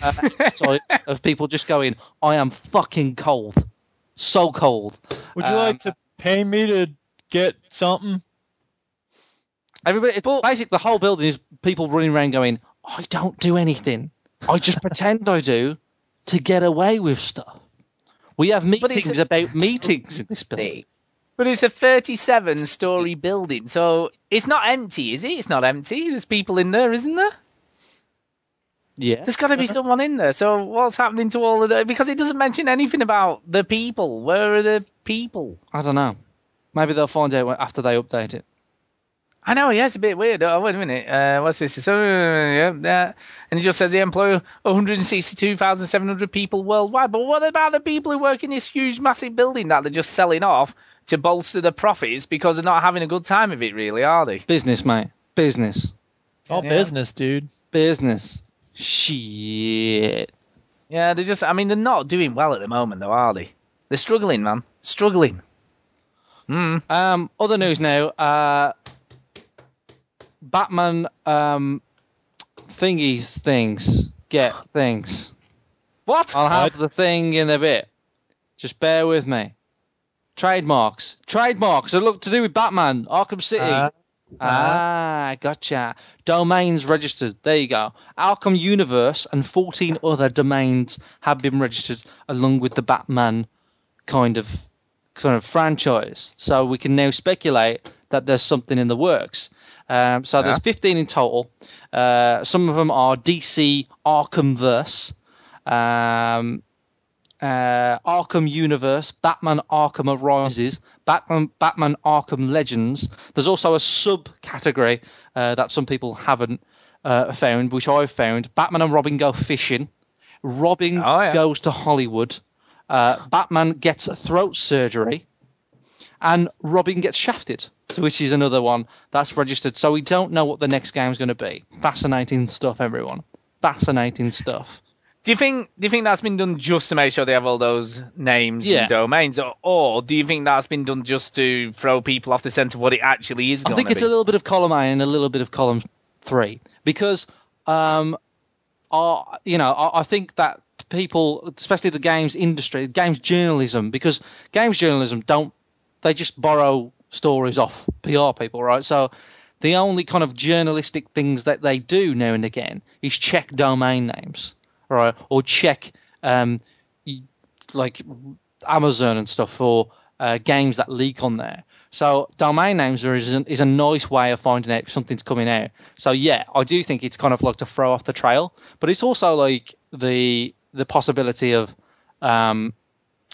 S3: (laughs)
S1: uh, sorry, of people just going, I am fucking cold. So cold.
S2: Would you
S1: Um,
S2: like to pay me to get something?
S1: Everybody, it's basically the whole building is people running around going, I don't do anything. I
S3: (laughs)
S1: just pretend I do to get away with stuff. We have
S3: it's-
S1: meetings about meetings in this building.
S3: But it's a 37 story building, so it's not empty, is it? It's not empty. There's people in there, isn't there?
S1: Yeah.
S3: There's got to be someone in there. So what's happening to all of the? Because it doesn't mention anything about the people. Where are the people?
S1: I don't know. Maybe they'll find out when- after they update it.
S3: I know, yeah, it's a bit weird. Oh, wait a minute. Uh, what's this? So, uh, yeah, yeah. And it just says they employ 162,700 people worldwide. But what about the people who work in this huge, massive building that they're just selling off to bolster their profits because they're not having a good time of it, really, are they?
S1: Business, mate. Business.
S2: It's all
S3: Yeah.
S2: business, dude.
S1: Business. Shit.
S3: Yeah, they're just, I mean, they're not doing well at the moment, though, are they? They're struggling, man. Struggling. Mm.
S1: Um, other news now. Uh, Batman um, thingies things get things.
S3: What?
S1: I'll have the thing in a bit. Just bear with me. Trademarks. Trademarks. Are look to do with Batman, Arkham City.
S2: Uh,
S1: ah, gotcha. Domains registered. There you go. Arkham Universe and 14 other domains have been registered along with the Batman kind of kind of franchise. So we can now speculate that there's something in the works. Um, so there's 15 in total. Uh, some of them are DC Arkhamverse. Um, uh, Arkham Universe, Batman Arkham Arises, Batman Batman Arkham Legends. There's also a subcategory uh, that some people haven't uh, found, which I've found. Batman and Robin go fishing. Robin goes to Hollywood. Uh, Batman gets throat surgery, and Robin gets shafted, which is another one that's registered. So we don't know what the next game's going to be. Fascinating stuff, everyone. Fascinating stuff.
S3: Do you think do you think that's been done just to make sure they have all those names
S1: Yeah.
S3: and domains, or, or do you think that's been done just to throw people off the scent of what it actually is?
S1: I think
S3: gonna
S1: it's
S3: be?
S1: a little bit of column A and a little bit of column three because, um, I, you know, I, I think that people, especially the games industry, games journalism, because games journalism don't, they just borrow stories off PR people, right? So the only kind of journalistic things that they do now and again is check domain names, right, or check um, y- like Amazon and stuff for uh, games that leak on there. So domain names are, is, a, is a nice way of finding out if something's coming out. So yeah, I do think it's kind of like to throw off the trail, but it's also like the the possibility of um,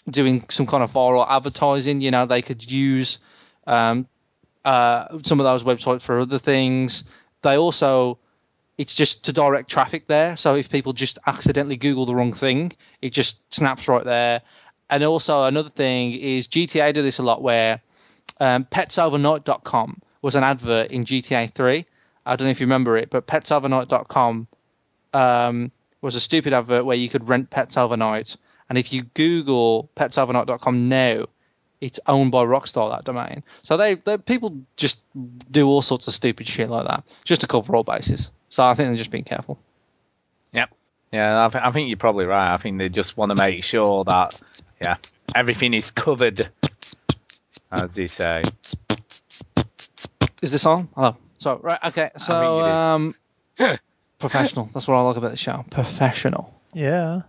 S1: doing some kind of viral advertising. You know, they could use um, uh, some of those websites for other things. They also it's just to direct traffic there. So if people just accidentally Google the wrong thing, it just snaps right there. And also another thing is GTA do this a lot where um, petsovernight.com was an advert in GTA 3. I don't know if you remember it, but petsovernight.com um, was a stupid advert where you could rent pets overnight. And if you Google petsovernight.com now, it's owned by Rockstar that domain. So they, they people just do all sorts of stupid shit like that just to cover all bases. So I think they're just being careful.
S3: Yep. Yeah, I, th- I think you're probably right. I think they just want to make sure that yeah everything is covered, as they say.
S1: Is this on? Hello. So right, okay. So um, professional. That's what I like about the show. Professional.
S2: Yeah.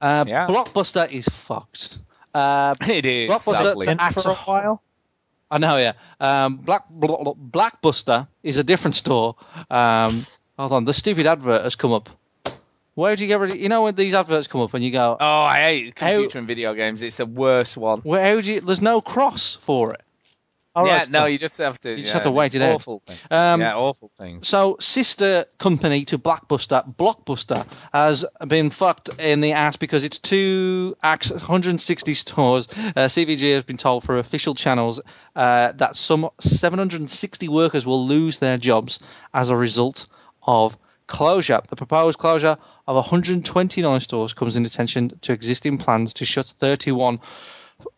S1: Uh, Blockbuster is fucked. Uh,
S3: it is.
S1: Blockbuster
S3: sadly.
S1: to act
S2: for a while.
S1: I know, yeah. Um, Black Bl- Blackbuster is a different store. Um, hold on, the stupid advert has come up. Where do you get rid? Of, you know when these adverts come up and you go,
S3: Oh, I hate computer and video games. It's the worst one.
S1: where how do you? There's no cross for it. All
S3: yeah,
S1: right,
S3: no,
S1: so-
S3: you just have to.
S1: You just
S3: yeah,
S1: have to wait it out.
S3: awful Thing.
S1: Um,
S3: yeah, awful things.
S1: So, sister company to Blockbuster, Blockbuster, has been fucked in the ass because it's two acts, 160 stores. Uh, CVG has been told for official channels uh, that some 760 workers will lose their jobs as a result of closure. The proposed closure of 129 stores comes in attention to existing plans to shut 31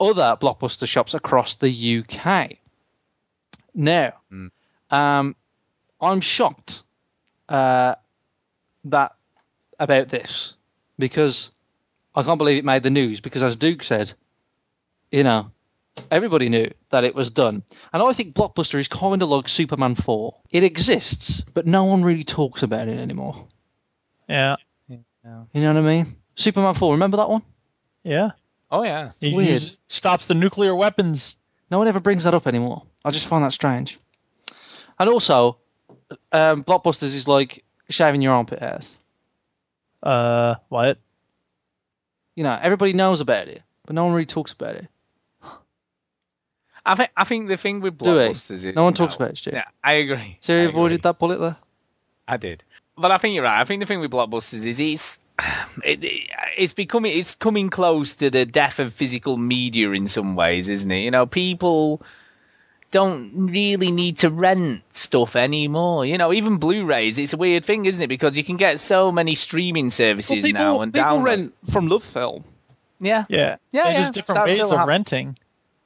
S1: other Blockbuster shops across the UK. Now, um, I'm shocked uh, that about this because I can't believe it made the news. Because as Duke said, you know, everybody knew that it was done, and I think Blockbuster is kind of like Superman 4. It exists, but no one really talks about it anymore.
S2: Yeah.
S1: You know what I mean? Superman 4. Remember that one?
S2: Yeah.
S3: Oh yeah.
S2: He
S1: Weird.
S2: uses- stops the nuclear weapons.
S1: No one ever brings that up anymore. I just find that strange. And also, um, Blockbusters is like shaving your armpit hairs.
S2: Uh, what?
S1: You know, everybody knows about it, but no one really talks about it.
S3: I think I think the thing with
S1: Do we?
S3: blockbusters is
S1: No one talks about it, Stu.
S3: Yeah, I agree.
S1: So you avoided that bullet there?
S3: I did. But I think you're right. I think the thing with blockbusters is it's it, it- it's becoming it's coming close to the death of physical media in some ways, isn't it? You know, people don't really need to rent stuff anymore. You know, even Blu-rays, it's a weird thing, isn't it? Because you can get so many streaming services
S1: Well, people
S3: now and
S1: people
S3: download.
S1: rent from Love Film.
S3: Yeah,
S2: Yeah.
S3: Yeah,
S2: There's
S3: yeah,
S2: just different
S3: that
S2: ways
S3: still
S2: of
S3: happens.
S2: renting.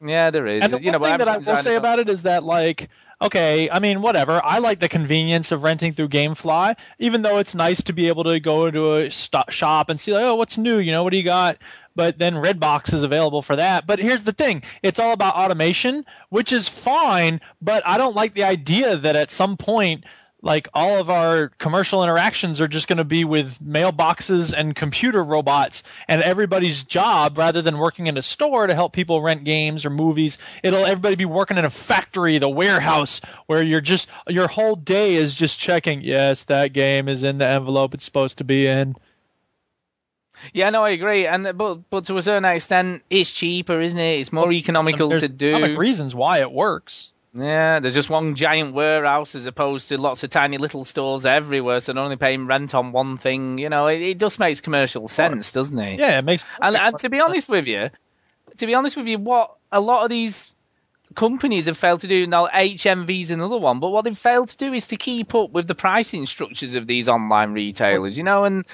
S3: yeah, there is.
S2: And the
S3: you know,
S2: one thing
S3: but
S2: that I
S3: everything's
S2: will
S3: on
S2: say
S3: its
S2: about it is that, like, okay, I mean, whatever. I like the convenience of renting through GameFly, even though it's nice to be able to go into a sto- shop and see, like, oh, what's new? You know, what do you got? But then Redbox is available for that. But here's the thing it's all about automation, which is fine, but I don't like the idea that at some point, like all of our commercial interactions are just going to be with mailboxes and computer robots and everybody's job rather than working in a store to help people rent games or movies it'll everybody be working in a factory the warehouse where you're just your whole day is just checking yes that game is in the envelope it's supposed to be in
S3: Yeah, no, I agree. And but but to a certain extent, it's cheaper, isn't it? It's more economical
S2: There's
S3: to do.
S2: economic reasons why it works.
S3: Yeah, there's just one giant warehouse as opposed to lots of tiny little stores everywhere, so they're only paying rent on one thing. You know, it, it just makes commercial sense, doesn't it?
S2: Yeah, it makes.
S3: And, and to be honest with you, to be honest with you, what a lot of these companies have failed to do now, HMV's another one, but what they've failed to do is to keep up with the pricing structures of these online retailers, you know, and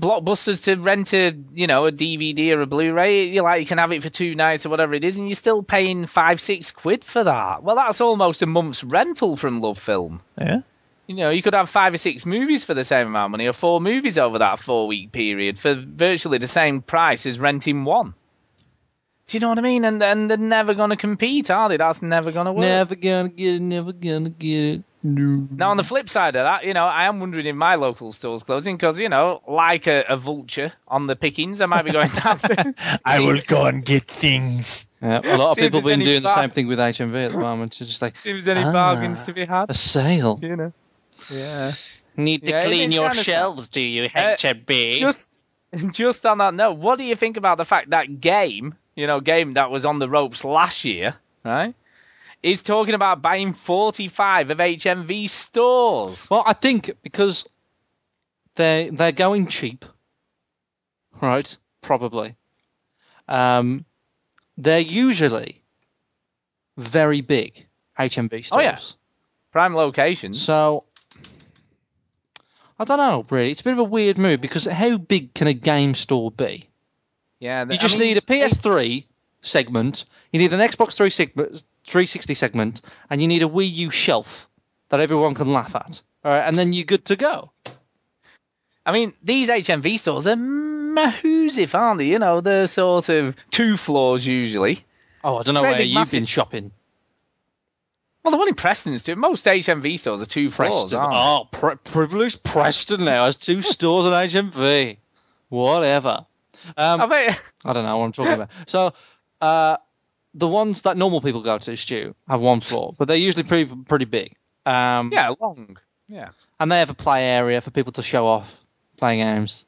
S3: blockbusters to rent a you know a DVD or a Blu-ray, you like you can have it for two nights or whatever it is, and you're still paying five six quid for that. Well, that's almost a month's rental from Love Film.
S2: Yeah.
S3: You know, you could have five or six movies for the same amount of money, or four movies over that four week period for virtually the same price as renting one. Do you know what I mean? And and they're never going to compete, are they? That's never going to work.
S1: Never gonna get it, never gonna get it. No.
S3: Now, on the flip side of that, you know, I am wondering if my local store's closing because, you know, like a, a vulture on the pickings, I might be going down there.
S1: (laughs)
S2: I will go and get things.
S1: Yeah, a lot of
S3: See if
S1: people
S3: there's
S1: been
S3: any
S1: doing the
S3: bar-
S1: same thing with HMV at the moment. It's just like
S3: See if there's any
S1: "Ah,
S3: bargains to be had.
S1: A sale.
S3: You know. Yeah.
S1: Need
S3: Yeah, it is kinda
S1: do you,
S3: Uh,
S1: HMV?
S5: (laughs)
S3: Just, just on that note, what do you think about the fact that game, you know, game that was on the ropes last year, right, is talking about buying 45 of HMV stores?
S1: Well, I think because they they're going cheap, right? Probably. Um, they're usually very big HMV stores.
S3: Oh, yeah. Prime locations.
S1: Hmm? So I don't know, really. It's a bit of a weird move because how big can a game store be?
S3: Yeah.
S1: You just need a PS3 segment, you need an Xbox 360 360 segment, and you need a Wii U shelf that everyone can laugh at. All right, and then you're good to go.
S3: I mean, these HMV stores are mahoosive, aren't they? You know, they're sort of two floors usually.
S1: Oh, I don't know
S3: Very
S1: where
S3: big,
S1: you've
S3: massive.
S1: been shopping.
S3: Well, the one in Preston's too. Most HMV stores are two floors,
S1: Preston.
S3: aren't
S1: Oh, pri privileged Preston now has two stores and HMV. Whatever. Um,
S3: they? I bet.
S1: I don't know what I'm talking about. So, uh, the ones that normal people go to, Stu, have one floor, but they're usually pretty pretty big. Um,
S3: (laughs) Yeah, long. Yeah.
S1: And they have a play area for people to show off playing games.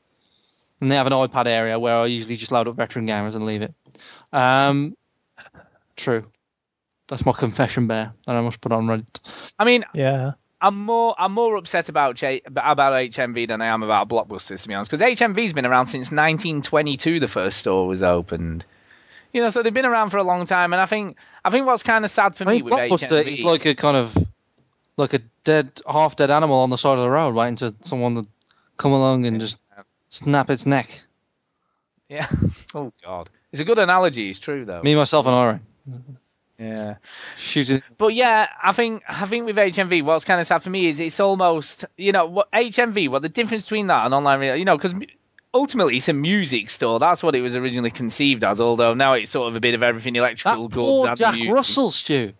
S1: And they have an iPad area where I usually just load up veteran gamers and leave it. Um, true. That's my confession bear that I must put on Reddit.
S3: I mean,
S2: Yeah.
S3: I'm more I'm more upset about J, about HMV than I am about Blockbusters to be honest, because HMV's been around since 1922. The first store was opened. You know, so they've been around for a long time, and I think I think what's kind of sad for
S1: I
S3: me
S1: mean,
S3: with
S1: Blockbuster
S3: HMV
S1: is like a kind of like a dead, half dead animal on the side of the road waiting to someone to come along and just snap its neck.
S3: (laughs) Yeah. Oh God. It's a good analogy. It's true though.
S1: Me, myself, and Ira.
S3: Yeah.
S1: Shooting.
S3: But yeah, I think I think with HMV, what's kind of sad for me is it's almost you know what HMV. What the difference between that and online, re- you know, because ultimately it's a music store. That's what it was originally conceived as. Although now it's sort of a bit of everything
S1: That
S3: electrical goods
S1: poor
S3: and
S1: Jack
S3: music.
S1: Russell, Stu.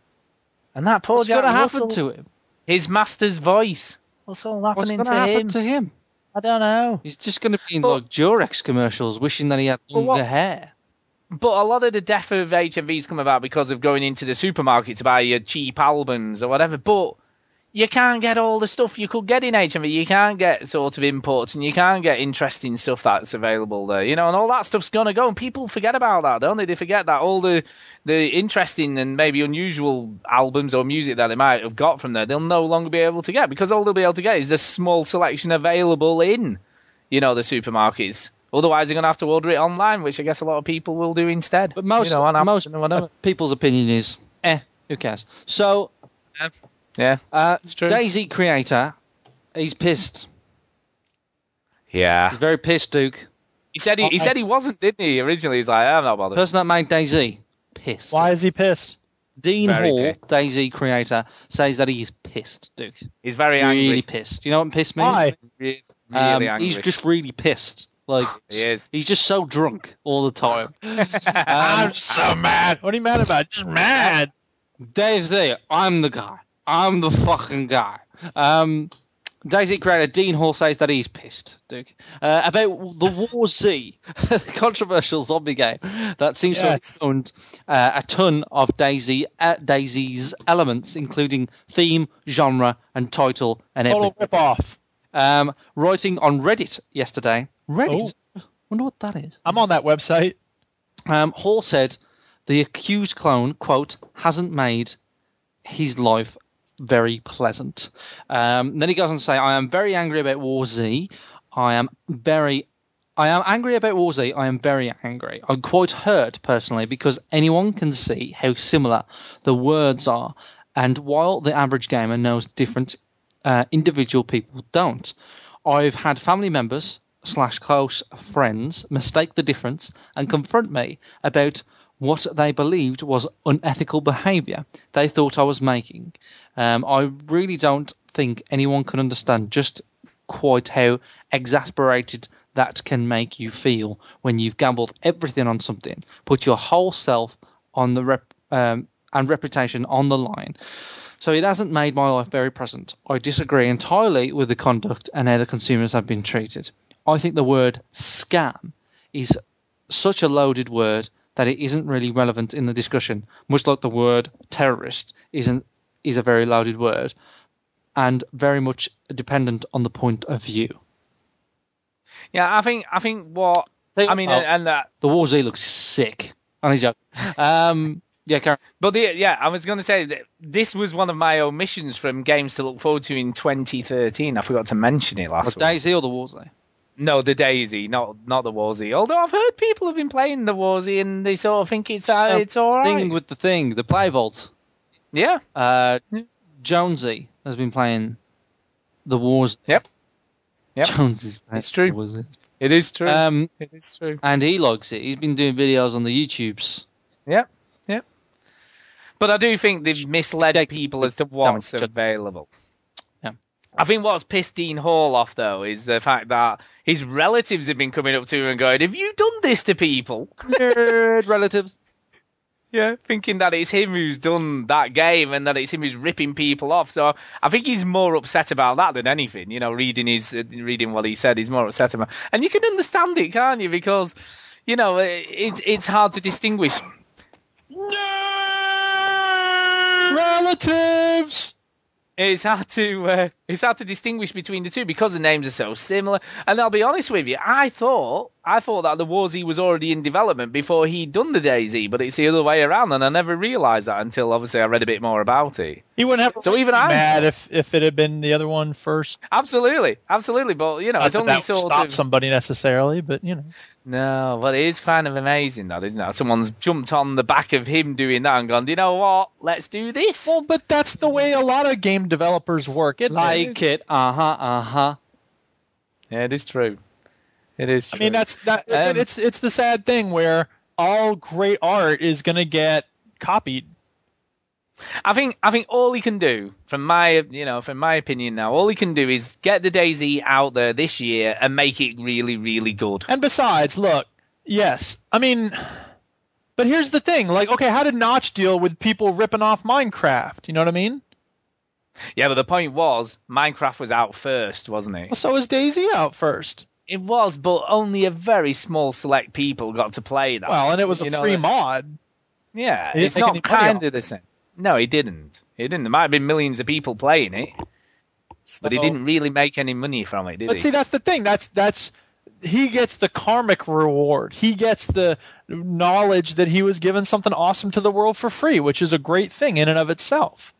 S3: And that poor
S1: What's
S3: Jack
S1: going to
S3: Russell,
S1: happen to him?
S3: his master's voice. What's all
S1: What's
S3: happening
S1: going to
S3: to
S1: happen
S3: him?
S1: to him?
S3: I don't know.
S1: He's just going to be in
S3: But-
S1: like Durex commercials, wishing that he had
S3: But what-
S1: longer hair.
S3: But a lot of the death of HMV's come about because of going into the supermarket to buy your cheap albums or whatever. But you can't get all the stuff you could get in HMV. You can't get sort of imports and you can't get interesting stuff that's available there. You know, and all that stuff's gonna go. And people forget about that, don't they? They forget that all the the interesting and maybe unusual albums or music that they might have got from there, they'll no longer be able to get because all they'll be able to get is the small selection available in you know, the supermarkets. Otherwise, they're going to have to order it online, which I guess a lot of people will do instead.
S1: But most,
S3: you know, on Amazon
S1: most
S3: and whatever.
S1: people's opinion is, eh, who cares? So,
S3: yeah,
S1: uh,
S3: true.
S1: Daisy creator, he's pissed.
S3: yeah.
S1: He's very pissed, Duke.
S3: He said he, he
S1: I-
S3: said he wasn't, didn't he? Originally, he's like, I'm not
S1: The
S3: bothered.
S1: person that made Daisy, pissed.
S2: Why is he pissed?
S1: Dean
S3: Very
S1: Hall,
S3: pissed.
S1: Daisy creator, says that he's pissed, Duke.
S3: He's very angry.
S1: Really pissed. You know what pissed me?
S2: Why?
S3: Really, really
S1: Um,
S3: angry.
S1: He's just really pissed. Like
S3: (laughs) He is.
S1: He's just so drunk all the time.
S3: (laughs)
S1: Um,
S2: I'm so mad. What are you mad about? Just mad.
S1: Daisy, I'm the guy. I'm the fucking guy. Um, Daisy creator Dean Hall says that he's pissed, Duke, uh, about the War Z, (laughs) controversial zombie game that seems to
S2: Yes.
S1: have owned uh, a ton of Daisy uh, Daisy's elements, including theme, genre, and title, and
S2: Total
S1: everything.
S2: rip off.
S1: Um, writing on Reddit yesterday. Reddit. Wonder what that is.
S2: I'm on that website.
S1: Um, Hall said the accused clone quote hasn't made his life very pleasant. Um, then he goes on to say, I am very angry about War Z. I am very I am angry about War Z. I am very angry. I'm quite hurt personally because anyone can see how similar the words are, and while the average gamer knows different, uh, individual people don't. I've had family members slash close friends mistake the difference and confront me about what they believed was unethical behaviour they thought I was making. Um, I really don't think anyone can understand just quite how exasperated that can make you feel when you've gambled everything on something, put your whole self on the rep, um, and reputation on the line. So it hasn't made my life very present. I disagree entirely with the conduct and how the consumers have been treated. I think the word scam is such a loaded word that it isn't really relevant in the discussion, much like the word terrorist isn't is a very loaded word and very much dependent on the point of view.
S3: Yeah, I think I think what I mean,
S1: Oh.
S3: and, uh, and that
S1: The War Z looks sick. On his
S3: (laughs)
S1: joke. Um, yeah, Karen.
S3: But the, yeah, I was going to say that this was one of my omissions from games to look forward to in 2013. I forgot to mention it last
S1: Was
S3: week.
S1: Daisy or the E? War Z?
S3: No, the Daisy, not not the Warzy. Although I've heard people have been playing the Warzy and they sort of think it's uh, it's all right.
S1: Thing with the thing, the play vault.
S3: Yeah.
S1: Uh,
S3: Hmm.
S1: Jonesy has been playing the Wars.
S3: Yep. Yep.
S1: Jonesy's playing
S3: It's true.
S1: The War Z.
S3: It is true.
S1: Um,
S3: it is true.
S1: and he logs it. He's been doing videos on the YouTubes.
S3: Yep. Yep. But I do think they've misled people as to what's available.
S1: Yeah.
S3: I think what's pissed Dean Hall off though is the fact that his relatives have been coming up to him and going, "Have you done this to people?"
S1: Nerd relatives.
S3: (laughs) Yeah, thinking that it's him who's done that game and that it's him who's ripping people off. So I think he's more upset about that than anything. You know, reading his uh, reading what he said, he's more upset about. And you can understand it, can't you? Because you know, uh, it's it's hard to distinguish.
S2: Relatives.
S3: It's hard to uh, it's hard to distinguish between the two because the names are so similar. And I'll be honest with you, I thought I thought that the Warzy was already in development before he'd done the Daisy, but it's the other way around, and I never realised that until obviously I read a bit more about it.
S2: He wouldn't have
S3: So even
S2: been
S3: I'm-
S2: mad if, if it had been the other one first.
S3: Absolutely, absolutely. But you know,
S2: Not
S3: it's
S2: that
S3: only
S2: that would
S3: sort
S2: stop
S3: of
S2: somebody necessarily, but you know.
S3: no, but it is kind of amazing, though, isn't it? Someone's jumped on the back of him doing that and gone, "Do you know what? Let's do this."
S2: Well, but that's the way a lot of game developers work. It, uh-huh,
S1: Like it. Uh huh. Uh huh.
S3: Yeah, it is true. It is. True.
S2: I mean, that's that.
S3: Um,
S2: it- it's it's the sad thing where all great art is gonna get copied.
S3: I think I think all he can do, from my you know, from my opinion now, all he can do is get the Daisy out there this year and make it really, really good.
S2: And besides, look, yes, I mean, but here's the thing. Like, okay, how did Notch deal with people ripping off Minecraft? You know what I mean?
S3: Yeah, but the point was, Minecraft was out first, wasn't it?
S2: Well, so is Daisy out first.
S3: It was, but only a very small select people got to play that.
S2: Well, and it was a
S3: You know,
S2: free
S3: that-
S2: mod.
S3: Yeah,
S2: He didn't
S3: it's
S2: make
S3: not
S2: any money
S3: kind
S2: off
S3: of the same. No, he didn't. He didn't. There might have been millions of people playing it, but he
S2: So-
S3: didn't really make any money from it, did
S2: But
S3: he?
S2: see, that's the thing. That's that's he gets the karmic reward. He gets the knowledge that he was given something awesome to the world for free, which is a great thing in and of itself.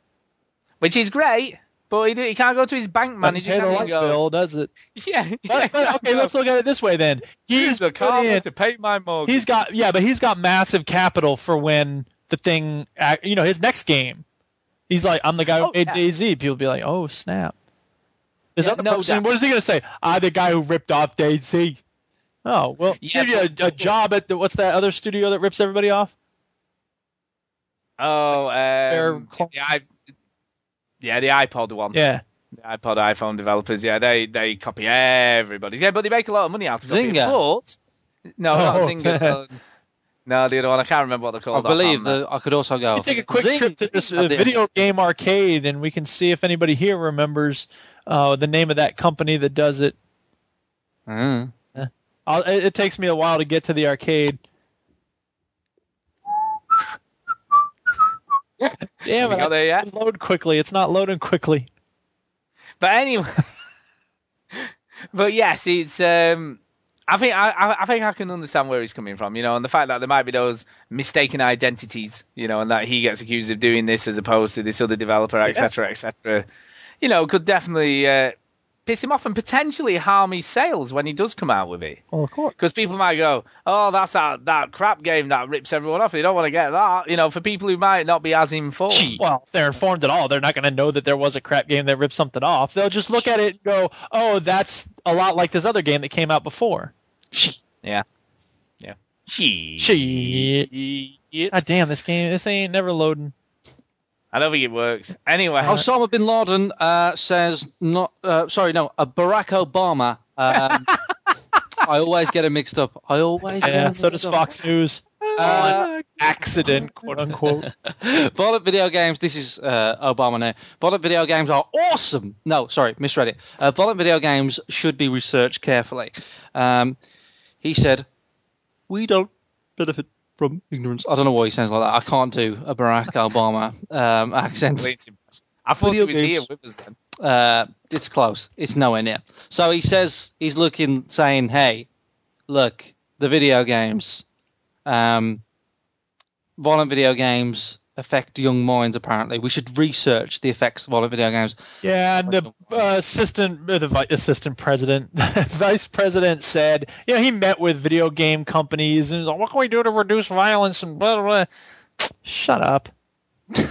S3: Which is great, but he, did, he can't go to his bank manager
S2: Doesn't pay
S3: can
S2: the
S3: he,
S2: light
S3: and go,
S2: bill, does it?
S3: (laughs) Yeah, yeah,
S2: But, but, okay,
S3: no.
S2: let's look at it this way then. He's
S3: Use the
S2: put
S3: karma
S2: in-
S3: to pay my mortgage.
S2: he's got yeah, but he's got massive capital for when the thing, ac- you know, his next game. He's like, I'm the guy who
S3: Oh,
S2: made
S3: yeah.
S2: Daisy. People be like, oh snap. This
S3: Yeah,
S2: other
S3: no
S2: person,
S3: doubt.
S2: what is he gonna say? I'm the guy who ripped off Daisy. Oh well,
S3: Yeah,
S2: give you a, a job at the, what's that other studio that rips everybody off?
S3: Oh, um,
S2: clones.
S3: the i- yeah, the iPod one.
S2: Yeah,
S3: The iPod, iPhone developers. Yeah, they they copy everybody. Yeah, but they make a lot of money out of copying.
S1: Zynga.
S3: But no, not
S2: Oh,
S3: Zynga.
S2: yeah.
S3: No, the other one. I can't remember what they're
S1: I
S3: called.
S1: believe
S3: offhand.
S1: that I could also go.
S2: you take a quick
S3: Oh.
S1: Zing!
S2: trip to this
S1: At
S2: uh,
S1: the end.
S2: video game arcade, and we can see if anybody here remembers uh, the name of that company that does it.
S1: Mm.
S2: I'll, it, it takes me a while to get to the
S3: (laughs)
S2: arcade. Damn
S3: We
S2: it!
S3: got there yet?
S2: I- Load quickly. It's not loading quickly.
S3: (laughs) But anyway, but yes, it's um, I think I- I, I think I can understand where he's coming from, you know, and the fact that there might be those mistaken identities, you know, and that he gets accused of doing this as opposed to this other developer, etc., etc. You know, could definitely uh, piss him off and potentially harm his sales when he does come out with it.
S2: Well, of course.
S3: Because people might go, oh, that's that, that crap game that rips everyone off. You don't want to get that, you know, for people who might not be as informed.
S2: Well, if they're informed at all, they're not going to know that there was a crap game that ripped something off. They'll just look at it and go, "Oh, that's a lot like this other game that came out before."
S3: Yeah. Yeah. She.
S2: Shit. God damn, this game, this ain't never loading.
S3: I don't think it works. Anyway.
S1: Osama bin Laden uh, says not. Uh, sorry, no. Uh, Barack Obama.
S2: (laughs)
S1: Um, I always get it mixed up. I always. get
S2: Yeah,
S1: it
S2: so
S1: mixed
S2: does
S1: up.
S2: Fox News.
S1: Uh,
S2: Accident, quote unquote.
S1: Bullet video games. This is uh, Obama now. Bullet video games are awesome. No, sorry, misread it. Uh, bullet video games should be researched carefully. Um, he said, "We don't benefit from ignorance." I don't know why he sounds like that. I can't do a Barack Obama um, accent.
S3: I thought
S1: Video
S3: he was
S1: games.
S3: here with us then.
S1: Uh, it's close. It's nowhere near. So he says he's looking, saying, "Hey, look, the video games, um, violent video games affect young minds. Apparently, we should research the effects of violent video games."
S2: Yeah, and the uh, assistant, uh, the vi- assistant president, (laughs) vice president said, you know, he met with video game companies and he's like, what can we do to reduce violence and blah blah. blah. Shut up.
S3: Do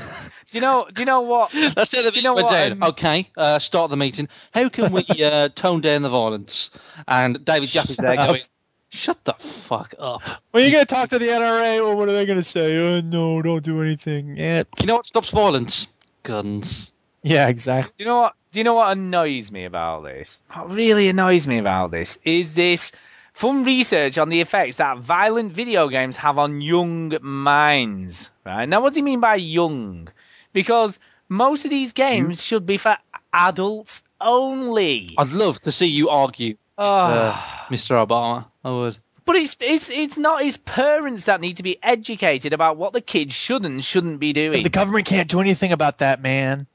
S3: you know? Do you know what?
S1: That's it.
S3: Do you know
S1: We're
S3: what?
S1: down.
S3: um,
S1: okay, uh, start the meeting. How can we uh, (laughs) tone down the violence? And David Japp is
S2: Shut
S1: there
S2: up.
S1: going, "Shut the fuck up."
S2: When you gonna talk to the NRA, well, what are they gonna say? Oh, no, don't do anything. Yeah,
S1: You know what stops violence? Guns.
S2: yeah, exactly.
S3: Do you know what? Do you know what annoys me about this? What really annoys me about this is this fun research on the effects that violent video games have on young minds. Right now, what do you mean by young? Because most of these games should be for adults only.
S1: I'd love to see you argue, uh,
S3: Ah.
S1: Mr. Obama. I would.
S3: But it's it's it's not his parents that need to be educated about what the kids should and shouldn't be doing.
S2: The government can't do anything about that, man.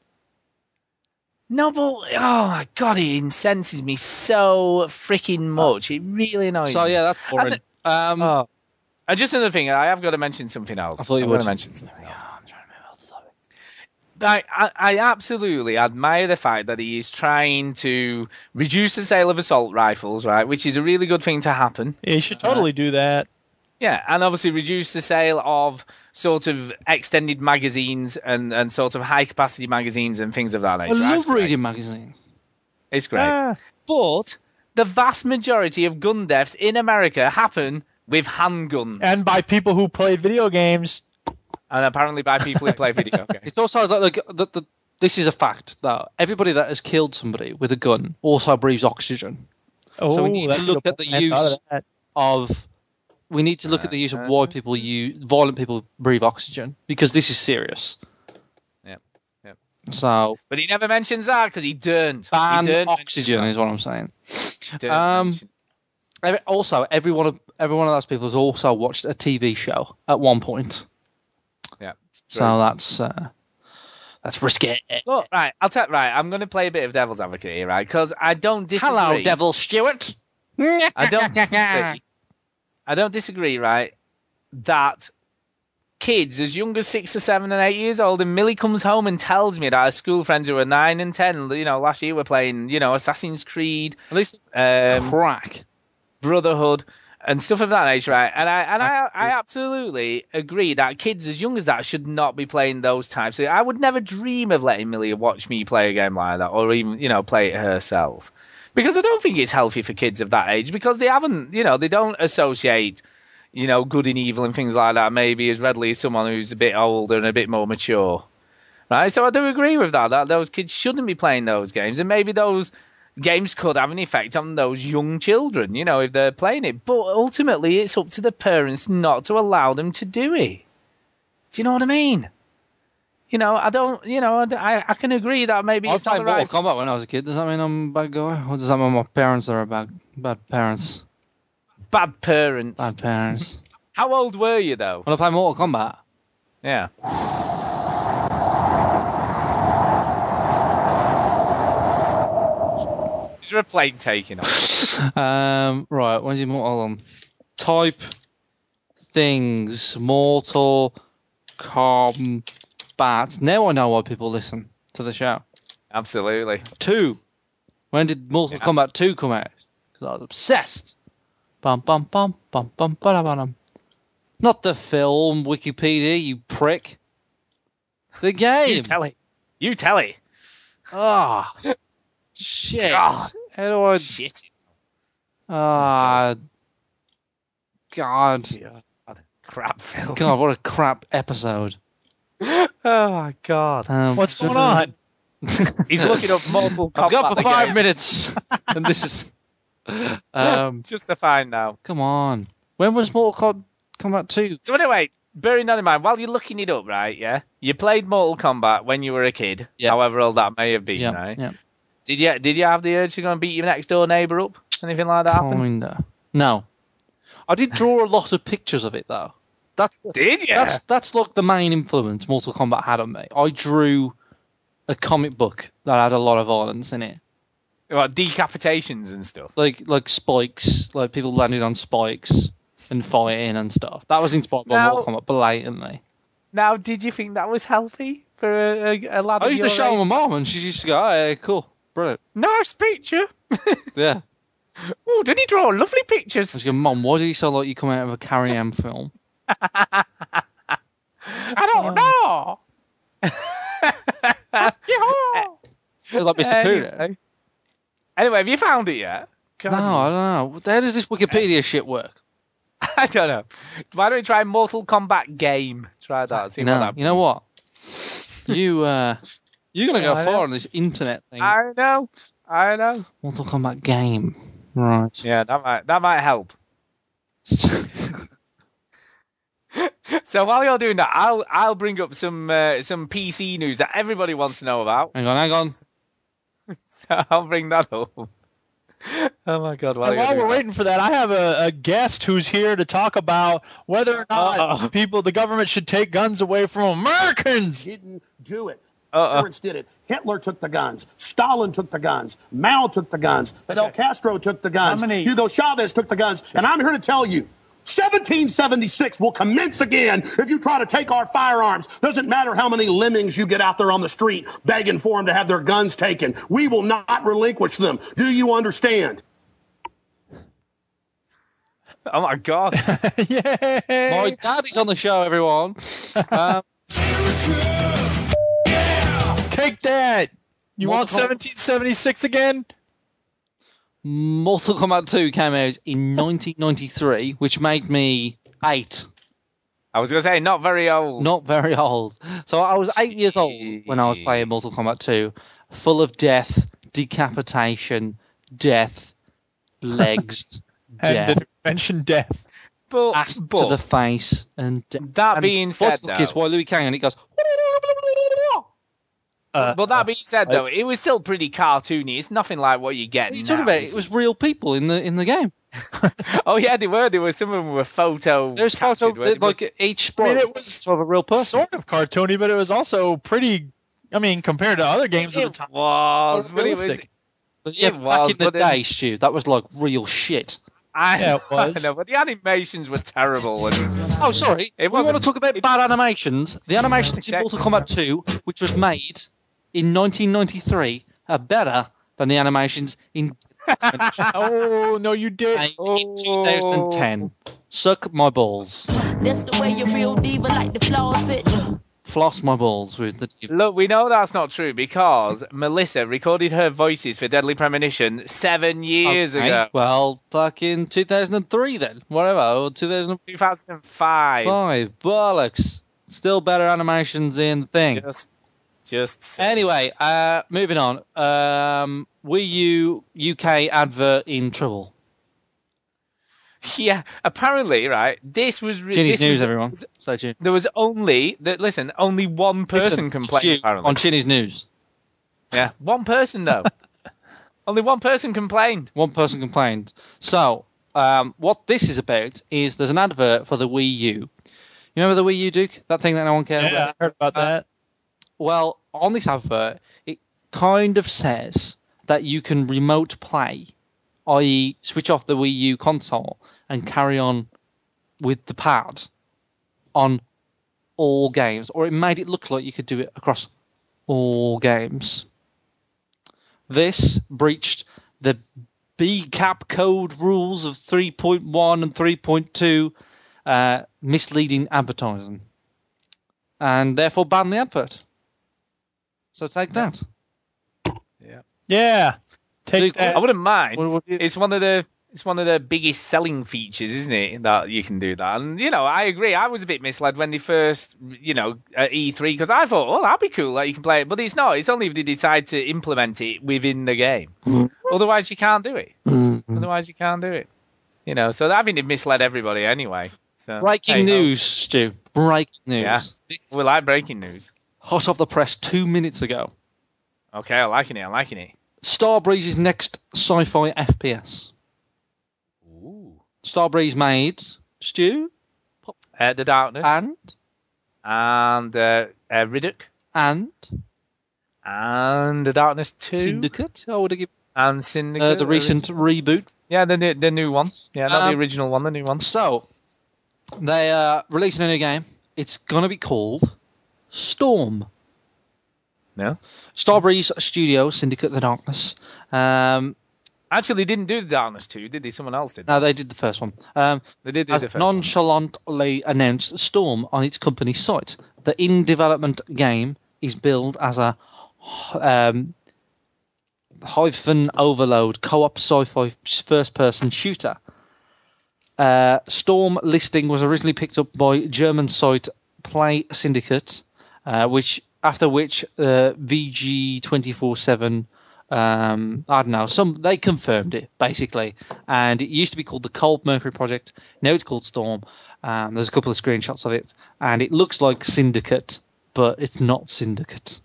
S3: No, but oh my god, it incenses me so freaking much. It really annoys
S1: Uh, So
S3: me.
S1: yeah, that's boring. um,
S3: And Oh. Uh, just another thing, I have got to mention something else.
S1: I thought you
S3: I'm
S1: would.
S3: to mention something else. I, I, I absolutely admire the fact that he is trying to reduce the sale of assault rifles, right? Which is a really good thing to happen.
S2: Yeah, you should totally do that.
S3: Yeah, and obviously reduce the sale of sort of extended magazines and, and sort of high capacity magazines and things of that
S1: I
S3: nature. That's
S1: love
S3: great.
S1: reading magazines.
S3: It's great.
S2: Ah.
S3: But the vast majority of gun deaths in America happen with handguns,
S2: And by people who play video games.
S3: and apparently by people who play
S1: (laughs)
S3: video games.
S1: It's also like the, the, the, this is a fact that everybody that has killed somebody with a gun also breathes oxygen.
S2: Oh,
S1: we need to
S2: that's a
S1: look
S2: good
S1: at the
S2: point. I hadn't thought of that.
S1: Of we need to look at the
S3: Uh,
S1: use of why people use violent people breathe oxygen because this is serious.
S3: Yep, yep.
S1: So
S3: But he never mentions that because he didn't.
S1: ban
S3: he didn't
S1: oxygen is what I'm saying.
S3: didn't
S1: um,
S3: mention-
S1: Every- Also, every one of every one of those people has also watched a TV show at one point.
S3: yeah. it's true.
S1: So that's uh, that's risky.
S3: Look, right, I'll tell. Right, I'm going to play a bit of devil's advocate here, right? Because I don't disagree.
S1: Hello, Devil Stewart.
S3: I
S1: (laughs)
S3: don't disagree. I don't disagree, right? That kids as young as six or seven and eight years old, and Millie comes home and tells me that her school friends who were nine and ten, you know, last year were playing, you know, Assassin's Creed,
S1: At least
S3: um,
S1: crack.
S3: Brotherhood, and stuff of that nature, right? And I and I, I absolutely agree that kids as young as that should not be playing those types. I would never dream of letting Millie watch me play a game like that, or even you know play it herself, because I don't think it's healthy for kids of that age because they haven't, you know, they don't associate. You know, good and evil and things like that, maybe as readily as someone who's a bit older and a bit more mature, right? So I do agree with that. That those kids shouldn't be playing those games, and maybe those games could have an effect on those young children, you know, if they're playing it. But ultimately, it's up to the parents not to allow them to do it. Do you know what I mean? You know, I don't, you know, I, I can agree that maybe
S1: I
S3: it's not
S1: played
S3: the right.
S1: Mortal Kombat when I was a kid. Does that mean I'm a bad guy? Or does that mean my parents are a bad, bad parents?
S3: Bad parents.
S1: Bad
S3: (laughs)
S1: parents.
S3: How old were you, though?
S1: when I play Mortal Kombat,
S3: Yeah. picture a plane taking off.
S1: Um, right, when's your mortal on? Type things Mortal Kombat. Now I know why people listen to the show.
S3: Absolutely.
S1: Two. When did Mortal Kombat 2 come out? Because I was obsessed. Bum bum bum bum bum ba bum. Not the film, Wikipedia, you prick. The game.
S3: (laughs) You tell it. You tell it.
S1: Ah, shit.
S3: God.
S1: How do I?
S3: Shit.
S1: Ah, God.
S3: Crap film.
S1: God, what a crap episode.
S3: oh my god.
S1: Um,
S2: What's
S1: (laughs)
S2: going on?
S3: He's looking up Mortal Kombat.
S1: I've got
S3: the
S1: for five
S3: game.
S1: minutes, and this
S3: (laughs)
S1: is. Um,
S3: Just to find now.
S1: come on. When was Mortal Com- Kombat 2?
S3: So anyway, bearing that in mind, while you're looking it up, right? Yeah, you played Mortal Kombat when you were a kid,
S1: Yeah.
S3: however old that may have been,
S1: Yeah,
S3: right?
S1: yeah.
S3: Did you did you have the urge to go and beat your next door neighbour up? Anything like that happen?
S1: Kinda. No, I did draw a lot of pictures of it though. That's the,
S3: Did you?
S1: That's that's like the main influence Mortal Kombat had on me. I drew a comic book that had a lot of violence in it,
S3: Well, decapitations and stuff.
S1: like like spikes, like people landing on spikes and fighting and stuff. That was inspired by
S3: Now-
S1: Mortal Kombat blatantly.
S3: Now, did you think that was healthy for a, a, a lad?
S1: I
S3: of
S1: used to
S3: your
S1: show
S3: age?
S1: my mom, and she used to go, "Hey, cool, brilliant,
S3: Nice (laughs) picture.
S1: yeah."
S3: oh, did he draw lovely pictures?
S1: I was going, Mom, why do you sound like you come out of a Carrie Ann film?
S3: I don't know. (laughs)
S1: Sound like Mr. Anyway,
S3: anyway. anyway, have you found it yet? (laughs)
S1: no, I don't know. How does this Wikipedia shit work?
S3: I don't know. Why don't we try Mortal Kombat game? Try that. See
S1: You know,
S3: what that.
S1: you know what? You uh, you're gonna go
S3: I
S1: far
S3: know.
S1: on this internet thing.
S3: I know. I know.
S1: Mortal Kombat game, right?
S3: Yeah, that might that might help. So while you're doing that, I'll I'll bring up some uh, some PC news that everybody wants to know about.
S1: (laughs)
S3: (laughs)
S1: hang on, hang on.
S3: So I'll bring that up. Oh my god! While,
S2: And while
S3: you're doing
S2: we're
S3: that.
S2: waiting for that, I have a, a guest who's here to talk about whether or not
S3: Uh-oh. (laughs)
S2: people, the government, should take guns away from Americans.
S4: didn't do it.
S3: Uh-uh.
S4: Parents did it. Hitler took the guns. Stalin took the guns. Mao took the guns. Fidel Castro took the guns.
S5: How many-
S4: Hugo Chavez took the guns. And I'm here to tell you. 1776 will commence again if you try to take our firearms. Doesn't matter how many lemmings you get out there on the street begging for them to have their guns taken. We will not relinquish them. Do you understand?
S3: Oh my god!
S2: Yay!
S1: My daddy's on the show, everyone. Um,
S2: Take that. You want
S1: Multiple-
S2: 1776 again?
S1: Mortal Kombat 2 came out
S3: (laughs)
S1: in 1993, which made me eight,
S3: I was gonna say not very old.
S1: not very old. So I was eight years old when I was playing Mortal Kombat 2, full of death, decapitation, death,
S3: (laughs)
S1: legs, death.
S2: And did it mention death?
S3: But,
S1: ass to
S3: but
S1: the face and
S3: That
S1: and
S3: being said,
S1: Boswell kids
S3: though-
S1: why Louis Cannon it goes
S2: Uh,
S3: but that being said,
S2: I-
S3: though, it was still pretty cartoony. It's nothing like what you get
S1: what are you
S3: now.
S1: talking about
S3: is
S1: it was real people in the in the game
S3: (laughs) oh yeah, they were. They were. Some of them were photo.
S1: there's
S3: captured,
S1: photo
S3: weren't they?
S1: like each sprite
S2: I mean, it was
S1: of a real person
S2: sort of cartoony, but it was also pretty. I mean, compared to other games
S3: it
S2: of the time,
S3: was, but it was.
S2: realistic.
S1: But yeah,
S3: it
S1: back
S3: was,
S1: in the
S3: but then-
S1: day Stu that was like real shit
S3: I,
S2: Yeah, it was.
S3: (laughs) I know, but the animations were terrible. And it was,
S1: oh sorry
S3: It
S1: we want to
S3: wasn't.
S1: talk about bad animations the animations
S3: Exactly.
S1: in Mortal Kombat 2 which was made in 1993 are better than the animations in
S3: (laughs)
S2: oh no, you did.
S1: in 2010 Oh. suck my balls
S8: That's the way a real diva like the flaws sit.
S1: floss my balls with the
S3: Look, we know that's not true because Melissa recorded her voices for Deadly Premonition seven years
S1: Okay,
S3: ago,
S1: Well, back in 2003 then, whatever, or 2005.
S3: 2005.
S1: Bollocks. Still better animations in the thing.
S3: Just, just. saying.
S1: Anyway, uh, moving on. Um, Wii U UK advert in trouble.
S3: Yeah, apparently, right. This was re-
S1: Chinese
S3: this
S1: news,
S3: was-
S1: everyone. Stay tuned.
S3: There was only that. Listen, only one person
S1: Listen,
S3: complained.
S1: Stu,
S3: Apparently,
S1: on Chinese news.
S3: yeah, one
S1: (laughs)
S3: person though. only one person complained.
S1: One person complained. So, um, what this is about is there's an advert for the Wii U. You remember the Wii U, Duke? That thing that no one cares about?
S3: Uh,
S2: Yeah, I heard about that.
S1: Well, on this advert, it kind of says that you can remote play, i.e., switch off the Wii U console and carry on with the pad on all games, or it made it look like you could do it across all games. This breached the BCAP code rules of 3.1 and 3.2, uh, misleading advertising, and therefore ban the advert. So take that.
S3: Yeah.
S2: Yeah. Take that.
S3: I wouldn't mind. it's one of the it's one of the biggest selling features, isn't it? That you can do that. And you know, I agree. I was a bit misled when they first, you know, at E3 because I thought, well, that'd be cool. Like you can play it, but it's not. It's only if they decide to implement it within the game. Otherwise, you can't do it. Otherwise, you can't do it. You know, so I think it misled everybody anyway. So, hey
S1: Breaking
S3: ho.
S1: news, Stu. Breaking news.
S3: Yeah, we like breaking news.
S1: Hot off the press two minutes ago.
S3: Okay, I'm liking it. I'm liking it.
S1: Starbreeze's next sci-fi FPS.
S3: Ooh.
S1: Starbreeze made Stu
S3: Uh, the darkness
S1: and
S3: and uh, uh, Riddick
S1: and
S3: and the darkness two
S1: Syndicate. I would have given
S3: and Syndicate.
S1: uh, the recent reboot.
S3: Yeah, the new, the new one. Yeah, not
S1: Um,
S3: the original one, the new one.
S1: So they are releasing a new game. It's gonna be called Storm.
S3: No.
S1: Starbreeze Studio Syndicate of the Darkness. Um,
S3: Actually, they didn't do the Darkness 2, did they? Someone else did.
S1: no, they did the first one. Um,
S3: They did do
S1: has
S3: the first one.
S1: nonchalantly announced Storm on its company site. The in development game is billed as a um, hyphen overload co op sci fi first person shooter. Uh, Storm listing was originally picked up by German site Play Syndicate, uh, which after which uh, VG twenty four seven. Um, I don't know. Some they confirmed it basically, and it used to be called the Cold Mercury Project. Now it's called Storm. Um, there's a couple of screenshots of it, and it looks like Syndicate, but it's not Syndicate.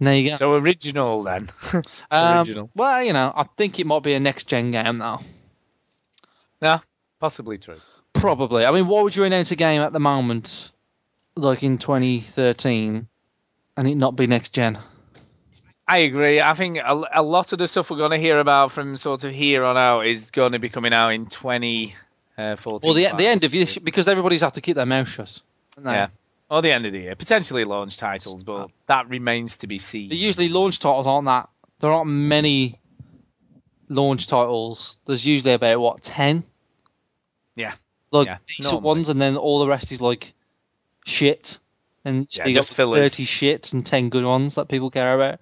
S1: There you go.
S3: So original then. (laughs)
S1: Um,
S3: original.
S1: Well, you know, I think it might be a next gen game now.
S3: Yeah, possibly true.
S1: Probably. I mean, why would you announce a game at the moment, like in 2013, and it not be next gen?
S3: I agree. I think a, a lot of the stuff we're going to hear about from sort of here on out is going to be coming out in uh, 2014.
S1: Well, the e-, the end of this because everybody's had to keep their mouth shut. haven't they?
S3: Yeah. Or the end of the year. Potentially launch titles, but that remains to be seen.
S1: They usually launch titles aren't that. There aren't many launch titles. There's usually about what ten,
S3: Yeah.
S1: like
S3: Yeah,
S1: decent
S3: normally.
S1: ones, and then all the rest is like shit. And
S3: Yeah,
S1: you
S3: just
S1: got
S3: fillers.
S1: thirty shits and ten good ones that people care about.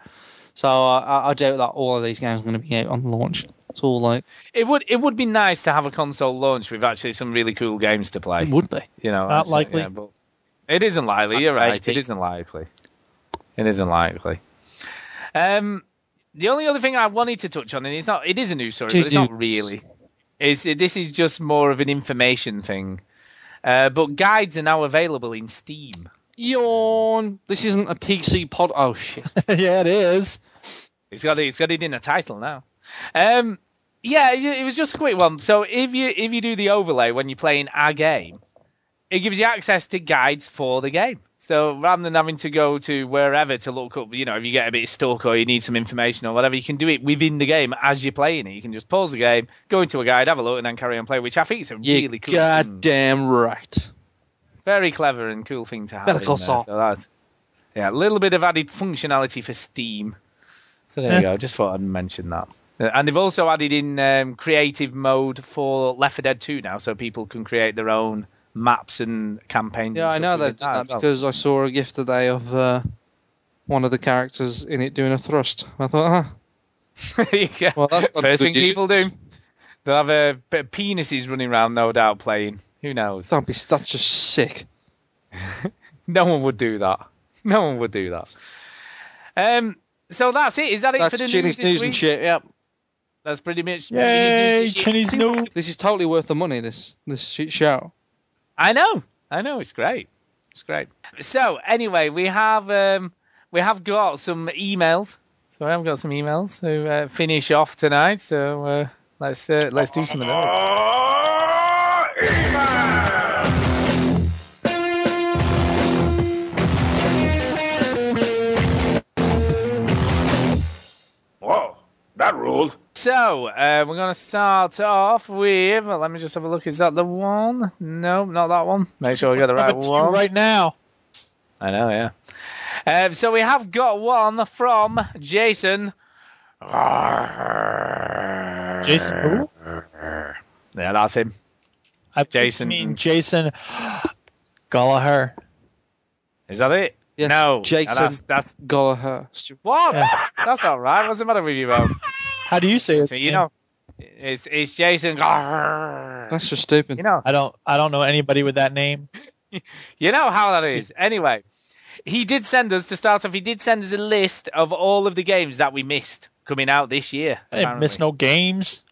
S1: So I, I- I doubt that all of these games are going to be out on launch. It's all like
S3: It would it would be nice to have a console launch with actually some really cool games to play.
S1: it would be.
S3: You know,
S2: Not
S3: actually,
S2: likely.
S3: yeah, but it isn't likely. You're right. It
S1: likely.
S3: isn't likely. It isn't likely. Um, the only other thing I wanted to touch on, and it's not, it is a news story, but it's not
S1: Two
S3: really. Is this is just more of an information thing. Uh, but guides are now available in Steam.
S1: Yawn. This isn't a PC pod. Oh (laughs) shit.
S2: (laughs) yeah, it is.
S3: It's got it's got it in a title now. Um, yeah, it it was just a quick one. So if you if you do the overlay when you're playing our game, it gives you access to guides for the game. So rather than having to go to wherever to look up, you know, if you get a bit stuck or you need some information or whatever, you can do it within the game as you're playing it. You can just pause the game, go into a guide, have a look, and then carry on playing. Which I think is a
S1: You're
S3: really cool, thing.
S1: goddamn right.
S3: very clever and cool thing to have.
S1: Better
S3: in
S1: Call
S3: there.
S1: Saul.
S3: So that's yeah, a little bit of added functionality for Steam. So there you go. Just thought I'd mention that. Uh, And they've also added in um, creative mode for Left 4 Dead 2 now, so people can create their own maps and campaigns.
S1: Yeah,
S3: and
S1: I
S3: stuff
S1: know
S3: within
S1: they've done
S3: that
S1: that
S3: as well.
S1: because I saw a gift today of uh, one of the characters in it doing a thrust. I thought, ah,
S3: (laughs) yeah.
S1: Well, that's not
S3: first
S1: good
S3: thing
S1: news.
S3: people do. They'll have a bit of penises running around, no doubt, playing. Who knows?
S1: that'd be that's just sick.
S3: No one would do that. (laughs) No one would do that. Um. So that's it. Is that it
S1: That's
S3: for the
S1: Chinese
S3: news this
S1: news
S3: week?
S1: and shit. Yep.
S3: That's pretty much.
S2: Yay,
S3: Chinese news this year.
S2: Chinese new.
S1: This is totally worth the money. This this shit show.
S3: I know. I know. It's great. It's great. So anyway, we have um, we have got some emails. So I have got some emails to uh, finish off tonight. So uh, let's uh, let's do some of those. So uh, we're going to start off with. Well, let me just have a look. Is that the one? No, not that one. Make sure we got the
S2: (laughs)
S3: right
S2: Number two
S3: one.
S2: right now.
S3: I know, yeah. Um, so we have got one from Jason.
S2: Jason who?
S3: Yeah, that's him.
S2: I
S3: Jason.
S2: mean Jason Gallagher.
S3: Is that it? No.
S1: Jason
S3: That's, that's
S1: Gallagher.
S3: what? (laughs) That's all right. What's the matter with you, bro?
S2: How do you say it?
S3: So you know, it's it's Jason. Garrrr.
S1: That's just stupid.
S3: You know,
S2: I don't I don't know anybody with that name.
S3: you know how that is. Anyway, he did send us to start off. He did send us a list of all of the games that we missed coming out this year.
S2: I didn't miss
S3: apparently.
S2: no games.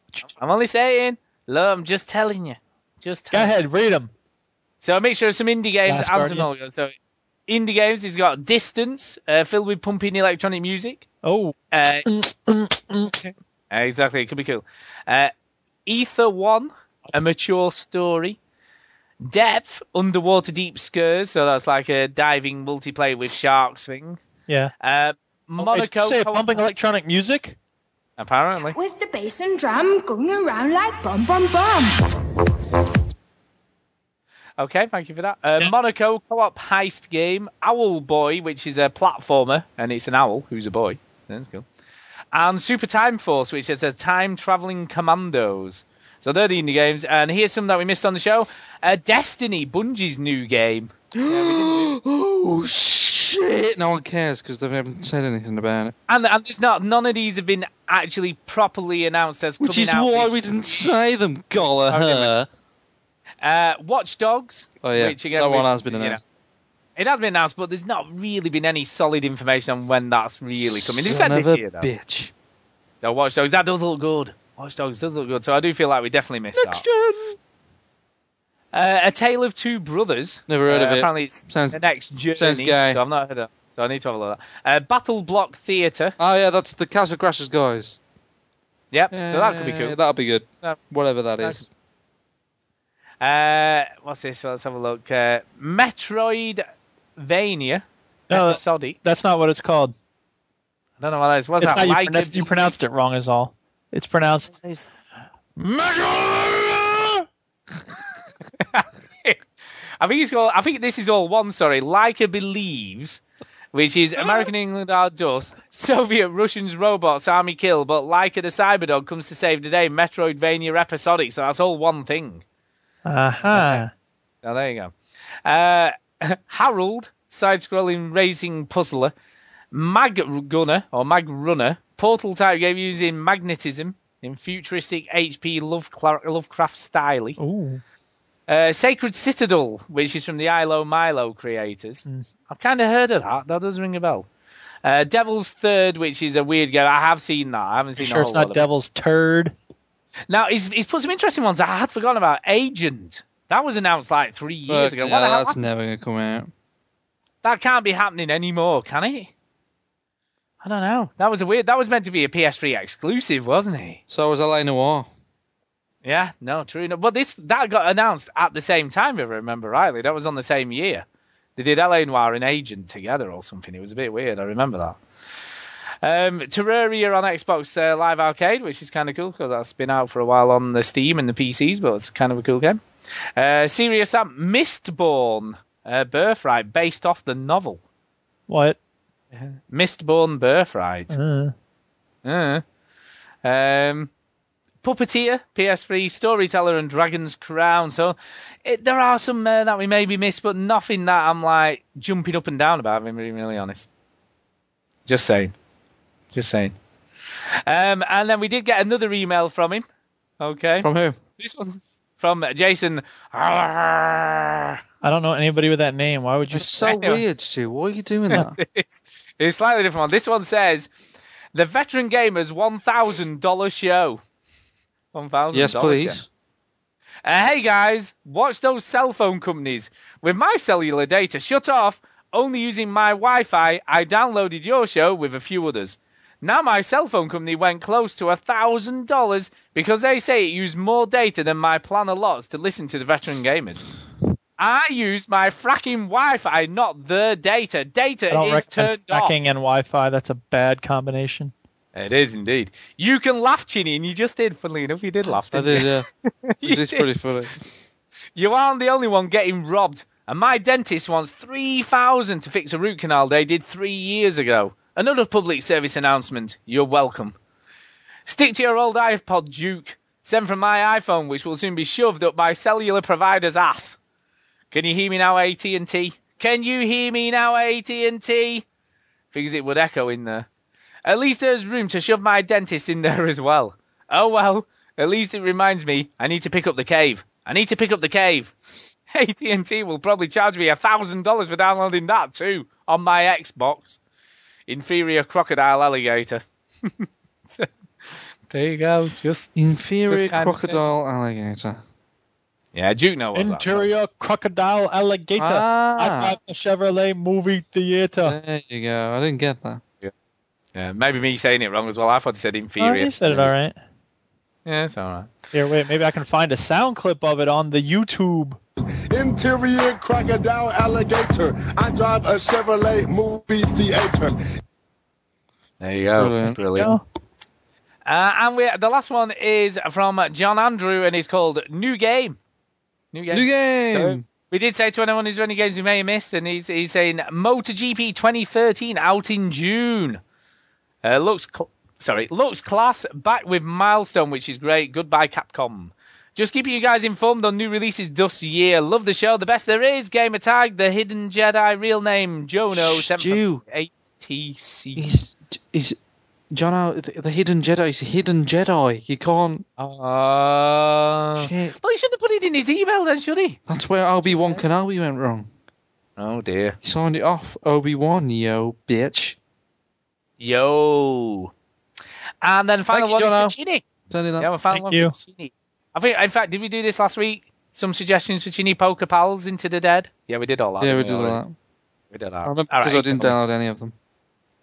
S3: I'm only saying. Look, I'm just telling you. Just
S2: Go
S3: telling
S2: ahead, read them.
S3: So make sure some indie games
S2: Last
S3: and some
S2: Guardian.
S3: all goes. So indie games, he's got Distance, uh, filled with pumping electronic music.
S2: Oh. (laughs)
S3: Uh,
S2: That's
S3: Uh, Exactly, it could be cool. Uh, Ether One, a mature story. Depth, underwater deep skurs, so that's like a diving multiplayer with sharks thing.
S2: Yeah.
S3: Uh,
S2: Monaco.
S3: Monaco,
S2: Did you say
S3: co-
S2: pumping electronic music?
S3: apparently.
S12: With the bass and drum going around like bum bum bum.
S3: Okay, thank you for that. Uh,
S2: Yeah.
S3: Monaco co-op heist game, Owl Boy, which is a platformer, and it's an owl who's a boy. That's cool. And Super Time Force, which is a time traveling commandos. So they're the indie games, and here's some that we missed on the show. Uh, Destiny, Bungie's new game.
S1: (gasps) oh shit! No one cares because they haven't said anything about it.
S3: And, and there's not none of these have been actually properly announced as
S1: Which
S3: coming
S1: is
S3: out.
S1: why
S3: this-
S1: we didn't say them, Gallagher.
S3: uh, Watch Dogs.
S1: Oh yeah,
S3: which again,
S1: that
S3: we-
S1: one has been
S3: you know,
S1: announced.
S3: it has been announced, but there's not really been any solid information on when that's really coming. They said
S1: Son of
S3: this
S1: a
S3: year though.
S1: bitch.
S3: So Watch Dogs, that does look good. Watch Dogs does look good. So I do feel like we definitely missed that. Uh, a Tale of Two Brothers.
S1: Never heard
S3: Uh,
S1: of it.
S3: Apparently it's
S1: Sounds-
S3: the next journey.
S1: gay.
S3: So I've not heard of. So I need to have a look at that. Uh, Battle Block Theatre.
S1: Oh yeah, that's the Castle Crashers guys.
S3: Yep. so that could be
S1: Yeah,
S3: cool.
S1: That'll be good.
S3: That-
S1: Whatever that
S3: that
S1: is.
S3: Uh, what's this? Let's have a look. Uh, Metroidvania.
S2: No,
S3: Episodic.
S2: That's not what it's called.
S3: I don't know what that is. What's
S2: it's not,
S3: that?
S2: you,
S3: Like
S2: pronounced,
S3: a-
S2: you pronounced it wrong is all. It's pronounced Metroidvania!
S3: (laughs) I think it's called. I think this is all one. Sorry, like a believes, which is American England are dust. Soviet Russians robots army kill, but like the cyberdog comes to save the day. Metroidvania episodic. So that's all one thing.
S2: Uh-huh.
S3: So there you go. Uh, (laughs) Harold, side-scrolling racing puzzler, Mag Gunner or Mag Runner, portal type game using magnetism in futuristic HP Lovecraft, Lovecraft style.
S2: Ooh.
S3: Uh, Sacred Citadel, which is from the Ilo Milo creators. I've kind of heard of that. That does ring a bell. Uh, Devil's Third, which is a weird game. I have seen that. I haven't
S2: Make
S3: seen.
S2: sure
S3: a
S2: it's
S3: whole lot
S2: not
S3: of it.
S2: Devil's Turd.
S3: Now he's, he's put some interesting ones I had forgotten about. Agent. That was announced like three years
S1: Fuck,
S3: ago.
S1: yeah,
S3: What the hell?
S1: that's
S3: happened?
S1: never gonna come out.
S3: That can't be happening anymore, can it? I don't know. That was a weird. That was meant to be a PS3 exclusive, wasn't it?
S1: So was L.A. Noir.
S3: Yeah, no, true enough. But this that got announced at the same time, if I remember rightly. That was on the same year. They did LA Noir and Agent together or something. It was a bit weird. I remember that. Um, Terraria on Xbox uh, Live Arcade, which is kind of cool because that's been out for a while on the Steam and the PCs, but it's kind of a cool game. Uh, Serious Sam Mistborn uh, Birthright, based off the novel
S2: What?
S3: Mistborn Birthright.
S2: Uh,
S3: Uh, um, Puppeteer, PS3, Storyteller, and Dragon's Crown. So it, there are some uh, that we maybe missed, but nothing that I'm like jumping up and down about. If I'm being really honest. Just saying. Just saying. Um, and then we did get another email from him. Okay.
S1: From who?
S3: this one's from Jason.
S2: I don't know anybody with that name. Why would you
S1: It's
S2: say
S1: so
S3: Anyway.
S1: weird, Stu. Why are you doing that?
S3: it's, it's a slightly different one. This one says, "The Veteran Gamers one thousand dollar show." One
S1: (laughs)
S3: thousand.
S1: yes, please.
S3: Uh, hey guys, watch those cell phone companies. With my cellular data shut off, only using my Wi Fi, I downloaded your show with a few others. Now my cell phone company went close to a thousand dollars because they say it used more data than my plan allots to listen to the veteran gamers. I used my fracking Wi Fi, not their data.
S2: I
S3: Data
S2: don't
S3: is
S2: recommend
S3: turned off.
S2: snacking and Wi-Fi. That's a bad combination.
S3: It is indeed. You can laugh, Chinny, and you just did. Funnily enough, you did laugh.
S1: I did,
S3: Didn't you?
S1: yeah.
S3: (laughs) You
S1: It is
S3: did.
S1: pretty
S3: (laughs)
S1: funny.
S3: You aren't the only one getting robbed. And my dentist wants three thousand to fix a root canal they did three years ago. Another public service announcement. You're welcome. Stick to your old iPod, Duke. Send from my iPhone, which will soon be shoved up my cellular provider's ass. Can you hear me now, AT and T? Can you hear me now, AT and T? Figures it would echo in there. At least there's room to shove my dentist in there as well. Oh well, at least it reminds me I need to pick up the cave. I need to pick up the cave. (laughs) AT&T will probably charge me a thousand dollars for downloading that too on my Xbox. Inferior crocodile alligator. (laughs) So, there you go. Just
S1: inferior
S3: just kind of
S1: crocodile alligator.
S3: yeah, Duke knows that.
S2: Interior crocodile alligator.
S1: Ah.
S2: I'm at the Chevrolet movie theater.
S1: Oh. There you go. I didn't get that.
S3: Yeah, maybe me saying it wrong as well. I thought it said inferior.
S2: Oh, you said it all right.
S3: Yeah, it's all right.
S2: Here, wait, maybe I can find a sound clip of it on the YouTube.
S4: Interior crocodile alligator. I drive a Chevrolet movie theater.
S3: There you go.
S1: Brilliant.
S3: Brilliant. Uh, and we the last one is from John Andrew, and it's called New Game. New Game.
S1: New game.
S3: So we did say to anyone who's running games we may have missed, and he's, he's saying MotoGP 2013 out in June. Uh, looks cl- sorry, looks class. Back with milestone, which is great. Goodbye Capcom. Just keeping you guys informed on new releases this year. Love the show. The best there is. Gamer tag. The Hidden Jedi. Real name Jono.
S1: Stu.
S3: ATC.
S1: He's, he's John. The, the hidden Jedi. He's a hidden Jedi. You can't.
S3: Uh,
S1: Shit.
S3: Well, he shouldn't have put it in his email then, should he?
S1: That's where Obi Wan Kenobi went wrong.
S3: Oh dear.
S1: He signed it off. Obi Wan, yo, bitch.
S3: Yo. And then final
S1: Thank
S3: one
S1: you, Jono.
S3: is for Chini.
S1: Tell you that.
S3: Yeah, we final
S2: Thank
S3: one
S2: you.
S3: for Chini. I think, in fact, did we do this last week? Some suggestions for Chini Poker Pals into the dead. Yeah, we did all that.
S1: yeah, we
S3: didn't
S1: did all that.
S3: We did all that.
S1: I remember
S3: All right,
S1: because I didn't
S3: ignore me.
S1: download any of them.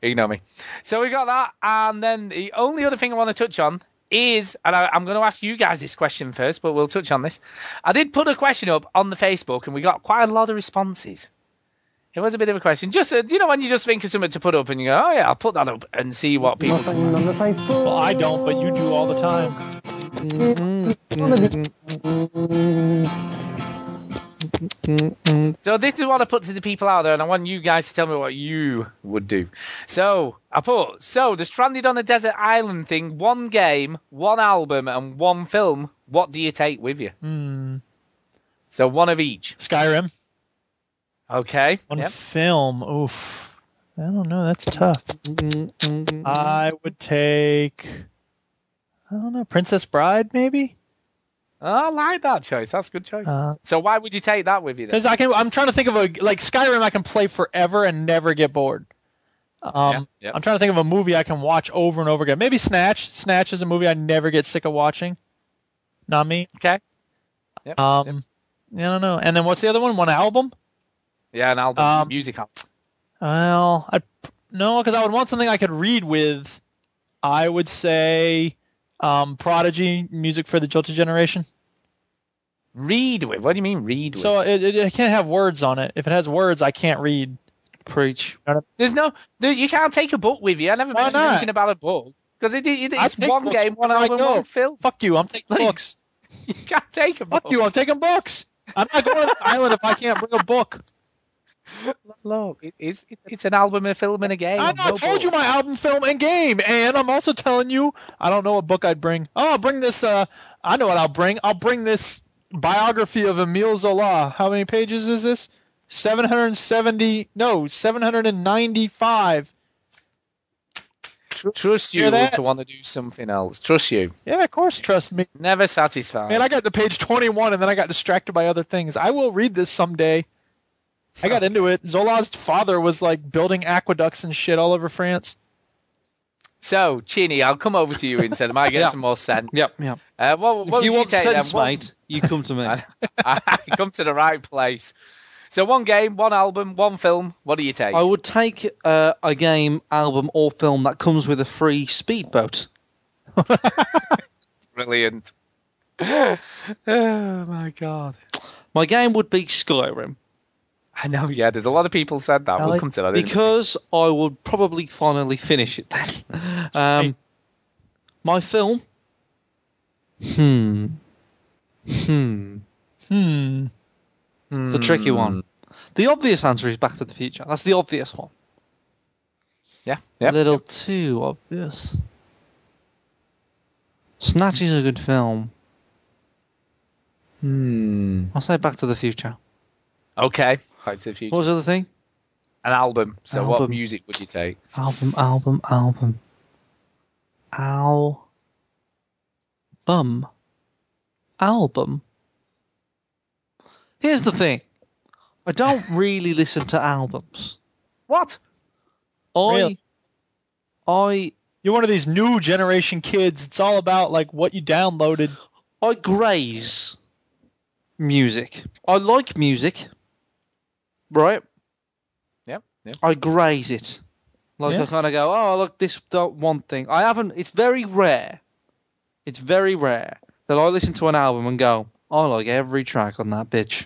S3: Ignore me. So we got that, and then the only other thing I want to touch on is, and I, I'm going to ask you guys this question first, but we'll touch on this. I did put a question up on the Facebook, and we got quite a lot of responses. It was a bit of a question. Just uh, you know when you just think of something to put up, and you go, oh yeah, I'll put that up and see what people. think.
S2: Well, I don't, but you do all the time.
S3: So this is what I put to the people out there, and I want you guys to tell me what you would do. So I put so the stranded on a desert island thing, one game, one album, and one film. What do you take with you?
S2: Hmm.
S3: So one of each.
S2: Skyrim.
S3: Okay.
S2: One
S3: Yep.
S2: film. Oof. I don't know. That's tough. Mm-hmm, I would take. I don't know. Princess Bride, maybe.
S3: Oh, I like that choice. That's a good choice.
S2: Uh,
S3: so why would you take that with you then?
S2: Because I can. I'm trying to think of a like Skyrim. I can play forever and never get bored. Um,
S3: Yeah, yeah.
S2: I'm trying to think of a movie I can watch over and over again. Maybe Snatch. Snatch is a movie I never get sick of watching. Not me.
S3: Okay. Yep,
S2: Um, yeah, I don't know. And then what's the other one? One album?
S3: Yeah, an album,
S2: Um,
S3: music album.
S2: Well, I no, because I would want something I could read with. I would say, um, Prodigy music for the Jilted Generation.
S3: Read with. What do you mean read with?
S2: So it, it, it can't have words on it. If it has words, I can't read.
S1: Preach.
S3: There's no. there- You can't take a book with you. I never
S2: Why
S3: mentioned
S2: not?
S3: anything about a book because it, it,
S2: I
S3: it's
S2: take
S3: one
S2: books
S3: game, one
S2: wherever I
S3: album,
S2: go.
S3: one film. (laughs)
S2: Fuck you. I'm taking
S3: Like-
S2: books.
S3: You can't take a book.
S2: Fuck you, I'm taking books. I'm not going to the island if I can't bring a book.
S3: Look, it- it's it's an album, a film, and a game.
S2: I, know, I
S3: No
S2: told
S3: book.
S2: you my album, film, and game, and I'm also telling you I don't know what book I'd bring. Oh, I'll bring this. Uh, I know what I'll bring. I'll bring this biography of Emile Zola. How many pages is this? 770. No, 795.
S3: Trust
S2: Hear
S3: you
S2: that?
S3: to want to do something else. Trust you.
S2: Yeah, of course. Trust me.
S3: Never satisfied.
S2: Man, I got to page 21 and then I got distracted by other things. I will read this someday. I got into it. Zola's father was like building aqueducts and shit all over France.
S3: So, Chini, I'll come over to you instead. I might get
S1: Yeah.
S3: some more sense.
S1: Yep, yep.
S3: Uh, what what
S1: if you
S3: would
S1: want
S3: you take then?
S1: sense,
S3: What-
S1: mate, you come to me.
S3: (laughs) I come to the right place. So one game, one album, one film. What do you take?
S1: (laughs) I would take uh, a game, album, or film that comes with a free speedboat.
S3: Brilliant. (sighs) oh my god.
S1: My game would be Skyrim.
S3: I know, yeah. There's a lot of people said that. we'll
S1: Like,
S3: come to that. in a minute.
S1: because I would probably finally finish it (laughs) then. Um, my film. Hmm. Hmm.
S13: Hmm.
S1: It's a tricky one. The obvious answer is Back to the Future. That's the obvious one.
S3: Yeah.
S1: A little too obvious. Snatch is a good film.
S3: Hmm.
S1: I'll say Back to the Future.
S3: Okay. Back to the future.
S1: What was the other thing?
S3: An album. So what
S1: Album.
S3: music would you take?
S1: Album, album, album. Owl. Bum. Album. Here's the thing. I don't really listen to albums.
S3: What?
S1: I
S13: Really?
S1: I
S13: You're one of these new generation kids. It's all about like what you downloaded.
S1: I graze music. I like music. Right?
S3: Yep. Yep.
S1: I graze it. Like
S3: Yeah.
S1: I kind of go, oh, look, this that one thing. I haven't. It's very rare. It's very rare that I listen to an album and go, I like every track on that bitch.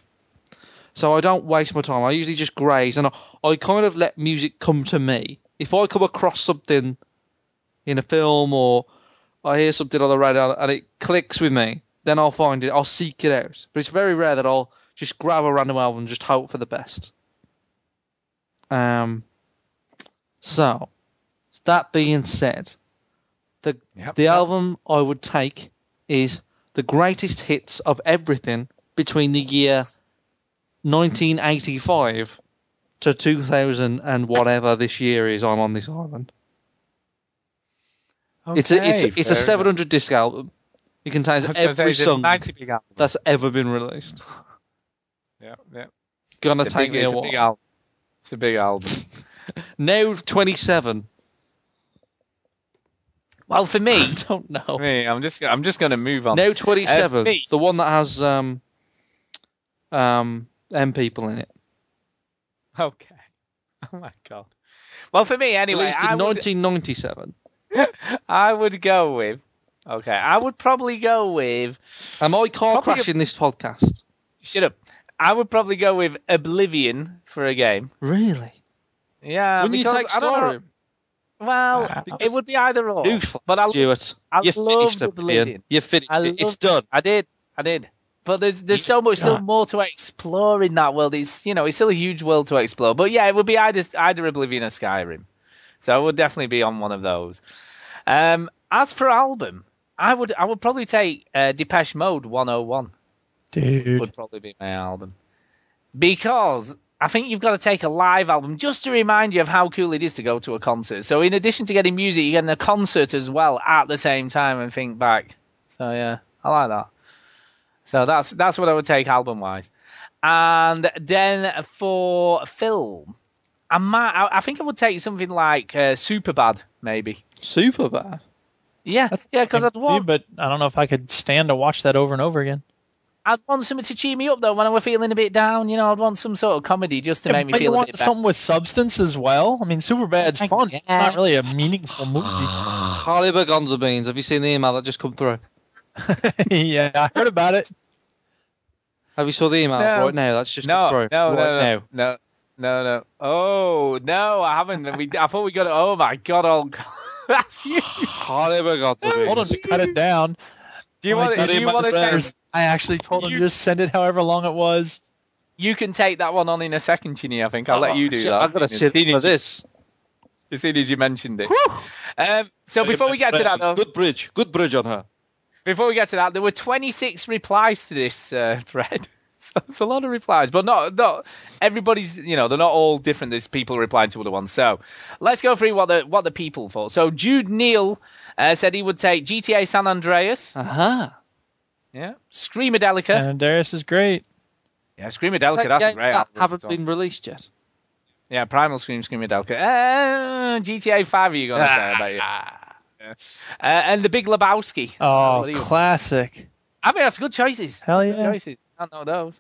S1: So I don't waste my time. I usually just graze and I, I kind of let music come to me. If I come across something in a film or I hear something on the radio and it clicks with me, then I'll find it. I'll seek it out. But it's very rare that I'll just grab a random album and just hope for the best. Um. So, that being said, the the album I would take is the greatest hits of everything between the year 1985 to 2000 and whatever this year is. I'm on this island. it's a it's a, it's a 700 disc album. It contains
S2: I was gonna say,
S1: every
S2: is it
S1: song
S2: 90 big album?
S1: that's ever been released.
S2: Yeah, yeah.
S1: Gonna
S3: It's a
S1: take me
S3: big- it's
S1: a
S3: a
S1: while.
S3: big album. It's a big album.
S1: Now 27.
S3: Well, for me,
S1: (laughs) I don't know.
S3: Me, I'm just I'm just going to move on.
S1: Now 27.
S3: Uh, me.
S1: the one that has um um M people in it.
S3: Okay. (laughs) Oh my god. Well, for me anyway,
S1: Released in
S3: I would,
S1: 1997.
S3: (laughs) I would go with. Okay, I would probably go with.
S1: Am I car
S3: Probably a-
S1: crashing this podcast?
S3: Shut up. I would probably go with Oblivion for a game.
S1: Really?
S3: Yeah,
S1: Wouldn't you
S3: Uh, because
S1: take
S3: I don't know-
S1: Skyrim?
S3: Well, it
S1: because-
S3: would be either or.
S1: You
S3: but I,
S1: Stuart,
S3: I
S1: you
S3: loved
S1: finished
S3: Oblivion.
S1: Oblivion. You finished
S3: I
S1: it. It's
S3: loved-
S1: done.
S3: I did. I did. But there's there's so much still more to explore in that world. It's you know it's still a huge world to explore. But yeah, it would be either either Oblivion or Skyrim. So I would definitely be on one of those. Um, as for album, I would I would probably take uh, Depeche Mode 101
S13: Dude.
S3: would probably be my album because I think you've got to take a live album just to remind you of how cool it is to go to a concert. So in addition to getting music, you're getting a concert as well at the same time and think back. So yeah, I like that. So that's that's what I would take album wise, and then for film, I might I, I think I would take something like uh, Superbad maybe.
S1: Super bad.
S3: Yeah, yeah, because I'd want
S13: But I don't know if I could stand to watch that over and over again.
S3: I'd want something to cheer me up though when I were feeling a bit down. You know, I'd want some sort of comedy just to
S13: Yeah,
S3: make me
S13: but you
S3: feel a
S13: want
S3: bit better.
S13: something with substance as well. I mean, Superbad's fun. It's not really
S2: (sighs)
S13: a meaningful movie. (laughs)
S1: Harley Berganza Beans. Have you seen the email that just come through?
S13: yeah, I heard about it.
S1: Have you saw the email
S3: No.
S1: right now? That's just come
S3: No,
S1: through.
S3: no,
S1: right
S3: no,
S1: now.
S3: no, no, no, no. Oh no, I haven't. We, I thought we got it. Oh my god, oh, (laughs) god. that's you.
S1: Harley Berganza Beans.
S13: Told him to cut it down.
S3: Do you
S13: Oh, I
S3: want?
S13: told
S3: Do
S13: him
S3: you
S13: about
S3: want to
S13: the
S3: take?
S13: letters. I actually told him
S3: You-
S13: to just send it however long it was.
S3: You can take that one on in a second, Chinny. I think I'll let you do
S1: shit,
S3: that.
S1: I've got to
S3: as
S1: sit
S3: soon
S1: for
S3: as you-
S1: this.
S3: As soon as you mentioned it. Um, so before we get to that, though,
S1: Good bridge. Good bridge on her.
S3: before we get to that, there were 26 replies to this uh, thread. (laughs) So it's a lot of replies, but not not everybody's. You know, they're not all different. There's people replying to other ones. So let's go through what the what the people thought. So Jude Neal uh, said he would take GTA San Andreas,
S1: Uh huh.
S3: yeah, Screamadelica,
S13: San Andreas is great.
S3: yeah, Screamadelica. That's a great.
S1: that
S3: album.
S1: haven't been released yet.
S3: Yeah, Primal Scream, Screamadelica. Uh, GTA Five. Are you gonna say about it? Yeah. Uh, and the Big Lebowski.
S13: Ah. Oh,
S3: What do you-
S13: classic.
S3: I mean, that's good choices.
S13: Hell
S3: Good
S13: yeah.
S3: choices. I don't know those.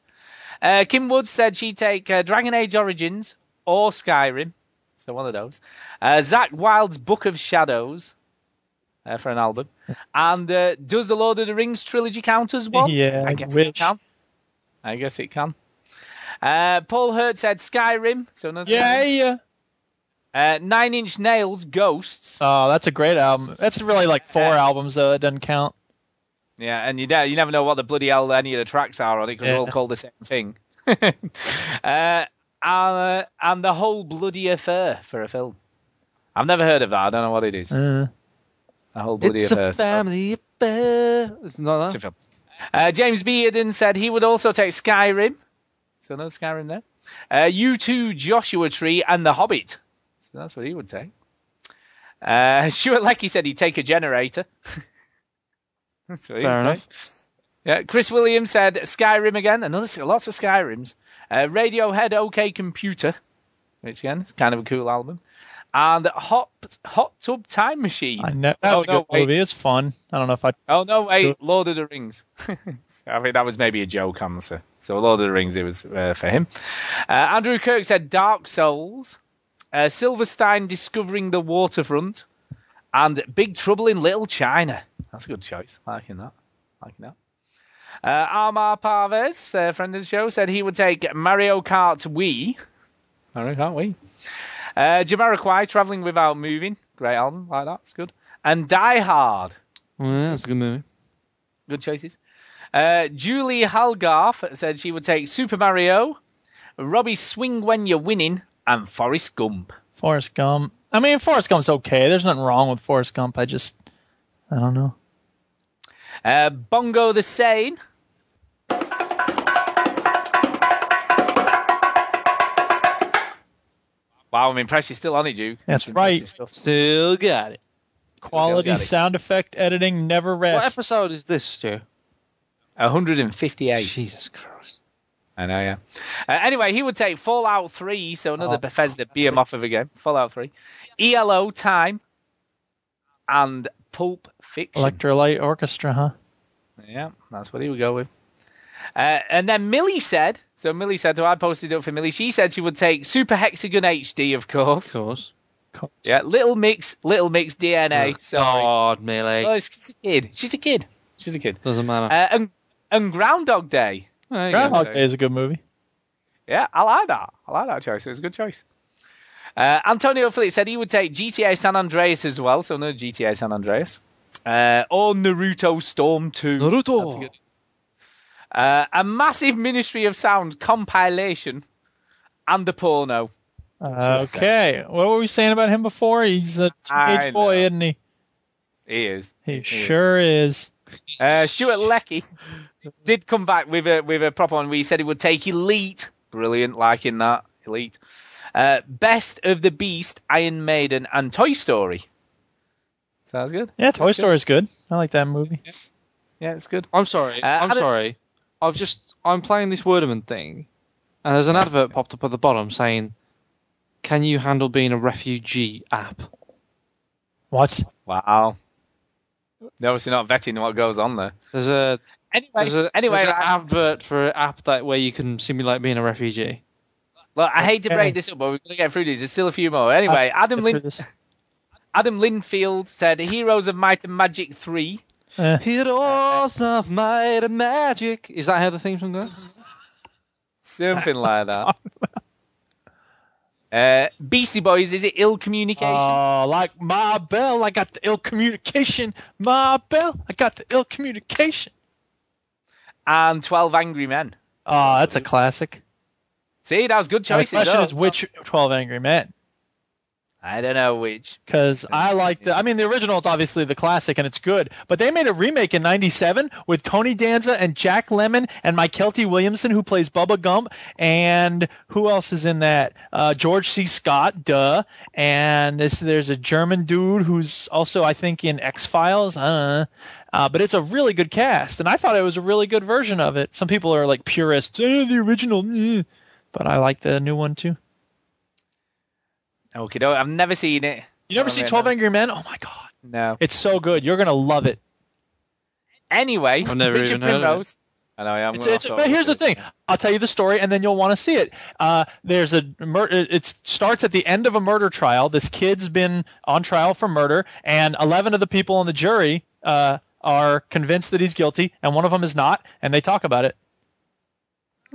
S3: Uh, Kim Woods said she'd take uh, Dragon Age Origins or Skyrim. So one of those. Uh, Zach Wilde's Book of Shadows uh, for an
S13: (laughs)
S3: album. And uh, does the Lord of the Rings trilogy count as one?
S13: Yeah,
S3: I guess it
S13: which-
S3: can. I guess it can. Uh, Paul Hertz had Skyrim. So another
S2: yeah, yeah.
S3: Uh, Nine Inch Nails, Ghosts.
S2: Oh, that's a great album. That's really like four
S3: Yeah.
S2: albums though. It doesn't count.
S3: Yeah, and you, ne- you never know what the bloody hell any of the tracks are on it because
S2: Yeah.
S3: they're all called the same thing. (laughs) uh, uh, and the whole bloody affair for a film. I've never heard of that. I don't know what it is.
S2: Uh,
S3: The whole bloody
S1: It's
S3: affair.
S1: a family affair. It's not
S3: It's a
S1: that.
S3: film. Uh, James Bearden said he would also take Skyrim. So no Skyrim there. Uh, U2, Joshua Tree, and The Hobbit. So that's what he would take. Uh, (laughs) Stuart Leckie said he'd take a generator. (laughs) that's what he
S1: Fair
S3: would
S1: enough.
S3: take. Yeah, Chris Williams said Skyrim again. Another lots of Skyrims. Uh, Radiohead, OK Computer, which again is kind of a cool album. And Hot Hot Tub Time Machine.
S2: I know. That
S3: Oh,
S2: was a
S3: no,
S2: good
S3: wait.
S2: movie. It's fun. I don't know if I.
S3: Oh no, wait, Lord of the Rings. (laughs) I think that was maybe a joke answer. So Lord of the Rings, it was uh, for him. Uh, Andrew Kirk said Dark Souls, uh, Silverstein discovering the waterfront, and Big Trouble in Little China. That's a good choice. Liking that. Liking that. Uh, Amar Parves, a friend of the show, said he would take Mario Kart Wii. Mario Kart Wii. Uh, Jamiroquai, Traveling Without Moving. Great album, like that. It's good. And Die Hard.
S1: Well, Oh, yeah, that's a good movie.
S3: Good choices. Uh, Julie Halgarth said she would take Super Mario, Robbie Swing When You're Winning, and Forrest Gump.
S2: Forrest Gump. I mean, Forrest Gump's okay. There's nothing wrong with Forrest Gump. I just, I don't know.
S3: Uh, Bongo the Sane. Wow, I'm impressed you're still on it, Duke.
S2: That's right.
S3: impressive stuff.
S1: Still got it.
S2: Quality
S3: Still got it.
S2: sound effect editing never
S1: What
S2: rests.
S1: episode is this, Stu?
S3: 158.
S1: Jesus Christ.
S3: I know, yeah. Uh, anyway, he would take Fallout 3, so another
S2: Oh,
S3: Bethesda beat him off of again. Fallout 3, ELO Time, and Pulp Fiction.
S2: Electrolight Orchestra, huh?
S3: Yeah, that's what he would go with. Uh, and then Millie said, so Millie said, so I posted it up for Millie. She said she would take Super Hexagon HD, of
S1: Of
S3: course.
S1: course.
S3: Yeah, Little Mix, Little Mix DNA.
S1: Oh,
S3: Sorry.
S1: God, Millie.
S3: Oh, it's- she's a kid. She's a kid. She's a kid.
S1: Doesn't
S3: Uh,
S1: matter.
S3: and and Groundhog Day.
S1: There you go.
S2: Groundhog Day is a good movie.
S3: Yeah, I like that. I like that choice. It was a good choice. Uh, Antonio Phillips said he would take GTA San Andreas as well, so no GTA San Andreas. Uh, or Naruto Storm 2.
S1: Naruto.
S3: That's a good- Uh, a massive Ministry of Sound compilation and a porno. Just
S2: Okay. What were we saying about him before? He's a
S3: I
S2: teenage boy,
S3: know.
S2: isn't he?
S3: He is.
S2: He
S3: is.
S2: sure is.
S3: Uh, Stuart Leckie did come back with a with a prop on where he said he would take Elite. Brilliant, liking that. Elite. Uh, Best of the Beast, Iron Maiden, and Toy Story. Sounds good.
S2: Yeah, Toy Story's good. I like that movie.
S3: Yeah, it's good.
S1: I'm sorry.
S3: Uh,
S1: I'm
S3: I don't-
S1: sorry. I've just I'm playing this Wordman thing, and there's an advert popped up at the bottom saying, "Can you handle being a refugee?" App.
S2: What?
S3: Wow. They're obviously not vetting what goes on there.
S1: There's a
S3: Anyway,
S1: there's, a,
S3: anyway,
S1: there's an
S3: I-
S1: advert for an app that where you can simulate being a refugee.
S3: look, I hate to
S2: Okay.
S3: break this up, but we're gonna get through these. There's still a few more. Anyway, Adam
S2: Good for
S3: Lin-
S2: this.
S3: Adam Linfield said Heroes of Might and Magic three.
S2: Eh,
S1: Uh, Heroes of might and magic. Is that how the theme song goes?
S2: (laughs)
S3: Something like that. Uh, Beastie Boys, is it ill communication?
S2: Oh, like my bell, I got the ill communication. My bell, I got the ill communication.
S3: and 12 Angry Men.
S2: Oh, that's a classic.
S3: See, that was good
S2: My
S3: choices.
S2: question
S3: though.
S2: is which 12 Angry Men?
S3: I don't know which.
S2: Because I like the, I mean, the original is obviously the classic and it's good, but they made a remake in '97 with Tony Danza and Jack Lemmon and Mike Kelty Williamson, who plays Bubba Gump, and who else is in that? Uh, George C. Scott, duh. And this, there's a German dude who's also, I think, in X Files. Uh, uh, but it's a really good cast, and I thought it was a really good version of it. Some people are like purists, "Eh, the original, eh." but I like the new one too.
S3: Okay, no, I've never seen it.
S2: You never
S3: Oh,
S2: see
S3: man,
S2: 12
S3: no.
S2: Angry Men? Oh my god. (laughs)
S3: No.
S2: It's so good. You're gonna love it.
S3: Anyway,
S1: I've never
S3: Richard
S1: even heard of it.
S3: Primrose. I know, yeah, I'm
S2: It's,
S3: gonna
S2: it's,
S3: have to
S2: but
S3: look
S2: here's the
S3: at it.
S2: thing. I'll tell you the story, and then you'll want to see it. Uh, there's a mur- it starts at the end of a murder trial. This kid's been on trial for murder, and 11 of the people on the jury uh, are convinced that he's guilty, and one of them is not, and they talk about it.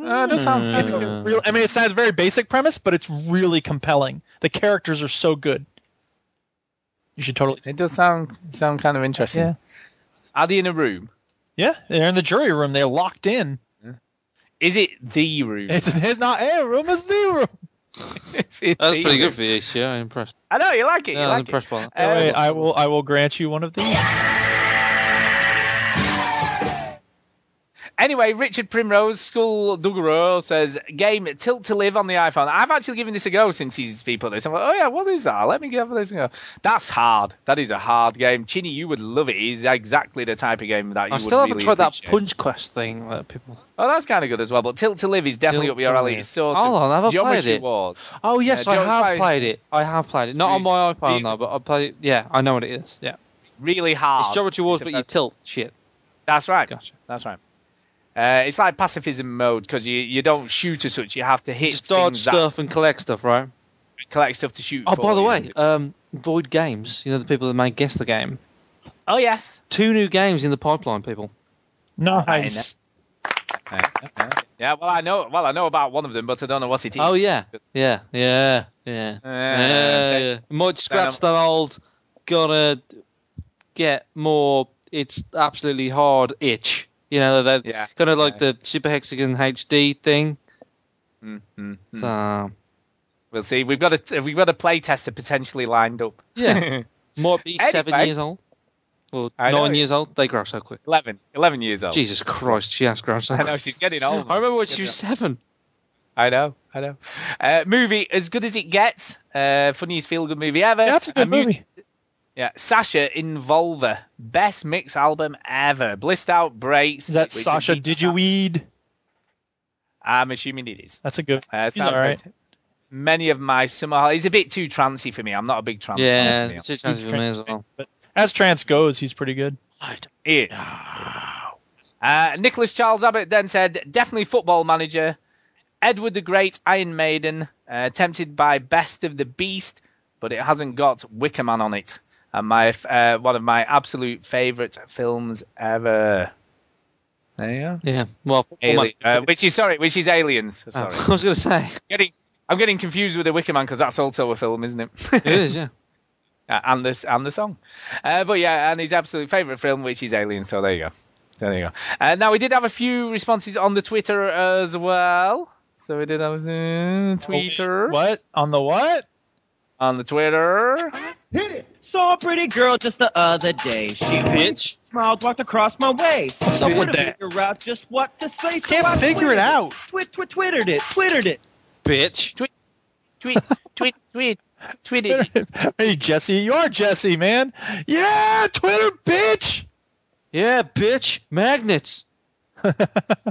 S2: Uh, that sounds. It's a real, I mean, it sounds very basic premise, but it's really compelling. The characters are so good. You should totally.
S3: It does sound sound kind of interesting.
S2: Yeah.
S3: Are they in a room?
S2: Yeah, they're in the jury room. They're locked in.
S3: Is it the room? (laughs)
S2: It's, it's not a room. It's the room.
S1: That's pretty good for you. Yeah, I'm impressed.
S3: I know you like it.
S1: Yeah,
S3: you
S1: I'm
S3: like
S1: impressed by that.
S3: Um,
S2: Wait, I will. I will grant you one of these.
S3: it. Anyway, Richard Primrose, School Duggaro, says game Tilt to Live on the iPhone. I've actually given this a go since he's people this. I'm like, oh yeah, what is that? Let me give this a go. That's hard. That is a hard game. Chinny, you would love it. It's exactly the type of game that you
S1: I
S3: would
S1: still haven't
S3: really
S1: tried that
S3: appreciate.
S1: punch quest thing that people.
S3: Oh, that's kind of good as well. But Tilt to Live is definitely
S1: Tilt
S3: up your
S1: to
S3: alley.
S1: Live.
S3: It's sort
S1: Hold
S3: of
S1: on, I haven't
S3: geometry
S1: played it.
S3: wars.
S1: Oh yes,
S3: Yeah,
S1: I
S3: Joe,
S1: have
S3: sorry.
S1: played it. I have played it. Not on my iPhone
S3: you-
S1: though, but I played it. Yeah, I know what it is. Yeah,
S3: Really hard.
S1: Ah, it's Geometry Wars,
S3: It's
S1: but
S3: about-
S1: you tilt. Shit.
S3: That's right.
S1: Gotcha.
S3: That's right. Uh, it's like pacifism mode because you, you don't shoot as such. You have to hit
S1: Just dodge
S3: things
S1: stuff and collect stuff, right?
S3: that collect stuff to shoot.
S1: Oh,
S3: for
S1: by the
S3: you.
S1: way, um, Void Games. You know the people that made Guess the Game.
S3: Oh yes.
S1: Two new games in the pipeline, people.
S2: Nice.
S3: Yeah. Well, I know. Well, I know about one of them, but I don't know what it is.
S1: Oh yeah, yeah, yeah, yeah,
S3: Uh,
S1: yeah.
S3: so-
S1: yeah. Might scratch that old. Gonna get more. It's absolutely hard itch. You know that
S3: Yeah.
S1: kind of like the Super Hexagon HD thing.
S3: Mm-hmm.
S1: So
S3: We'll see. We've got a we've got a playtester potentially lined up. (laughs)
S1: yeah, might be seven
S3: Anyway.
S1: years old or
S3: I know.
S1: nine years old. They grow so quick.
S3: 11, 11 years old.
S1: Jesus Christ, she has grown so
S3: (laughs) I
S1: quick.
S3: know she's getting old.
S1: I remember when she was seven.
S3: I know, I know. Uh, movie as good as it gets. Uh, funniest feel good movie ever.
S2: That's a good
S3: mu-
S2: movie.
S3: Yeah, Sasha Involver, best mix album ever. Blissed out breaks.
S2: Is that
S3: which
S2: Sasha?
S3: indeed-
S2: Did you weed?
S3: I'm assuming it is.
S2: That's a good.
S3: Uh,
S2: He's
S3: Sam
S2: all right.
S3: Fenton. Many of my summer holidays. He's a bit too trancy for me. I'm not a big trance fan. To be
S1: Yeah,
S3: honest.
S1: she changes her name as well.
S2: But as trance goes, he's pretty good.
S3: It.
S1: Ah.
S3: Uh, Nicholas Charles Abbott then said, definitely football manager. Edward the Great, Iron Maiden, uh, tempted by Best of the Beast, but it hasn't got Wicker Man on it. And my f- uh, one of my absolute favourite films ever. There you are.
S1: Yeah, well,
S3: Alien, uh, which is sorry, which is Aliens.
S1: oh, (laughs)
S3: Sorry,
S1: I was gonna (laughs) say
S3: getting I'm getting confused with the Wicker Man because that's also a film, isn't it?
S1: it is. Yeah.
S3: Uh, and this and the song. Uh, but yeah, and his absolute favourite film, which is Alien. So there you go. There you go. Uh, now we did have a few responses on the Twitter as well. So we did have uh, Twitter
S2: What on the what?
S3: on the Twitter.
S5: Saw a pretty girl just the other day. She
S1: Bitch.
S5: smiled, walked across my way.
S2: What's up
S5: Couldn't
S2: with that?
S5: Figure out just what to say. so
S2: Can't
S5: I
S2: figure it
S5: tweeted
S2: out.
S5: Twit, twit, twittered it. Twittered it.
S1: Bitch.
S3: Tweet, tweet, tweet, tweet it.
S2: (laughs) hey Jesse, you are Jesse, man. Yeah, Twitter bitch. (laughs)
S1: Yeah, bitch. Magnets.
S3: (laughs)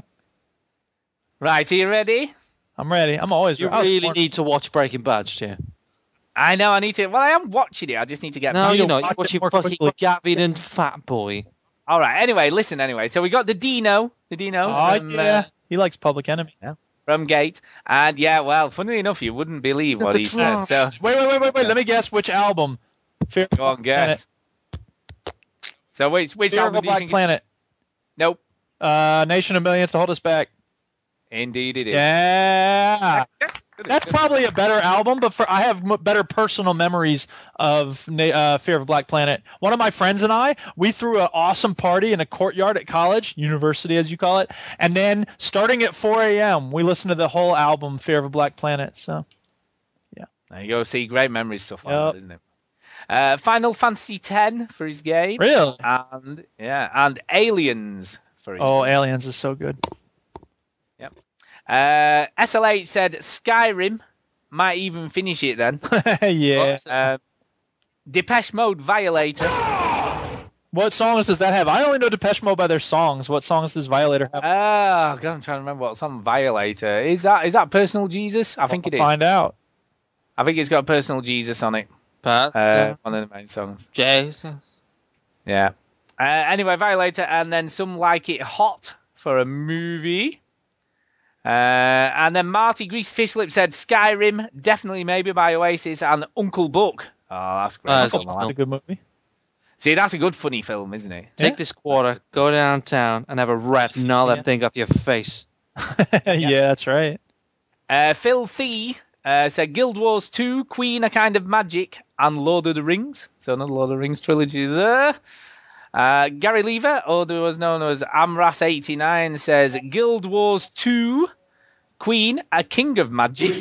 S3: Right, are you ready?
S2: I'm ready. I'm always
S1: You
S2: ready. I was
S1: really
S2: born-
S1: need to watch Breaking Bad, Stu.
S3: I know I need to. Well, I am watching it. I just need to get.
S1: No,
S3: back.
S1: you're not.
S2: watch
S1: You're watching
S2: it more
S1: fucking
S2: quickly.
S1: Gavin and Fat Boy.
S3: All right. Anyway, listen. Anyway, so we got the Dino. The Dino.
S2: Aw,
S3: from,
S2: yeah.
S3: uh,
S2: he likes Public Enemy. Yeah.
S3: from Gate. And yeah, well, funnily enough, you wouldn't believe (laughs) what he said. So
S2: Wait, wait, wait, wait, wait. Let me guess which album. Fear
S3: go on, guess. So which which
S2: Fear of
S3: album
S2: a
S3: do you
S2: Black
S3: think?
S2: Planet.
S3: Nope.
S2: Uh, Nation of Millions to hold us back.
S3: Indeed, it is.
S2: Yeah.
S3: Yes, it is.
S2: That's probably a better album, but for I have m- better personal memories of Na- uh, Fear of a Black Planet. One of my friends and I, we threw an awesome party in a courtyard at college, university as you call it, and then starting at 4 a.m., we listened to the whole album Fear of a Black Planet. So
S3: There you go. See, great memories stuff like
S2: Yep.
S3: that, isn't it? Uh, Final Fantasy X for his game.
S2: real.
S3: And yeah, and Aliens for his.
S2: Oh,
S3: game.
S2: Aliens is so good. (laughs)
S3: Uh, SLH said Skyrim. Might even finish
S2: (laughs)
S3: it then.
S2: yeah.
S3: Uh, Depeche
S2: (gasps)
S3: Mode Violator.
S2: What songs does that have? I only know Depeche Mode by their songs. What songs does Violator have?
S3: Oh god, I'm trying to remember what's on Violator. Is that is that personal Jesus? I think it is.
S2: Find out.
S3: I think it's got personal Jesus on it.
S1: Pat.
S3: Uh, One of the main songs.
S1: Jesus.
S3: Yeah. Uh, anyway, Violator, and then some like it hot for a movie. Uh, and then Marty Grease Fishlip said Skyrim, definitely maybe by Oasis, and Uncle Buck. Oh, that's great.
S1: That's
S3: Uncle Buck.
S2: It's Uh, a good movie. (laughs)
S3: See, that's a good funny film, isn't it?
S1: Take this quarter, go downtown, and have a rat gnarl that
S2: Yeah.
S1: thing off your face.
S13: yeah. yeah, that's right.
S3: Uh, Phil Thee uh, said Guild Wars 2, Queen, A Kind of Magic, and Lord of the Rings. So another Lord of the Rings trilogy there. Uh, Gary Lever, otherwise known as Amras89, says Guild Wars 2, Queen, A King of Magic.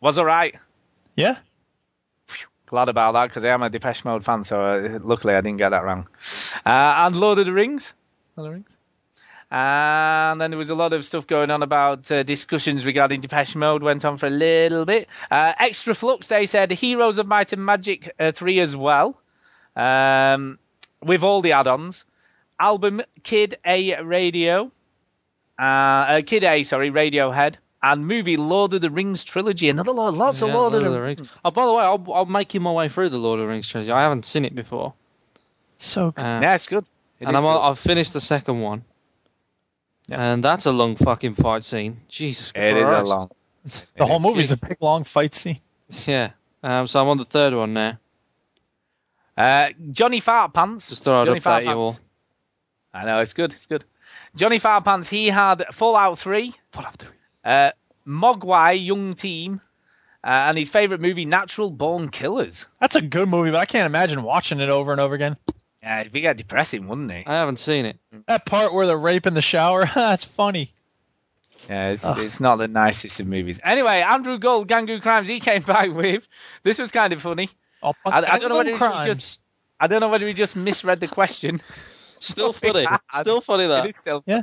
S3: Was alright.
S13: Yeah.
S3: Glad about that because I am a Depeche Mode fan, so uh, luckily I didn't get that wrong. Uh, and Lord of the Rings. Lord of the Rings. And then there was a lot of stuff going on about uh, discussions regarding Depeche Mode, went on for a little bit. Uh, Extra Flux, they said Heroes of Might and Magic uh, 3 as well, um, with all the add ons. Album Kid A Radio, uh, Kid A, sorry, Radiohead. And movie Lord of the Rings trilogy, another Lord, lots
S1: Yeah,
S3: of Lord,
S1: Lord
S3: of
S1: of the Rings. Oh, by the way, I'll, I'll make you my way through the Lord of the Rings trilogy. I haven't seen it before. Uh,
S13: So
S1: good.
S3: yeah, it's good. It
S1: and
S3: is
S1: I'm,
S3: good.
S1: I've finished the second one. And that's a long fucking fight scene. Jesus Christ.
S3: It is a long.
S13: The whole movie's a big long fight scene.
S1: (laughs) Yeah. Um, so I'm on the third one now.
S3: Uh, Johnny Fartpants.
S1: Just thought I'd
S3: Johnny
S1: update you
S3: Fartpants.
S1: all.
S3: I know it's good. It's good. Johnny Farpants. He had Fallout Three. Fallout Three. Uh, Mogwai Young Team, uh, and his favorite movie, Natural Born Killers.
S13: That's a good movie, but I can't imagine watching it over and over again.
S3: Yeah, it'd be get depressing, wouldn't it?
S1: I haven't seen
S3: (laughs)
S1: it.
S13: That part where they're raping the shower, (laughs) that's funny.
S3: Yeah, it's,
S13: Ugh.
S3: it's not the nicest of movies. Anyway, Andrew Gold, Gangu Crimes. He came (laughs) back with this was kind of funny.
S13: I,
S3: I don't know whether
S13: Gangu
S3: he
S13: Crimes.
S3: just. I don't know whether he just misread the question.
S1: Still
S3: (laughs)
S1: funny. Still funny that.
S3: It is still
S13: Yeah.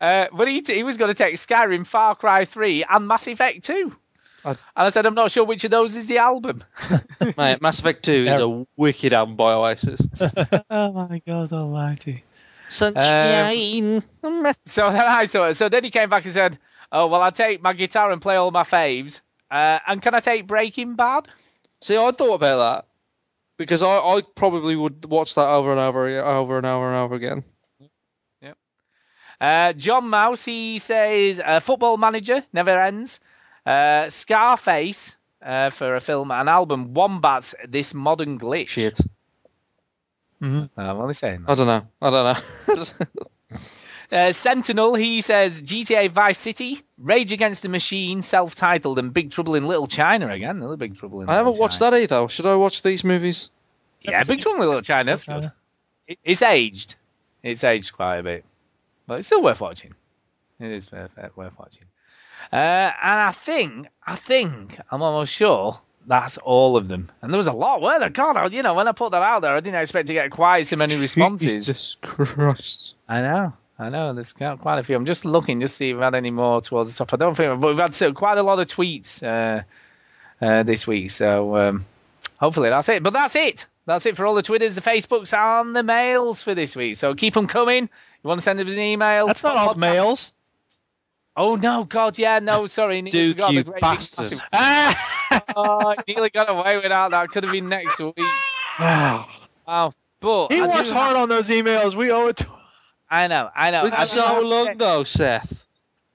S3: Uh, but he, he was going to take Skyrim, Far Cry 3, and Mass Effect 2.
S1: I-
S3: And I said, I'm not sure which of those is the album. (laughs)
S1: Mate, Mass Effect 2 is a wicked album by
S3: (laughs)
S1: Oasis.
S13: (laughs) oh my god, almighty.
S1: Sunshine.
S3: So then I saw it. So then he came back and said, Oh, well, I'll take my guitar and play all my faves. Uh, and can I take Breaking Bad?
S1: See, I thought about that because I, I probably would watch that over and over, ag- over and over and over again.
S3: Uh, John Mouse, he says, uh, Football Manager, never ends. Uh, Scarface uh, for a film and album. Wombats, This Modern Glitch. Uh,
S1: Shit.
S3: I'm only saying that.
S1: I don't know. I don't know. (laughs)
S3: Uh, Sentinel, he says GTA Vice City, Rage Against the Machine, self-titled, and Big Trouble in Little China again. Another Big Trouble in
S1: I
S3: Little
S1: haven't watched that either. Should I watch these movies?
S3: that. Yeah, Big Trouble in Little China. That's good. It, it's aged. It's aged quite a bit, but it's still worth watching. It is worth, worth watching. Uh, and I think, I think, I'm almost sure that's all of them. And there was a lot, weren't there? God, I, you know, when I put that out there, I didn't expect to get quite
S1: (laughs)
S3: so many responses.
S1: Jesus Christ.
S3: I know, I know. There's quite quite a few. I'm just looking just to see if we've had any more towards the top. I don't think, but we've had so, quite a lot of tweets uh, uh, this week. So um, hopefully that's it. But that's it. That's it for all the Twitters, the Facebooks, and the mails for this week. So keep them coming. You want to send us an email?
S13: That's not all the mails.
S3: Oh no, God, yeah, no, sorry. Nearly
S1: Duke,
S3: forgot the
S1: you
S3: great big
S1: bastard.
S3: massive-
S13: (laughs)
S3: oh, nearly got away without that. Could have been next week. Wow. But
S13: He
S3: I
S13: works
S3: do
S13: hard
S3: have-
S13: on those emails. We owe it to him.
S3: I know, I know. I
S1: It's
S3: do have
S1: so
S3: to say-
S1: long though, Seth.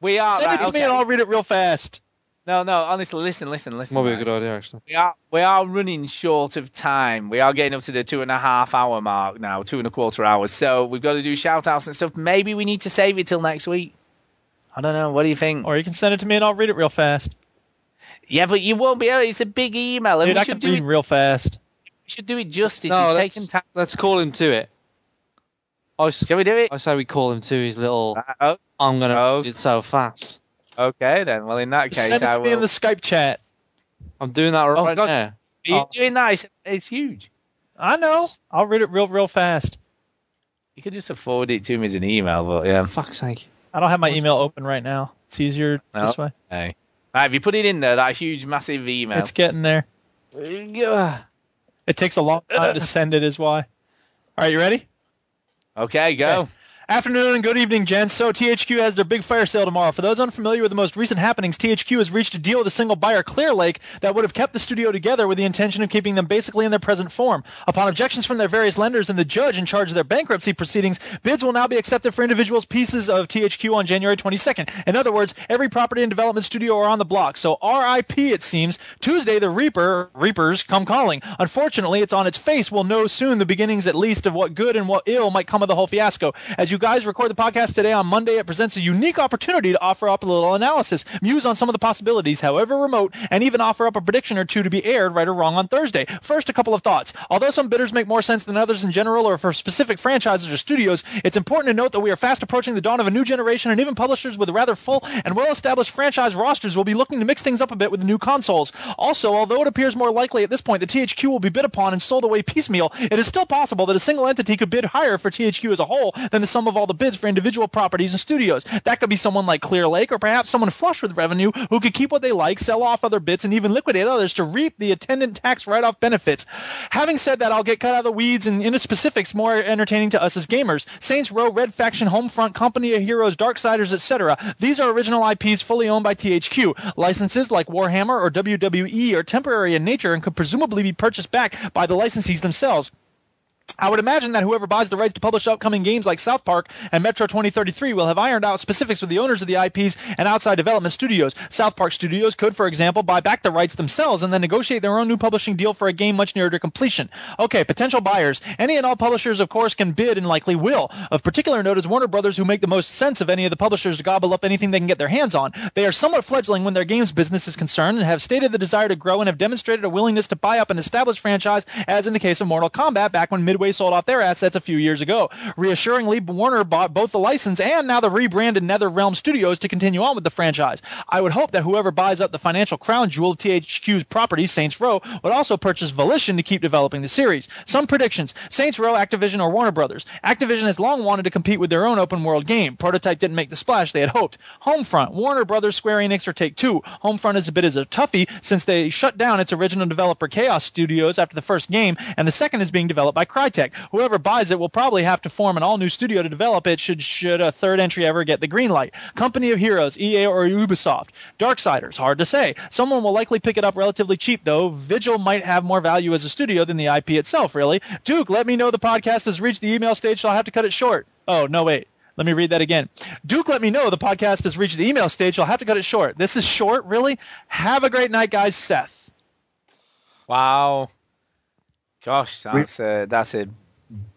S3: We are.
S13: Send
S3: Ah, right,
S13: it to
S3: okay.
S13: me and I'll read it real fast.
S3: No, no, honestly, listen, listen, listen.
S1: Might be a
S3: right.
S1: good idea actually.
S3: We are we are running short of time. We are getting up to the two and a half hour mark now, two and a quarter hours. So we've got to do shout outs and stuff. Maybe we need to save it till next week. I don't know. What do you think?
S13: Or you can send it to me and I'll read it real fast.
S3: Yeah, but you won't be able. It's a big email, and
S13: Dude,
S3: we
S13: I
S3: should
S13: can
S3: do
S13: read
S3: it. We
S13: real fast.
S3: should do it justice.
S1: No,
S3: It's
S1: let's-
S3: taken time.
S1: Let's call him to it. I, s-
S3: Shall we do it?
S1: I say we call him to his little.
S3: Uh, oh,
S1: I'm gonna
S3: Oh.
S1: do it so fast.
S3: okay then. Well, in that
S13: Just
S3: case,
S13: send it
S3: I
S13: to me
S3: will.
S13: in the Skype chat.
S1: I'm doing that right
S3: Oh, God.
S1: now.
S3: Are you
S1: Oh.
S3: doing that? It's, it's huge.
S13: I know. I'll read it real, real fast.
S3: You could just forward it to me as an email, but yeah.
S1: Fuck's sake.
S13: I don't have my email open right now. It's easier
S3: No.
S13: this way.
S3: Hey. Right, if you put it in there, that huge, massive email.
S13: It's getting there.
S1: Yeah.
S13: It takes a long time to send it, is why. All right, you ready?
S3: Okay, go.
S13: Okay.
S2: Afternoon and good evening, gents. So THQ has their big fire sale tomorrow. For those unfamiliar with the most recent happenings, THQ has reached a deal with a single buyer, Clear Lake, that would have kept the studio together with the intention of keeping them basically in their present form. Upon objections from their various lenders and the judge in charge of their bankruptcy proceedings, bids will now be accepted for individuals' pieces of THQ on January 22nd. In other words, every property and development studio are on the block. So RIP, it seems. Tuesday, the Reaper, Reapers come calling. Unfortunately, it's on its face. We'll know soon the beginnings, at least, of what good and what ill might come of the whole fiasco. As you guys record the podcast today on Monday, it presents a unique opportunity to offer up a little analysis, muse on some of the possibilities, however remote, and even offer up a prediction or two to be aired right or wrong on Thursday. First, a couple of thoughts. Although some bidders make more sense than others in general or for specific franchises or studios, it's important to note that we are fast approaching the dawn of a new generation, and even publishers with rather full and well established franchise rosters will be looking to mix things up a bit with the new consoles. Also, although it appears more likely at this point that THQ will be bid upon and sold away piecemeal, it is still possible that a single entity could bid higher for THQ as a whole than the sum of all the bids for individual properties and studios. That could be someone like Clear Lake or perhaps someone flush with revenue who could keep what they like, sell off other bits, and even liquidate others to reap the attendant tax write off benefits. Having said that, I'll get cut out of the weeds and into specifics more entertaining to us as gamers. Saints Row, Red Faction, Homefront, Company of Heroes, Darksiders, etc. These are original IPs fully owned by THQ. Licenses like Warhammer or WWE are temporary in nature and could presumably be purchased back by the licensees themselves. I would imagine that whoever buys the rights to publish upcoming games like South Park and Metro 2033 will have ironed out specifics with the owners of the IPs and outside development studios. South Park studios could, for example, buy back the rights themselves and then negotiate their own new publishing deal for a game much nearer to completion. Okay, potential buyers. Any and all publishers, of course, can bid and likely will. Of particular note is Warner Brothers, who make the most sense of any of the publishers to gobble up anything they can get their hands on. They are somewhat fledgling when their games business is concerned and have stated the desire to grow and have demonstrated a willingness to buy up an established franchise, as in the case of Mortal Kombat back when Midway sold off their assets a few years ago. Reassuringly, Warner bought both the license and now the rebranded NetherRealm Studios to continue on with the franchise. I would hope that whoever buys up the financial crown jewel of THQ's property, Saints Row, would also purchase Volition to keep developing the series. Some predictions Saints Row, Activision, or Warner Brothers. Activision has long wanted to compete with their own open world game. Prototype didn't make the splash they had hoped. Homefront, Warner Brothers, Square Enix, or Take Two. Homefront is a bit as a toughie since they shut down its original developer Chaos Studios after the first game, and the second is being developed by Crytek. Crytek. Whoever buys it will probably have to form an all-new studio to develop it. Should should a third entry ever get the green light? Company of Heroes, EA or Ubisoft. Darksiders, hard to say. Someone will likely pick it up relatively cheap, though. Vigil might have more value as a studio than the IP itself, really. Duke, let me know the podcast has reached the email stage, so I'll have to cut it short. Oh no, wait. Let me read that again. Duke, let me know the podcast has reached the email stage. I'll have to cut it short. This is short, really. Have a great night, guys. Seth.
S3: Wow. Gosh, that's a that's a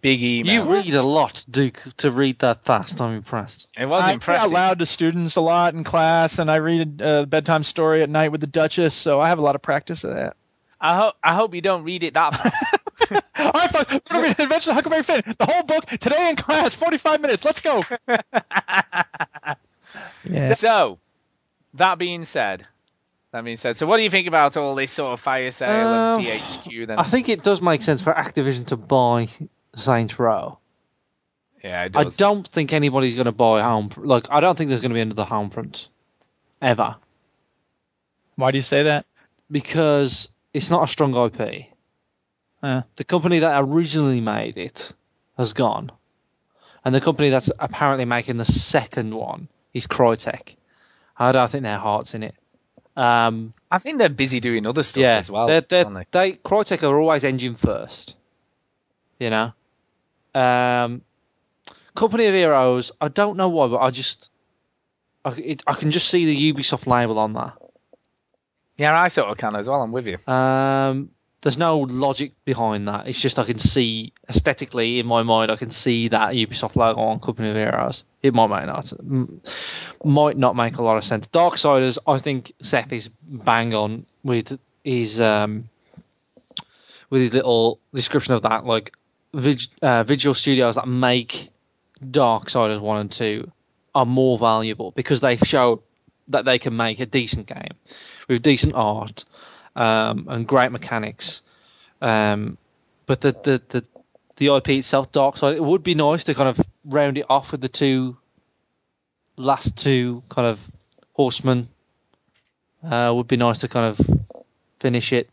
S3: big email.
S1: You read a lot, Duke, to read that fast. I'm impressed.
S3: It was
S2: I
S3: impressive.
S2: read out loud to students a lot in class, and I read a bedtime story at night with the Duchess, so I have a lot of practice of that.
S3: I hope I hope you don't read it that fast.
S2: All right, folks, we're going to read Adventures of Huckleberry Finn, the whole book today in class, 45 minutes. Let's go.
S3: (laughs) yeah. So, that being said, that being said, so what do you think about all this sort of fire sale um, and THQ? Then
S1: I think it does make sense for Activision to buy Saints Row.
S3: Yeah, I
S1: don't think anybody's going to buy Home. Like, I don't think there's going to be another Homefront ever.
S2: Why do you say that?
S1: Because it's not a strong IP.
S2: Uh.
S1: The company that originally made it has gone, and the company that's apparently making the second one is Crytek. I don't think their heart's in it. Um,
S3: I think they're busy doing other stuff
S1: yeah,
S3: as well.
S1: They're, they're, they they Crytek are always engine first. You know, um, Company of Heroes. I don't know why, but I just I, it, I, can just see the Ubisoft label on that.
S3: Yeah, I sort of can as well. I'm with you.
S1: Um, there's no logic behind that. It's just I can see aesthetically in my mind. I can see that Ubisoft logo on Company of Heroes. It might make not might not make a lot of sense. Darksiders, I think Seth is bang on with his um with his little description of that. Like Vig, uh, Visual Studios that make Darksiders one and two are more valuable because they show that they can make a decent game with decent art. Um, and great mechanics. Um, but the, the, the the IP itself, Dark Side, it would be nice to kind of round it off with the two last two kind of horsemen. Uh, would be nice to kind of finish it,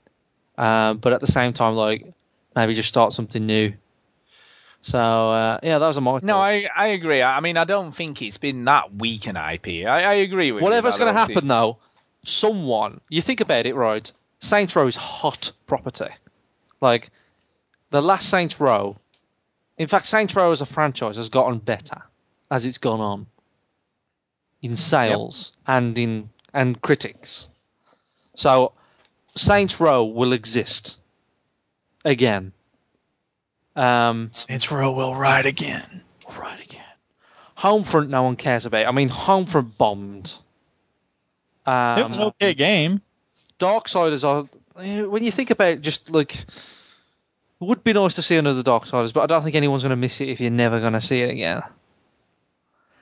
S1: uh, but at the same time, like maybe just start something new. So uh, yeah, that was a my.
S3: No, I, I agree. I, I mean, I don't think it's been that weak an IP. I, I agree with
S1: Whatever's
S3: going to
S1: happen though, someone you think about it, right? Saints Row's hot property. Like the last Saints Row. In fact, Saints Row as a franchise has gotten better as it's gone on in sales and in and critics. So Saints Row will exist again. Um,
S13: Saints Row will ride again.
S1: Right again. Homefront, no one cares about. I mean, Homefront bombed. Um,
S13: it was an okay game.
S1: Darksiders are. eh, When you think about just like. It would be nice to see another Darksiders, but I don't think anyone's going to miss it if you're never going to see it again.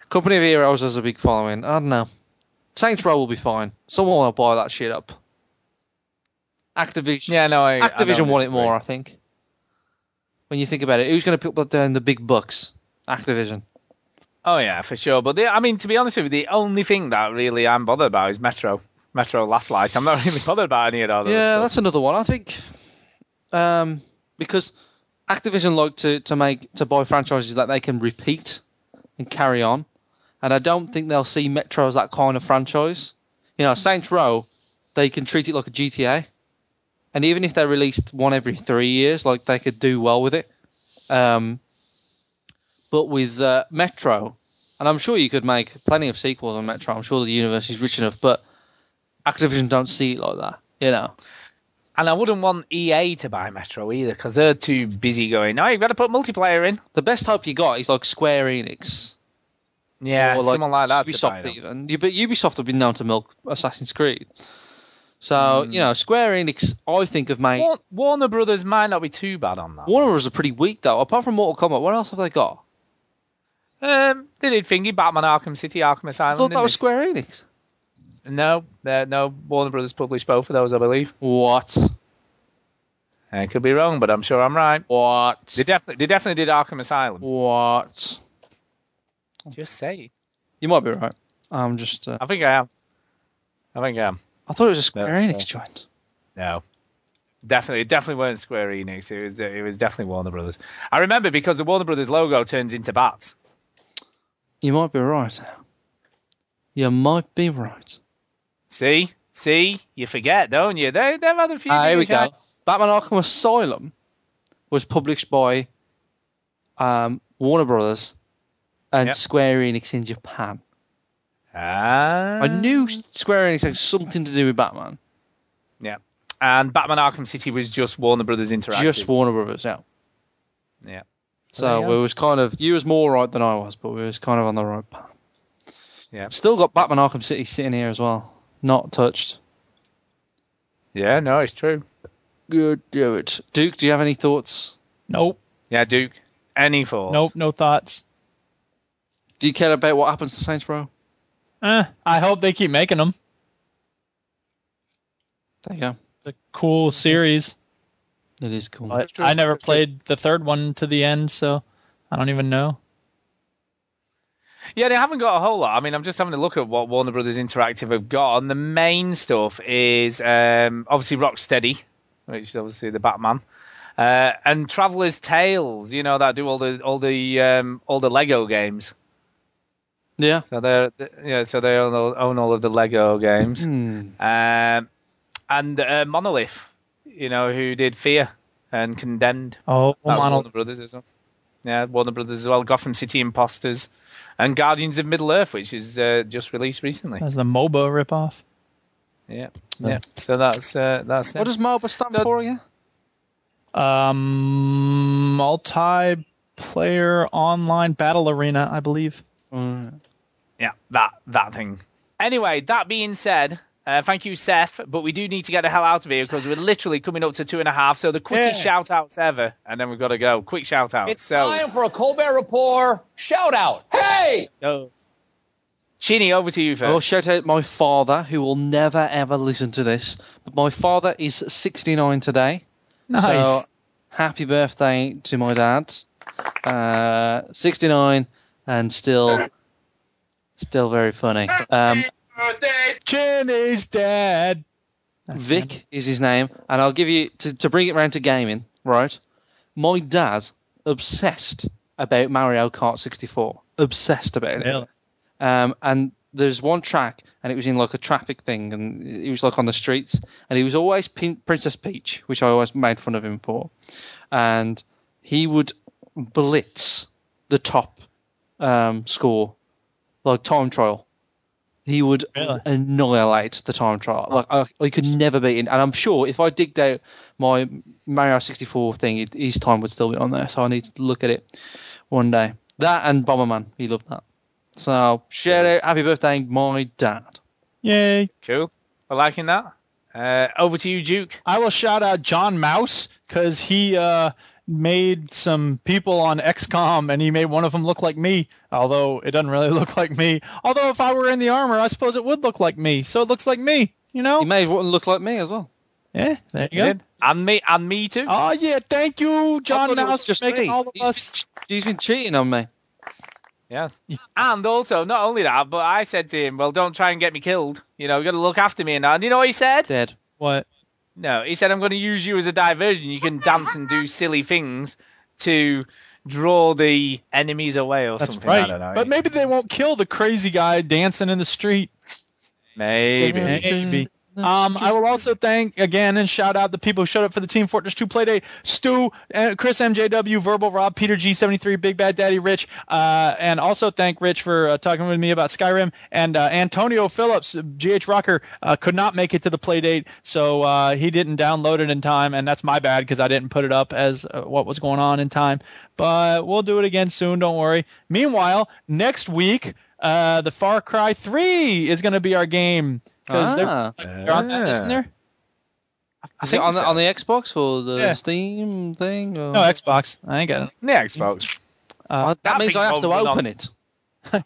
S1: Company of Heroes has a big following. I don't know. Saints Row will be fine. Someone will buy that shit up. Activision.
S3: Yeah, no, I, I
S1: Activision
S3: don't
S1: want it
S3: disagree.
S1: more, I think. When you think about it, who's going to pick up the, the big bucks? Activision.
S3: Oh yeah, for sure. But the, I mean, to be honest with you, the only thing that really I'm bothered about is Metro. Metro Last Light. I'm not (laughs) really bothered about any of that. other
S1: Yeah,
S3: stuff.
S1: that's another one. I think um, because Activision like to, to make to buy franchises that they can repeat and carry on, and I don't think they'll see Metro as that kind of franchise. You know, Saints Row, they can treat it like a GTA, and even if they released one every three years, like they could do well with it. Um, but with uh, Metro, and I'm sure you could make plenty of sequels on Metro. I'm sure the universe is rich enough, but Activision don't see it like that. You know.
S3: And I wouldn't want EA to buy Metro either because they're too busy going. No, you've got to put multiplayer in.
S1: The best hope you got is like Square Enix.
S3: Yeah,
S1: or like
S3: someone like that. to
S1: Ubisoft
S3: buy them.
S1: even. You- But Ubisoft have been known to milk Assassin's Creed. So
S3: Hmm.
S1: you know, Square Enix, I think, have made
S3: War- Warner Brothers might not be too bad on that.
S1: Warner Bros. are pretty weak though. Apart from Mortal Kombat, what else have they got?
S3: Um, they did thingy Batman Arkham City, Arkham
S1: I
S3: Asylum.
S1: thought
S3: didn't
S1: that was
S3: they?
S1: Square Enix.
S3: No, they're- no. Warner Brothers published both of those, I believe.
S1: What?
S3: I could be wrong, but I'm sure I'm right.
S1: What?
S3: They definitely, they definitely did Arkham Asylum.
S1: What?
S3: Just say.
S1: You might be right. I'm just. Uh,
S3: I think I am. I think I am.
S1: I thought it was a Square
S3: No,
S1: Enix joint.
S3: No. Definitely, it definitely weren't Square Enix. It was, it was definitely Warner Brothers. I remember because the Warner Brothers logo turns into bats.
S1: You might be right. You might be right.
S3: See, see, you forget, don't you? They, they've had a few.
S1: Ah, here we
S3: years
S1: go.
S3: out.
S1: Batman Arkham Asylum was published by um, Warner Brothers and
S3: Yep.
S1: Square Enix in Japan.
S3: Ah,
S1: I knew Square Enix had something to do with Batman.
S3: yeah. And Batman Arkham City was just Warner Brothers Interactive.
S1: Just Warner Brothers, yeah.
S3: Yeah.
S1: So
S3: There you
S1: we
S3: go.
S1: was kind of you was more right than I was, but we was kind of on the right path.
S3: Yeah.
S1: Still got Batman Arkham City sitting here as well, not touched.
S3: Yeah, no, it's true.
S1: Good, do it. Duke, do you have any thoughts?
S13: Nope.
S3: Yeah, Duke. E Any thoughts?
S13: Nope. No thoughts.
S1: Do you care about what happens to Saints Row?
S13: Eh, I hope they keep making them.
S1: There you go.
S13: It's a cool series.
S1: It is cool.
S13: But I never played the third one to the end, so I don't even know.
S3: Yeah, they haven't got a whole lot. I mean, I'm just having a look at what Warner Brothers Interactive have got, and the main stuff is um, obviously Rocksteady, which is obviously the Batman, uh, and Traveler's Tales. You know that do all the all the um, all the Lego games.
S1: Yeah.
S3: So they're th- yeah, so they own all, own all of the Lego games,
S1: Hmm.
S3: um, and uh, Monolith, you know, who did Fear and Condemned.
S13: Oh,
S3: That's
S13: Monol-
S3: Warner Brothers as well. Yeah, Warner Brothers as well. Gotham City Imposters and Guardians of Middle Earth, which is uh, just released recently.
S2: Uh,
S13: that's the MOBA ripoff.
S3: Yeah, yeah. So that's uh, that's
S1: What does MOBA stand for again?
S13: Um, multiplayer online battle arena, I believe.
S3: yeah that that thing. Anyway, that being said. Uh, thank you, Seth, but we do need to get the hell out of here because we're literally coming up to two and a half. So the quickest
S14: Yeah.
S3: shout outs ever, and then we've got to go. Quick shout out.
S14: It's
S3: so,
S14: time for a Colbert Report shout out. Hey!
S3: Go. Chini, over to you
S1: I will
S3: first.
S1: shout out my father, who will never ever listen to this. But my father is 69 today.
S13: Nice.
S1: So happy birthday to my dad. Uh, 69 and still, still very funny. Um,
S13: Jenny's dad.
S1: Vic is his name, and I'll give you to, to bring it round to gaming, right? My dad obsessed about Mario Kart 64, obsessed about it. Really? Um, and there's one track, and it was in like a traffic thing, and he was like on the streets, and he was always Pin- Princess Peach, which I always made fun of him for, and he would blitz the top um, score, like time trial. He would
S2: Really?
S1: annihilate the time trial. Like I, I could never beat him, and I'm sure if I digged out my Mario 64 thing, it, his time would still be on there. So I need to look at it one day. That and Bomberman, he loved that. So shout out, happy birthday, my dad.
S2: Yay.
S3: Cool. I liking that. Uh, over to you, Duke.
S2: I will shout out John Mouse because he uh, made some people on XCOM and he made one of them look like me. Although it doesn't really (laughs) look like me. Although if I were in the armor, I suppose it would look like me. So it looks like me. You know. He
S1: made one look like me as well.
S2: Yeah. There you
S3: Yeah.
S2: go.
S3: And me, and me too.
S2: Oh yeah, thank you, John
S1: thought it was
S2: Mouse, for
S1: just
S2: making
S1: me.
S2: all of
S1: (laughs)
S2: us.
S1: He's been cheating on me.
S3: Yes. And also, not only that, but I said to him, "Well, don't try and get me killed. You know, you got to look after me." And that." And you know what he said?
S1: Dead.
S2: What?
S3: No, he said, "I'm going to use you as a diversion. You can dance and do silly things to draw the enemies away or
S2: That's
S3: something." I
S2: right.
S3: don't know.
S2: But maybe they won't kill the crazy guy dancing in the street.
S3: maybe.
S2: Maybe. Um, I will also thank again and shout out the people who showed up for the Team Fortress 2 playdate: Stu, uh, Chris MJW, Verbal Rob, Peter G73, Big Bad Daddy Rich, uh, and also thank Rich for uh, talking with me about Skyrim and uh, Antonio Phillips, GH Rocker, uh, could not make it to the playdate, so uh, he didn't download it in time, and that's my bad because I didn't put it up as uh, what was going on in time. But we'll do it again soon, don't worry. Meanwhile, next week. Uh, the Far Cry 3 is going to be our game because
S1: Ah.
S2: they're they're on that, isn't there?
S1: Is it on the, on the Xbox or the
S2: Yeah.
S1: Steam thing? Or...
S2: No Xbox. I ain't got it.
S3: Yeah, Xbox.
S2: Uh,
S1: that, means
S3: thing
S1: I have to
S3: won't run
S1: open
S3: on-
S1: it.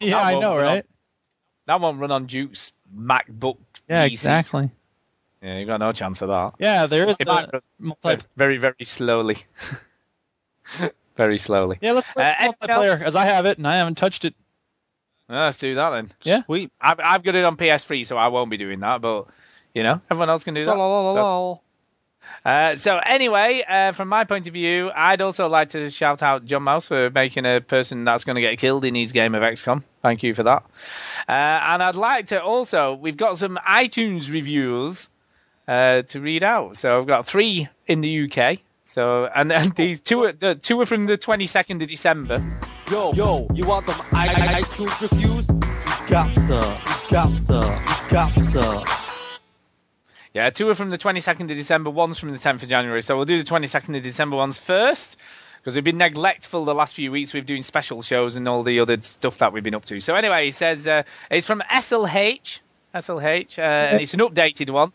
S2: (laughs) yeah, I
S3: won't
S2: know,
S3: run on-
S2: right?
S3: That won't run on Duke's MacBook.
S2: Yeah,
S3: PC.
S2: exactly.
S3: Yeah, you got no chance of that.
S2: Yeah, there is
S3: It
S2: the
S3: might run
S2: multiplayer.
S3: very, very slowly. (laughs) very slowly.
S2: Yeah, let's play
S3: Uh,
S2: the
S3: anything
S2: multiplayer
S3: else?
S2: because I have it and I haven't touched it.
S3: Yeah, let's do that then.
S2: Yeah.
S1: Sweet.
S3: I've, I've got it on PS3, so I won't be doing that. But you know, everyone else can do that. So that's- Uh, so anyway, uh, from my point of view, I'd also like to shout out John Mouse for making a person that's going to get killed in his game of XCOM. Thank you for that. Uh, and I'd like to also, we've got some iTunes reviews uh, to read out. So I've got three in the UK. So and, and (laughs) these two are the two are from the 22nd of December.
S5: Yo, yo, you want them I- I- iTunes reviews? Got the, got the, got the.
S3: Yeah, two are from the 22nd of December, one's from the 10th of January. So we'll do the 22nd of December ones first, because we've been neglectful the last few weeks. We've doing special shows and all the other stuff that we've been up to. So anyway, he says uh, it's from SLH, SLH, uh, and it's an updated one.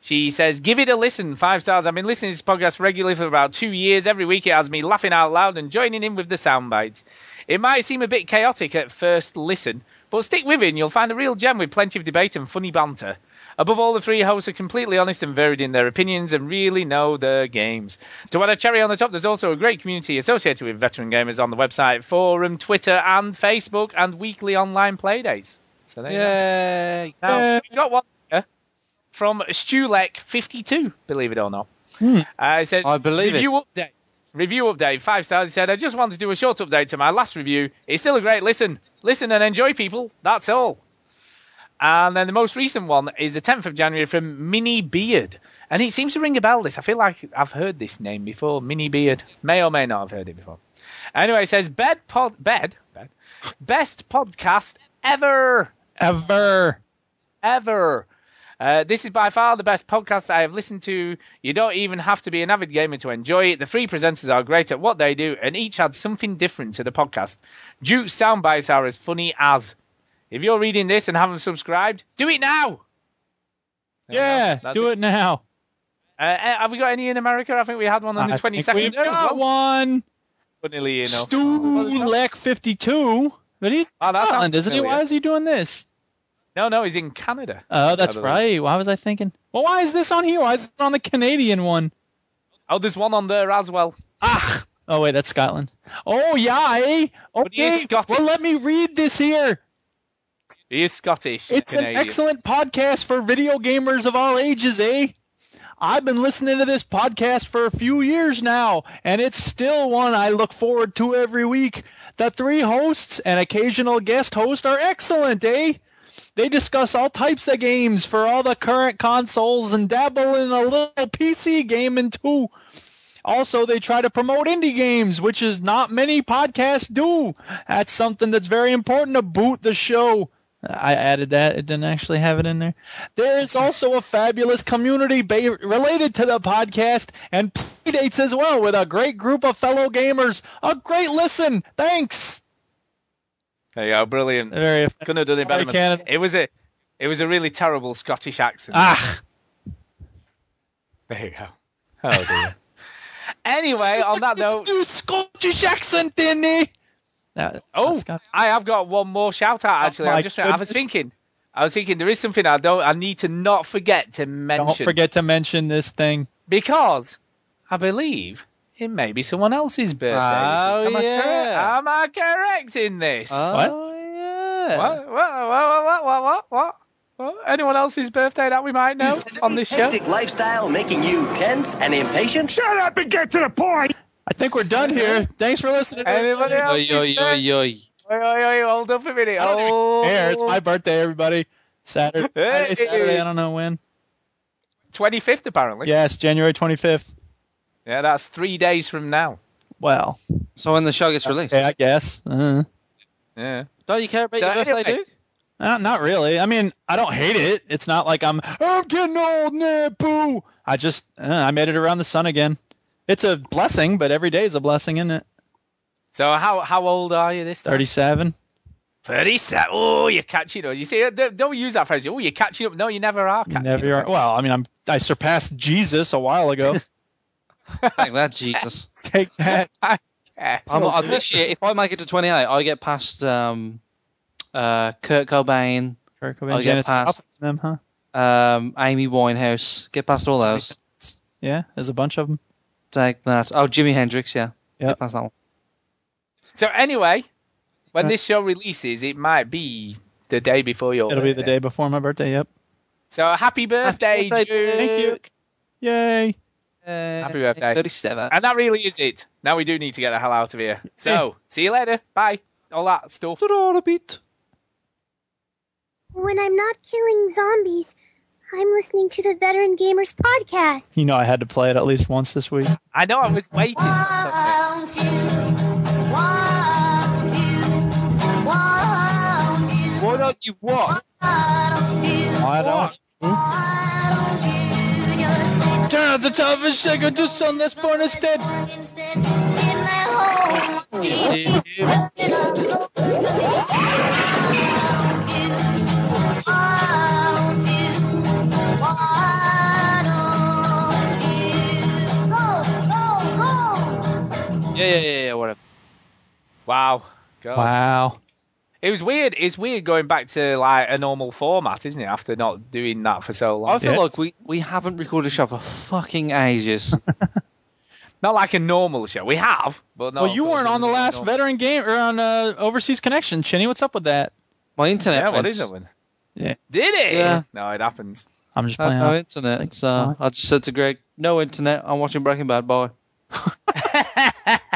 S3: She says, give it a listen. Five stars. I've been listening to this podcast regularly for about two years. Every week it has me laughing out loud and joining in with the sound bites. It might seem a bit chaotic at first listen, but stick with it and you'll find a real gem with plenty of debate and funny banter. Above all, the three hosts are completely honest and varied in their opinions and really know their games. To add a cherry on the top, there's also a great community associated with veteran gamers on the website, forum, Twitter, and Facebook, and weekly online playdates. So there you go.
S1: Yay.
S3: Now, we got one here from Stulek52, believe it or not. Uh, it says,
S1: Hmm. I believe it.
S3: review update. Review update, five stars. He said, I just wanted to do a short update to my last review. It's still a great listen. Listen and enjoy, people. That's all. And then the most recent one is the 10th of January from Mini Beard. And it seems to ring a bell, this. I feel like I've heard this name before. Mini Beard. May or may not have heard it before. Anyway, it says, bed pod, bed, bed, best podcast ever
S2: Ever.
S3: ever. Uh, this is by far the best podcast I have listened to. You don't even have to be an avid gamer to enjoy it. The three presenters are great at what they do, and each adds something different to the podcast. Duke's sound bites are as funny as. If you're reading this and haven't subscribed, do it now.
S2: Yeah,
S3: that's
S2: do it, now.
S3: Uh, uh, have we got any in America? I think we had one on the
S2: I think
S3: 22nd.
S2: We've
S3: There as
S2: got
S3: well,
S2: one.
S3: Funnily enough.
S2: Stulek52, but he's
S3: Oh,
S2: in
S3: that sounds
S2: Scotland, isn't he?
S3: familiar.
S2: Why is he doing this?
S3: No, no, he's in Canada.
S2: Oh, that's
S3: Otherwise-
S2: right. Why was I thinking? Well, why is this on here? Why is it on the Canadian one?
S3: Oh, there's one on there as well.
S2: Ah. Oh wait, that's Scotland. Oh yeah, eh?
S3: he is
S2: Okay.
S3: Scottish.
S2: Well, let me read this here.
S3: He is Scottish.
S2: It's
S3: Canadian.
S2: an excellent podcast for video gamers of all ages, eh? I've been listening to this podcast for a few years now, and it's still one I look forward to every week. The three hosts and occasional guest host are excellent, eh? They discuss all types of games for all the current consoles and dabble in a little PC gaming too. Also, they try to promote indie games, which is not many podcasts do. That's something that's very important to boot the show. I added that. It didn't actually have it in there. There is also a fabulous community ba- related to the podcast and playdates as well with a great group of fellow gamers. A great listen. Thanks.
S3: There you go, brilliant.
S2: Very
S3: Couldn't have done it better.
S2: Sorry, Cannon.
S3: myself. It was a, it was a really terrible Scottish accent.
S2: Ah.
S3: There you go. Oh
S2: (laughs)
S3: dear. anyway, on that note,
S2: do Scottish accent in there. Now,
S3: oh,
S2: Scott- Oh
S3: I have got one more shout out actually.
S2: my
S3: I just, I was
S2: goodness.
S3: thinking, I was thinking there is something I don't, I need to not forget to mention.
S2: Don't forget to mention this thing.
S3: because I believe it may be someone else's birthday.
S1: Oh,
S3: Am I
S1: yeah.
S3: correct- am I correct in this?
S1: Oh, yeah.
S3: What? What? What? What? What? What? What? What? Anyone else's birthday that we might know on this
S4: (laughs)
S3: show?
S4: Hectic lifestyle making you tense and impatient? Shut up and get to the point!
S2: I think we're done here. Thanks for listening.
S3: Anybody
S1: Oi,
S3: else's
S1: oi,
S3: birthday?
S1: oi, oi.
S3: Oi, oi, oi, hold up a minute. Oh,
S2: Here, it's my birthday, everybody. Saturday, Friday, Saturday. I don't know when.
S3: 25th apparently.
S2: Yes, January 25th.
S3: Yeah, that's three days from now.
S2: Well,
S1: So when the show gets released,
S2: yeah, I guess. Uh,
S3: Yeah.
S1: don't you care about
S3: So
S1: your birthday, do?
S3: anyway-
S2: uh, not really. I mean, I don't hate it. It's not like I'm I'm getting old, nah, boo. I just uh, I made it around the sun again. It's a blessing, but every day is a blessing, isn't it?
S3: So how how old are you this time?
S2: 37.
S3: 37. Oh, you're catching up. You see, don't don't use that phrase. Oh, you're catching up. No, you never are catching
S2: Never.
S3: up.
S2: Are, well, I mean, I'm I surpassed Jesus a while ago.
S1: Like that, Jesus.
S2: (laughs) Take that.
S3: Yeah.
S1: (laughs) I'm, I'm, this year, if I make it to 28, I get past um, uh, Kurt Cobain,
S2: (laughs) Kirk
S1: I'll
S2: Cobain,
S1: get
S2: Janis
S1: past.
S2: Joplin, them, huh?
S1: um, Amy Winehouse, get past all those.
S2: Yeah, there's a bunch of them.
S1: Take that. Oh, Jimi Hendrix, yeah.
S2: Yep.
S1: Get past that one.
S3: So anyway, when
S2: Yeah.
S3: this show releases, it might be the day before
S1: Oh,
S3: your
S2: It'll be the
S3: birthday.
S2: day before my birthday. Yep.
S3: So happy birthday,
S1: birthday, Uh,
S3: Duke.
S2: Thank you. Yay.
S3: Happy birthday.
S1: 37.
S3: And that really is it. Now we do need to get the hell out of here. So see you later. Bye. All that stuff.
S1: a bit.
S15: When I'm not killing zombies, I'm listening to the Veteran Gamers podcast.
S2: You know I had to play it at least once this week.
S3: I know I was waiting for something.
S1: Why don't you what?
S2: I don't. Turn on the television, go do something that's born instead.
S1: Yeah, yeah, yeah, yeah, whatever.
S3: Wow. God.
S2: Wow.
S3: It was weird. It's weird going back to like a normal format, isn't it? After not doing that for so long.
S1: I feel
S2: Yeah.
S1: like we, we haven't recorded a show for fucking ages.
S3: Not like a normal show. We have, but not.
S2: well, you
S3: sort of
S2: weren't on the
S3: really
S2: last
S3: normal.
S2: veteran game or on uh, overseas connection, Chinny. What's up with that?
S1: My internet.
S3: (laughs) Yeah, what
S1: went.
S3: is it? When?
S2: Yeah.
S3: Did it?
S1: Yeah.
S3: No, it happens.
S2: I'm just
S1: I have
S2: playing.
S1: no
S2: off.
S1: internet,
S2: Thanks,
S1: so I just said to Greg, "No internet. I'm watching Breaking Bad. Bye." (laughs) it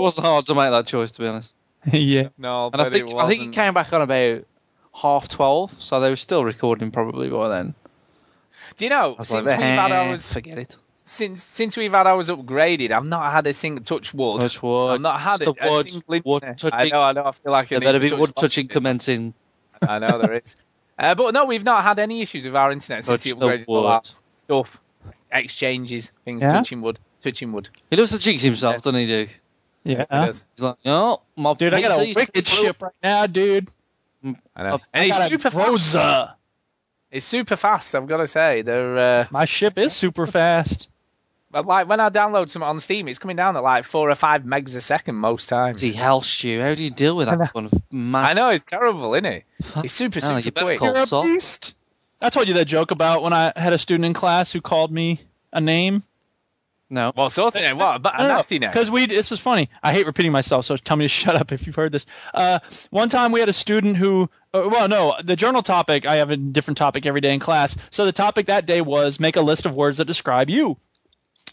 S1: wasn't hard to make that choice, to be honest.
S2: (laughs) yeah.
S3: No,
S1: And I
S3: but
S1: think
S3: it
S1: I
S3: wasn't.
S1: think it came back on about half twelve, so they were still recording probably by then.
S3: Do you know
S1: I was
S3: since
S1: like,
S3: we've had
S1: "Eh,
S3: ours
S1: forget it.
S3: since since we've had ours upgraded, I've not had a single touch wood.
S1: Touch wood.
S3: I've not had
S1: Touch
S3: a,
S1: the
S3: a
S1: wood,
S3: single
S1: wood
S3: internet.
S1: touching.
S3: I know, I know. I feel like I
S1: There
S3: need
S1: better
S3: to
S1: be
S3: touch
S1: wood
S3: lots
S1: touching
S3: of it.
S1: commenting.
S3: I know there is. Uh, but no, we've not had any issues with our internet
S1: Touch
S3: since the
S1: the
S3: upgraded all our
S1: wood.
S3: stuff, exchanges, things
S2: Yeah?
S3: touching wood, touching wood.
S1: He loves to jinx himself,
S3: Yeah.
S1: doesn't he? Do
S2: Yeah.
S3: It does.
S1: he's like, "Oh, my
S2: Dude, I got a
S1: PC's
S2: wicked
S1: blew up."
S2: ship right now, dude.
S3: I know.
S1: Up-
S2: Oh, I
S3: and it's
S2: got
S3: super
S2: a Rosa.
S3: fast. It's super fast. I've got to say, they're uh,
S2: My ship is super fast.
S3: but like when I download something on Steam, it's coming down at like four or five megs a second most times.
S1: Bloody hell, Stu! How do you deal with that kind of mad?
S3: I know it's terrible, isn't it? It's super
S1: hell,
S3: super
S1: Oh, you better
S3: quick.
S1: call-
S2: You're a
S1: Salt.
S2: beast. I told you that joke about when I had a student in class who called me a name.
S1: No.
S3: Well, so what's it? What? But a nasty name.
S2: Because we, this is funny. I hate repeating myself, so tell me to (laughs) shut up if you've heard this. Uh, one time we had a student who, uh, well, no, the journal topic. I have a different topic every day in class. So the topic that day was make a list of words that describe you.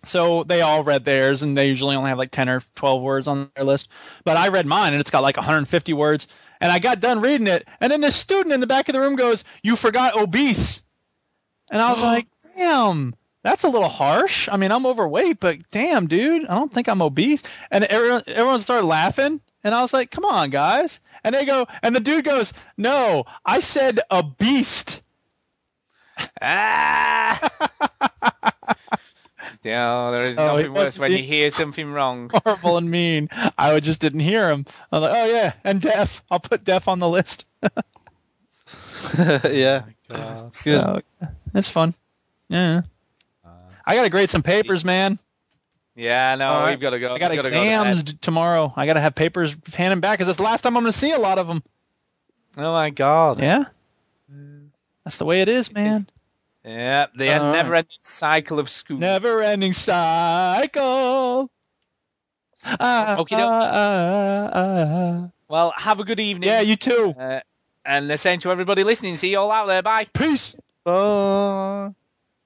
S2: So they all read theirs, and they usually only have like ten or twelve words on their list. But I read mine, and it's got like 150 words. And I got done reading it, and then this student in the back of the room goes, "You forgot obese," and I was like, "Damn." that's a little harsh. I mean, I'm overweight, but damn, dude, I don't think I'm obese. And everyone, everyone started laughing, and I was like, come on, guys. And they go, and the dude goes, no, I said a beast. (laughs)
S3: No, Ah! there is
S2: So it
S3: nothing
S2: must
S3: worse when
S2: be-
S3: you hear
S2: (laughs)
S3: something wrong.
S2: (laughs) Horrible and mean. I would- just didn't hear him. I was like, oh yeah, and deaf. I'll put deaf on the list.
S1: yeah.
S2: It's that's fun. Yeah.
S3: Uh,
S2: I gotta grade some papers, man.
S3: Yeah, no,
S2: All right.
S3: we've got to go.
S2: I got
S3: we've gotta go to
S2: exams d- tomorrow. I gotta have papers handed back because it's the last time I'm gonna see a lot of them.
S3: bed. Oh my god.
S2: Yeah. That's the way it is, man.
S3: Yeah, the
S2: All right.
S3: never-ending cycle of school.
S2: Never ending cycle. Ah,
S3: Okey-doke.
S2: ah, ah, ah.
S3: Well, have a good evening.
S2: Yeah, you too.
S3: Uh, and the same to everybody listening. See you all out there. Bye.
S2: Peace.
S3: Bye.